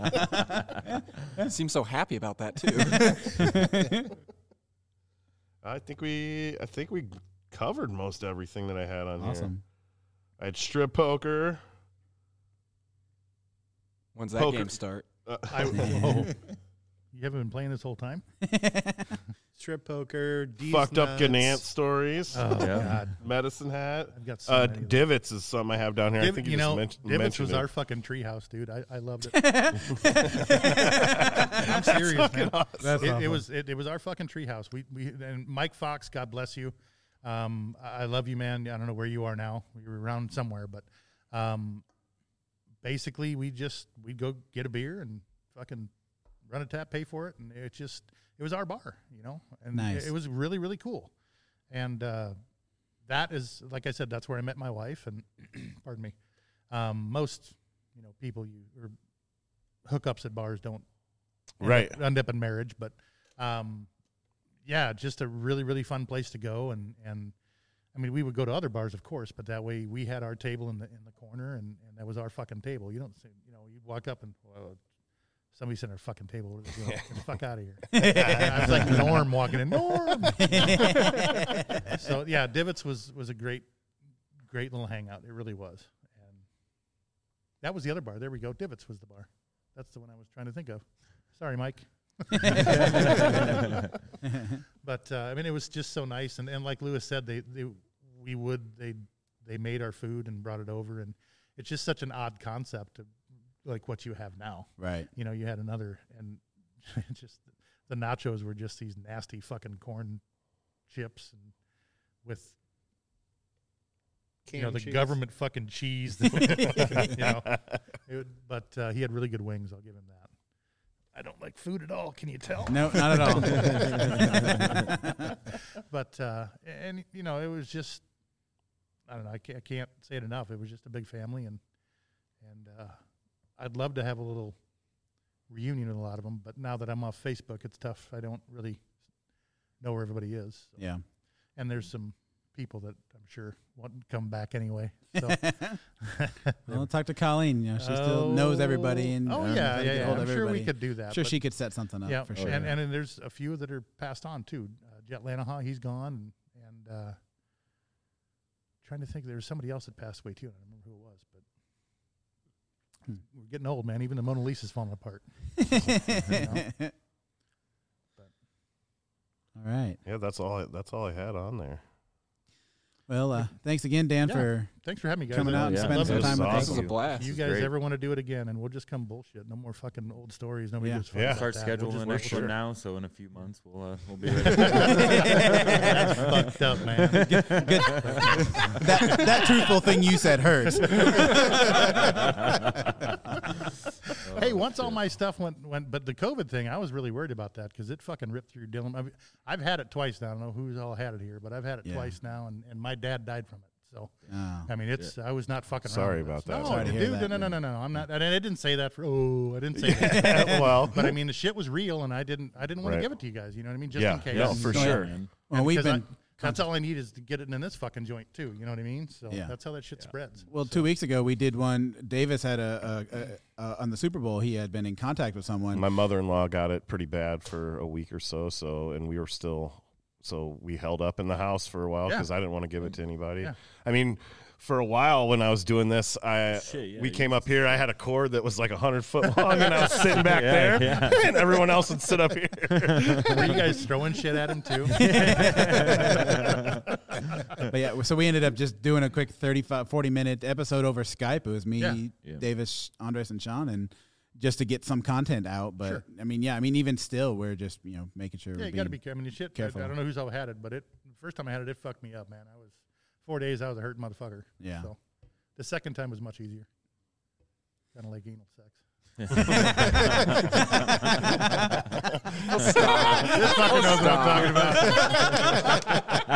That's real true.
Seems so happy about that too.
I think we, I think we covered most everything that I had on
[laughs]
here.
[laughs]
Awesome. [laughs]
I had strip poker.
When's that
Poker.
game start?
Uh, [laughs]
I, oh, you haven't been playing this whole time.
Strip poker. D's
fucked up
nuts.
Ganant stories.
Oh
Yeah.
God,
medicine hat.
I've got so
Uh,
many. of
divots is something I have down here.
Div-
I think you,
you
just
know,
mench- mentioned.
Divots was
it.
our fucking treehouse, dude. I, I loved
[laughs]
it. I'm serious, man.
That's
It, it
awesome.
was it, it was our fucking treehouse. We we and Mike Fox, God bless you. Um, I I love you, man. I don't know where you are now. We were around somewhere, but um, basically we just we'd go get a beer and fucking run a tap, pay for it, and it just it was our bar, you know. And
Nice.
it, it was really really cool. And uh, that is like I said, that's where I met my wife. And [clears throat] pardon me, um, most you know people you or hookups at bars don't end
Right.
up, end up in marriage but um yeah just a really really fun place to go and and i mean we would go to other bars of course but that way we had our table in the in the corner and and that was our fucking table you don't see you know you walk up and well, somebody sent our fucking table What are they doing? get the fuck out of here i was like norm walking in norm so yeah divots was was a great great little hangout it really was and that was the other bar there we go divots was the bar that's the one i was trying to think of sorry mike but uh, I mean, it was just so nice. And, and like Lewis said, they, they we would they they made our food and brought it over, and it's just such an odd concept of like what you have now.
right.
You know, you had another, and [laughs] just the nachos were just these nasty fucking corn chips and with you know
Canned
the
cheese.
government fucking
[laughs]
cheese. [laughs] you know, It would- but uh, he had really good wings. I'll give him that. I don't like food at all. Can you tell?
No, not
[laughs]
at all.
but uh, and you know it was just I don't know I can't, I can't say it enough. It was just a big family and and uh, I'd love to have a little reunion with a lot of them. But now that I'm off Facebook, it's tough. I don't really know where everybody is. So-
yeah.
And there's some people that I'm sure won't come back anyway. So
[laughs] Well, talk to Colleen. You know, she still knows everybody, and
oh
uh, knows how
yeah,
to
yeah,
get
yeah.
hold
I'm
of
sure we
everybody.
could do that.
Sure,
but-
she could set something up
yeah, oh,
for sure.
And, and then there's a few that are passed on too. Uh, Jet Lanaha, he's gone, and, and uh, trying to think, there was somebody else that passed away too. and I don't remember who it was, but
Hmm.
we're getting old, man. Even the Mona Lisa's falling apart.
[laughs] All right.
Yeah, that's all. I, that's all I had on there.
Well, uh, thanks again, Dan,
Yeah.
for
Thanks for having me, guys.
coming
I
out and
yeah.
spending
love
some
this.
time with
This
us.
was
a blast.
[laughs] You
It's
guys
great.
ever want to do it again? And we'll just come bullshit. No more fucking old stories. Nobody
Yeah.
gives a fuck
Yeah.
about
Start
that. We'll
scheduling
just
the
work
next one [laughs]
shit.
now, so in a few months we'll uh, we'll
[laughs]
be ready.
That's fucked up, man.
Good. that, that truthful thing you said hurts.
[laughs] [laughs] hey, once all my stuff went went, but the COVID thing, I was really worried about that because it fucking ripped through Dylan. I've, I've had it twice now. I don't know who's all had it here, but I've had it
Yeah.
twice now, and, and my dad died from it. So
Oh.
I mean, it's I was not fucking. around
Sorry
with
about
this.
that.
No,
Sorry to hear
dude,
that,
no, no, no,
man.
no, no. I'm not. I didn't, I didn't say that for. Oh,
[laughs]
I didn't say that.
well,
But I mean, the shit was real, and I didn't. I didn't want
Right.
to give it to you guys. You know what I mean? Just
Yeah.
in case.
No,
Oh,
for
Yeah.
sure.
man.
Well, we've
Because I-
been
that's all I need is to get it in this fucking joint too. You know what I mean? So
Yeah.
that's how that shit spreads.
Well, two weeks ago we did one. Davis had a, a, a, a on the Super Bowl. He had been in contact with someone.
my mother-in-law got it pretty bad for a week or so. So, and we were still, so we held up in the house for a while
Yeah.
because I didn't want to give it to anybody.
Yeah.
I mean, for a while when I was doing this, I
Shit, yeah,
we
you
came up here. I had a cord that was like hundred foot long, and I was sitting back
Yeah,
there,
yeah.
and everyone else would sit up here.
[laughs] Were you
[laughs]
guys throwing shit at him too?
[laughs]
[laughs]
But yeah, so we ended up just doing a quick 35, 40 minute episode over Skype. It was me,
Yeah.
Yeah.
Davis, Andres, and Sean, and just to get some content out. But
Sure.
I mean, yeah, I mean, even still, we're just you know making sure.
Yeah,
we're
you got to be.
being-
ca- I mean, the shit. I-
careful.
I, don't know who's all had it, but it the first time I had it, it fucked me up, man. I was four days. I was a hurt motherfucker.
Yeah.
So the second time was much easier. Kind of like anal sex. [laughs]
[laughs]
This fucker knows what I'm talking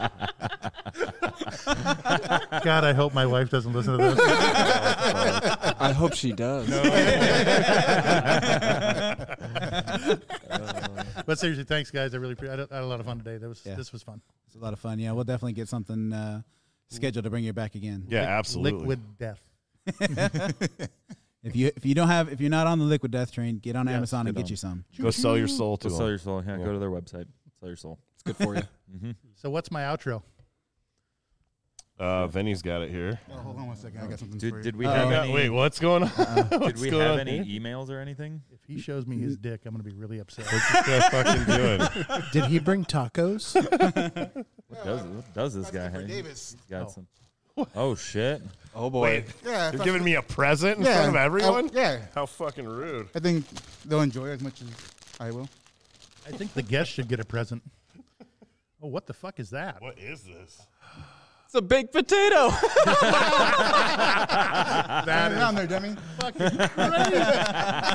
about.
[laughs]
God, I hope my wife doesn't listen to this.
I hope she does.
[laughs] but seriously, thanks guys. I really pre- I had a- I had a lot of fun today. That was
Yeah.
this was fun.
It's a lot of fun. Yeah, we'll definitely get something
Mm.
uh, scheduled to bring you back again.
Yeah, absolutely.
Liquid death.
If you if you don't have if you're not on the liquid death train, get on
Yes,
Amazon and
get
get
on.
you some.
Go sell your soul to
So sell
them.
your soul. Yeah,
Yeah.
go to their website. Sell your soul.
It's good for you.
Mm-hmm.
So what's my outro?
Uh, Vinny's got it here.
Oh, hold on one second. I got something for
Did,
you.
did we
Uh,
have
Uh,
any?
wait, what's going on?
did we
going
have
on
any emails or anything?
If he shows me his dick, I'm gonna be really [laughs] upset.
What's this guy fucking doing?
Did he bring tacos?
[laughs]
What does what does this guy have? He's
Davis.
got
Oh.
[laughs]
some. Oh shit!
Oh boy.
Yeah,
[laughs] You're giving me a present in front of everyone?
Oh, yeah,
How fucking rude.
I think they'll enjoy it as much as I will.
I think the guest should get a present. Oh, what the fuck is that?
What is this?
It's a baked potato.
Put it on there, dummy.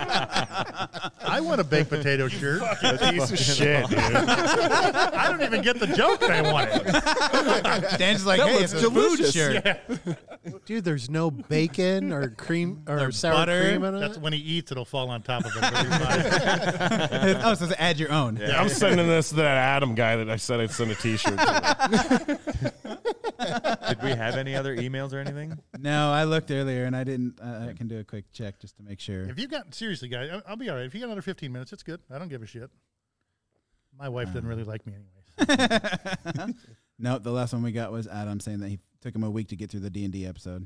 I want a baked potato [laughs] shirt.
Piece of shit, dude.
I don't even get the joke that I wanted.
[laughs] Dan's just like,
That
hey,
looks
it's a food
delicious."
shirt. [laughs]
Dude, there's no bacon or cream
[laughs]
or sour
butter.
cream in it.
That's when he eats, it'll fall on top of it. It'll be fine.
oh, so to add your own.
Yeah, I'm sending this to that Adam guy that I said I'd send a T-shirt to.
[laughs] Did we have any other emails or anything? [laughs]
No, I looked earlier and I didn't. Uh, I can do a quick check just to make sure.
if you got seriously, guys, I'll, I'll be all right. If you got another 15 minutes, it's good. I don't give a shit. My wife doesn't really like me anyway.
No, the last one we got was Adam saying that he took him a week to get through the D and D episode.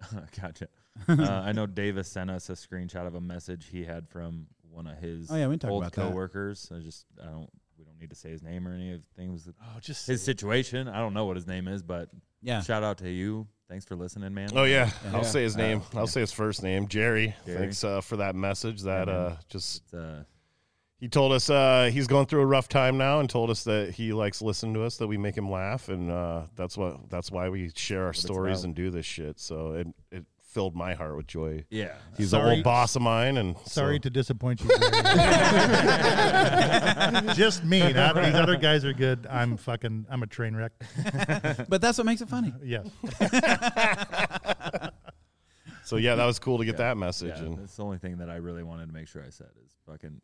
[laughs]
gotcha. Uh, I know Davis sent us a screenshot of a message he had from one of his
Oh, yeah, we can talk
old
about that.
coworkers. I just I don't we don't need to say his name or any of the things. that-
Oh, just
His situation. I don't know what his name is, but
Yeah, Uh,
shout out to you. Thanks for listening, man.
Oh yeah,
Yeah.
I'll say his name. I'll say his first name, Jerry.
Jerry.
Thanks uh, for that message. That
Yeah, man.
uh, just
It's, uh,
he told us uh, he's going through a rough time now, and told us that he likes listening to us, that we make him laugh, and uh, that's what that's why we share our
it's
stories
about.
and do this shit. So it it filled my heart with joy.
yeah.
He's an
Sorry-
old boss of mine, and
Sorry
so-
to disappoint you. Jerry. [laughs] just me. Not, these other guys are good. I'm fucking. I'm a train wreck.
but that's what makes it funny.
Yes.
So yeah, that was cool to get that message.
Yeah,
and
that's the only thing that I really wanted to make sure I said is fucking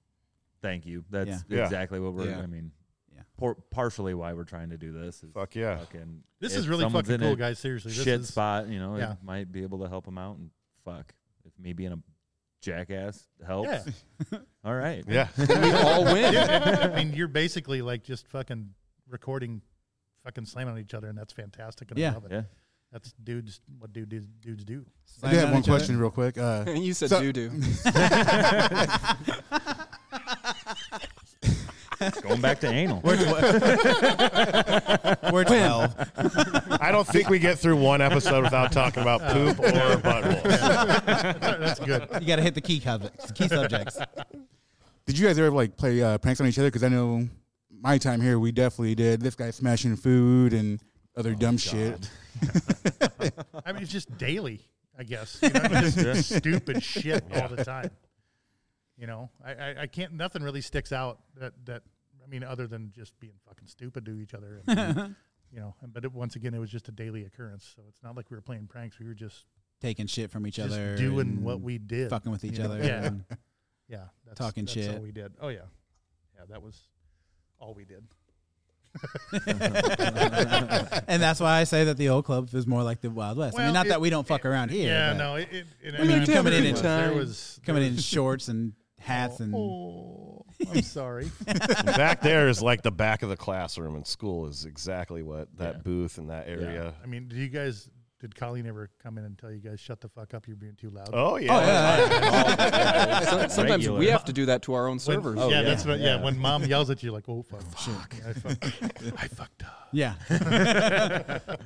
thank you. That's
Yeah. Yeah.
exactly what we're.
Yeah.
I mean,
Yeah.
por- partially why we're trying to do this. Is
fuck
[laughs]
yeah,
Fucking
This
if
is really
someone's
fucking
in a
cool, guys. Seriously. This
Shit
is,
spot, you know,
Yeah.
it might be able to help them out. And fuck, if me being a jackass helps,
Yeah.
all right.
yeah.
we all
[laughs]
win.
I mean, you're basically like just fucking recording, fucking slamming on each other, and that's fantastic. And
Yeah.
I love it.
Yeah.
That's dudes. What do dudes, dudes do?
I do
Slam
have
on
one
each other.
question real quick. Uh,
you said
So-
doo doo.
Going back to anal.
We're, tw- we're twelve.
think we get through one episode without talking about poop
[laughs]
or butthole.
[laughs] That's good.
You got to hit the key covets, key subjects.
Did you guys ever like play uh, pranks on each other? Because I know my time here, we definitely did. This guy smashing food and other dumb shit.
I mean, it's just daily, I guess. You know, just stupid shit all the time. You know, I, I, I can't. Nothing really sticks out that that. I mean, other than just being fucking stupid to each other. And, you know, and, but it, once again, it was just a daily occurrence. So it's not like we were playing pranks. We were just
Taking shit from each
just
other,
doing
and
what we did,
fucking with each
Yeah.
other.
Yeah.
and-
yeah, that's,
Talking
that's
shit.
all we did. Oh yeah, yeah, that was all we did.
and [laughs] that's why I say that the old club is more like the Wild West. I mean,
Well,
not
it-
that we don't fuck around here.
Yeah,
but
no, it, it, it,
mean,
it-
coming in
there
and-
was- there was
Coming
there
in
was-
shorts and hats and
Oh, I'm sorry.
back there is like the back of the classroom, and school is exactly what that booth and that area.
I mean, do you guys? Did Colleen ever come in and tell you guys shut the fuck up? You're being too loud.
Oh yeah.
So- sometimes we
Regular.
have to do that to our own
When- Oh.
servers.
Oh,
yeah,
yeah,
that's what. Yeah.
yeah.
when mom yells at you, like, oh fuck, fuck. I, fuck- I fucked
[laughs]
up.
[laughs]
yeah.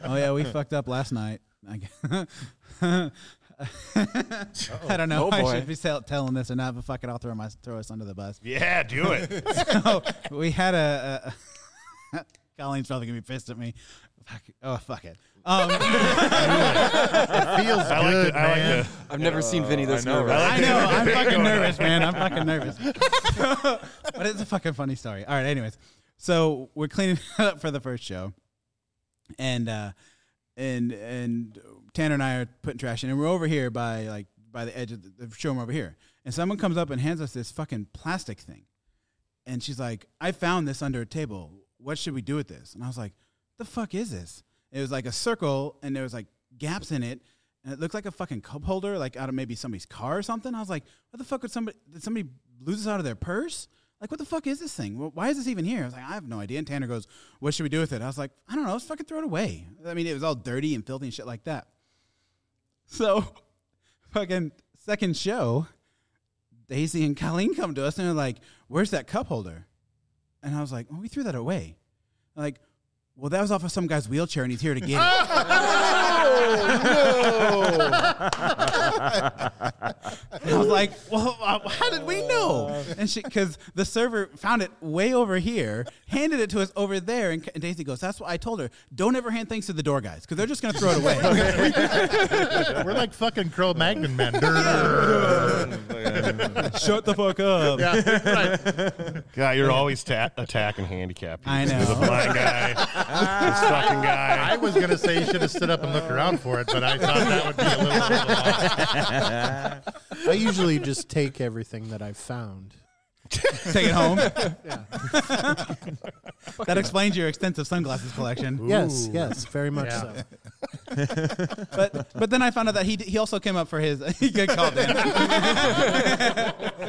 oh yeah, we fucked up last night. I g- [laughs] I don't know
Oh,
if I
boy.
should be tell- telling this or not, but fuck it, I'll throw, my, throw us under the bus.
Yeah, do it.
[laughs]
So we had a. a [laughs] Colleen's probably gonna be pissed at me. Fuck it. Oh fuck it. Um,
Feels
I like
good,
it. I like
man.
it.
I've never seen Vinny this
I know,
nervous.
right?
I know. I'm fucking nervous, man. I'm fucking nervous. [laughs] but it's a fucking funny story. All right. Anyways, so we're cleaning [laughs] up for the first show, and uh, and and Tanner and I are putting trash in, and we're over here by like by the edge of the, the showroom over here, and someone comes up and hands us this fucking plastic thing, and she's like, "I found this under a table. What should we do with this?" And I was like, "The fuck is this?" It was like a circle, and there was like gaps in it, and it looked like a fucking cup holder, like out of maybe somebody's car or something. I was like, "What the fuck would somebody? Did somebody lose this out of their purse?" Like, what the fuck is this thing? Wh- Why is this even here? I was like, I have no idea. And Tanner goes, What should we do with it? I was like, I don't know. Let's fucking throw it away. I mean, it was all dirty and filthy and shit like that. So, [laughs] fucking second show, Daisy and Colleen come to us and they're like, "Where's that cup holder?" And I was like, "Well, we threw that away." They're like, well, that was off of some guy's wheelchair and he's here to get it. And I was like, well, uh, how did we know? And she, because the server found it way over here, handed it to us over there, and, and Daisy goes, "That's what I told her. Don't ever hand things to the door guys because they're just gonna throw it away."
[laughs] We're like fucking Crow Magnon
[laughs]
men. Durr.
[laughs]
[laughs]
Shut the fuck up.
God, you're always ta- attacking handicap. people.
I know.
There's a blind guy. this
[laughs]
fucking guy.
I was gonna say you should have stood up and looked around for it, but I thought that would be a little.
I usually just take everything that I've found.
Take it home. that explains your extensive sunglasses collection.
[laughs]
Yes, yes, very much so.
Yeah.
but but then I found out that he d- he also came up for his [laughs] he got called in,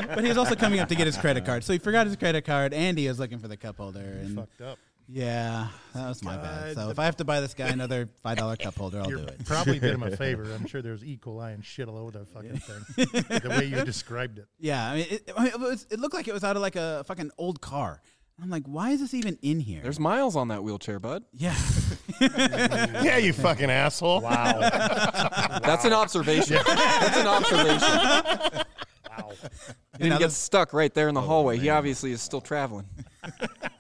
but he was also coming up to get his credit card. So he forgot his credit card, and he was looking for the cup holder. And
fucked up.
yeah, that was my bad. So if I have to buy this guy another five dollar cup holder, I'll do
You
it.
probably did
[laughs]
him a favor. I'm sure there was E. coli and shit all over that fucking thing. The way you described it.
Yeah, I mean, it, I mean, it, was, it looked like it was out of like a fucking old car. I'm like, why is this even in here?
There's miles on that wheelchair, bud.
yeah, [laughs]
Yeah, you fucking asshole. Wow.
That's an observation. That's an observation. Wow. He
Now
didn't get
this-
stuck right there in the hallway. He obviously is still traveling.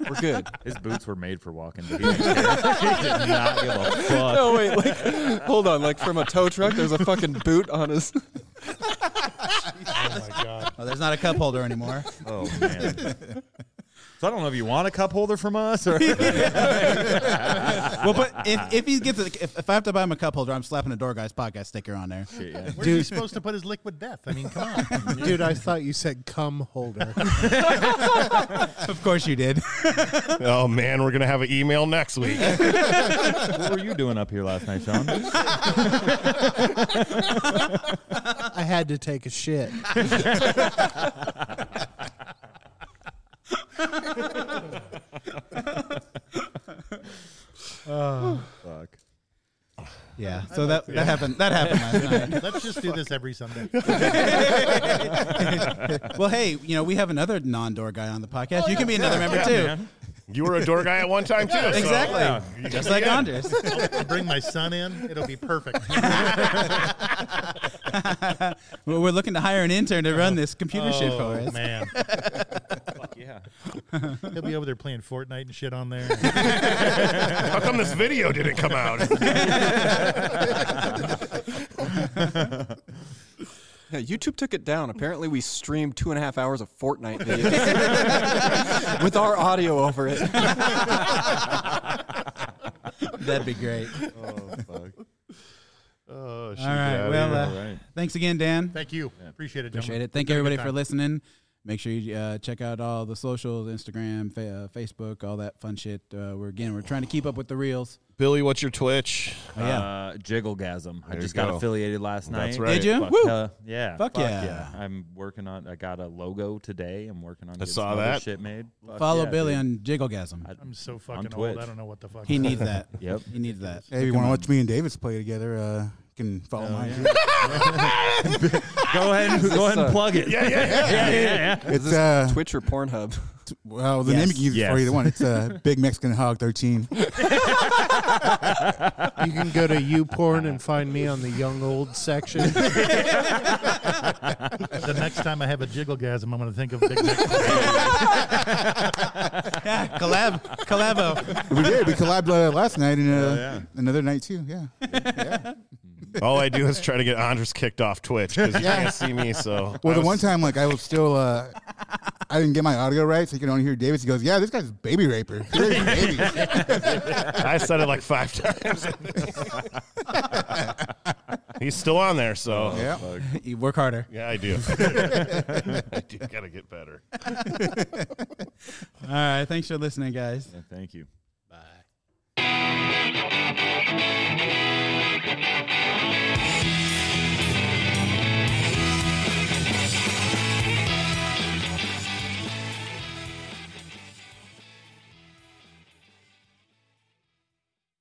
We're good.
His boots were made for walking. But [laughs] he, didn't care. he did not give a fuck.
No, wait, like, hold on. Like, from a tow truck, there's a fucking boot on his.
Oh my
[laughs]
god.
well, there's not a cup holder anymore.
Oh man. So I don't know if you want a cup holder from us or [laughs]
well, but if, if he gets a, if, if I have to buy him a cup holder, I'm slapping a door guy's podcast sticker on there.
Where are you supposed to put his liquid death? I mean,
[laughs]
come [laughs] on.
Dude, I thought you said cum holder.
Of course you did.
Oh man, we're gonna have an email next week.
what were you doing up here last night, Sean?
I had to take a shit.
Fuck.
Yeah. [laughs] So that, that happened that happened last night.
Let's just do this every Sunday.
[laughs] Well, hey, you know, we have another non-door guy on the podcast. you can be another member too.
You were a door guy at one time too. so-
Exactly.
Yeah.
Just like
Yeah.
Andres.
I'll bring my son in. It'll
[laughs]
be perfect.
Well, We're looking to hire an intern to run this computer shit for
Oh,
us.
man.
Fuck yeah.
He'll be over there playing Fortnite and shit on there.
[laughs]
How come this video didn't come out?
Yeah, YouTube took it down. Apparently, we streamed two and a half hours of Fortnite videos with our audio over it.
That'd be great.
Oh fuck.
oh, shit.
All right. Well,
All
uh,
right.
thanks again, Dan.
Thank you. Appreciate it,
Appreciate
gentlemen.
it. Thank
Have a good
everybody for
time.
listening. Make sure you uh, check out all the socials, Instagram, fa- uh, Facebook, all that fun shit. Uh, we're again, we're trying to keep up with the reels.
Billy, what's
[laughs]
your Twitch?
Oh, yeah.
Uh, Jigglegasm. I
There
just
you
got
go.
affiliated last night.
That's right.
Did you?
Fuck
Woo!
hell- yeah.
Fuck yeah.
I'm working on. I got a logo today. I'm working on. getting
saw
some other
that.
shit made. Fuck
Follow
yeah,
Billy
dude.
on Jigglegasm.
I-
I'm so fucking
Twitch.
old. I don't know what the fuck.
He needs that.
Yep.
He needs that.
Hey, if you want to watch me and Davis play together, uh, you can follow mine. too.
Ah,
Go ahead. And, go ahead and
uh,
plug it.
Yeah, yeah, yeah.
[laughs] yeah, yeah, yeah.
It's uh,
Twitch or Pornhub.
t- well, the name you can use
Yes.
for either one. It's uh, Big Mexican Hog Thirteen.
You can go to YouPorn and find me on the young old
[laughs]
section.
The next time I have a jigglegasm, I'm going to think of Big Mac.
[laughs] Yeah, collab, collabo.
we did. We collabed uh, last night and uh, another night too. Yeah.
All I do is try to get Andres kicked off Twitch because you can't see me. So
Well,
I
the
was-
one time, like, I was still, uh, I didn't get my audio right, so you can only hear Davis. He goes, "Yeah, this guy's a baby raper. He rapes
[laughs]
babies."
I said it like five times. [laughs] He's still on there, so
yeah.
[laughs] You work harder.
yeah, I do. [laughs] I do gotta get better.
All right. Thanks for listening, guys.
Yeah, Thank you.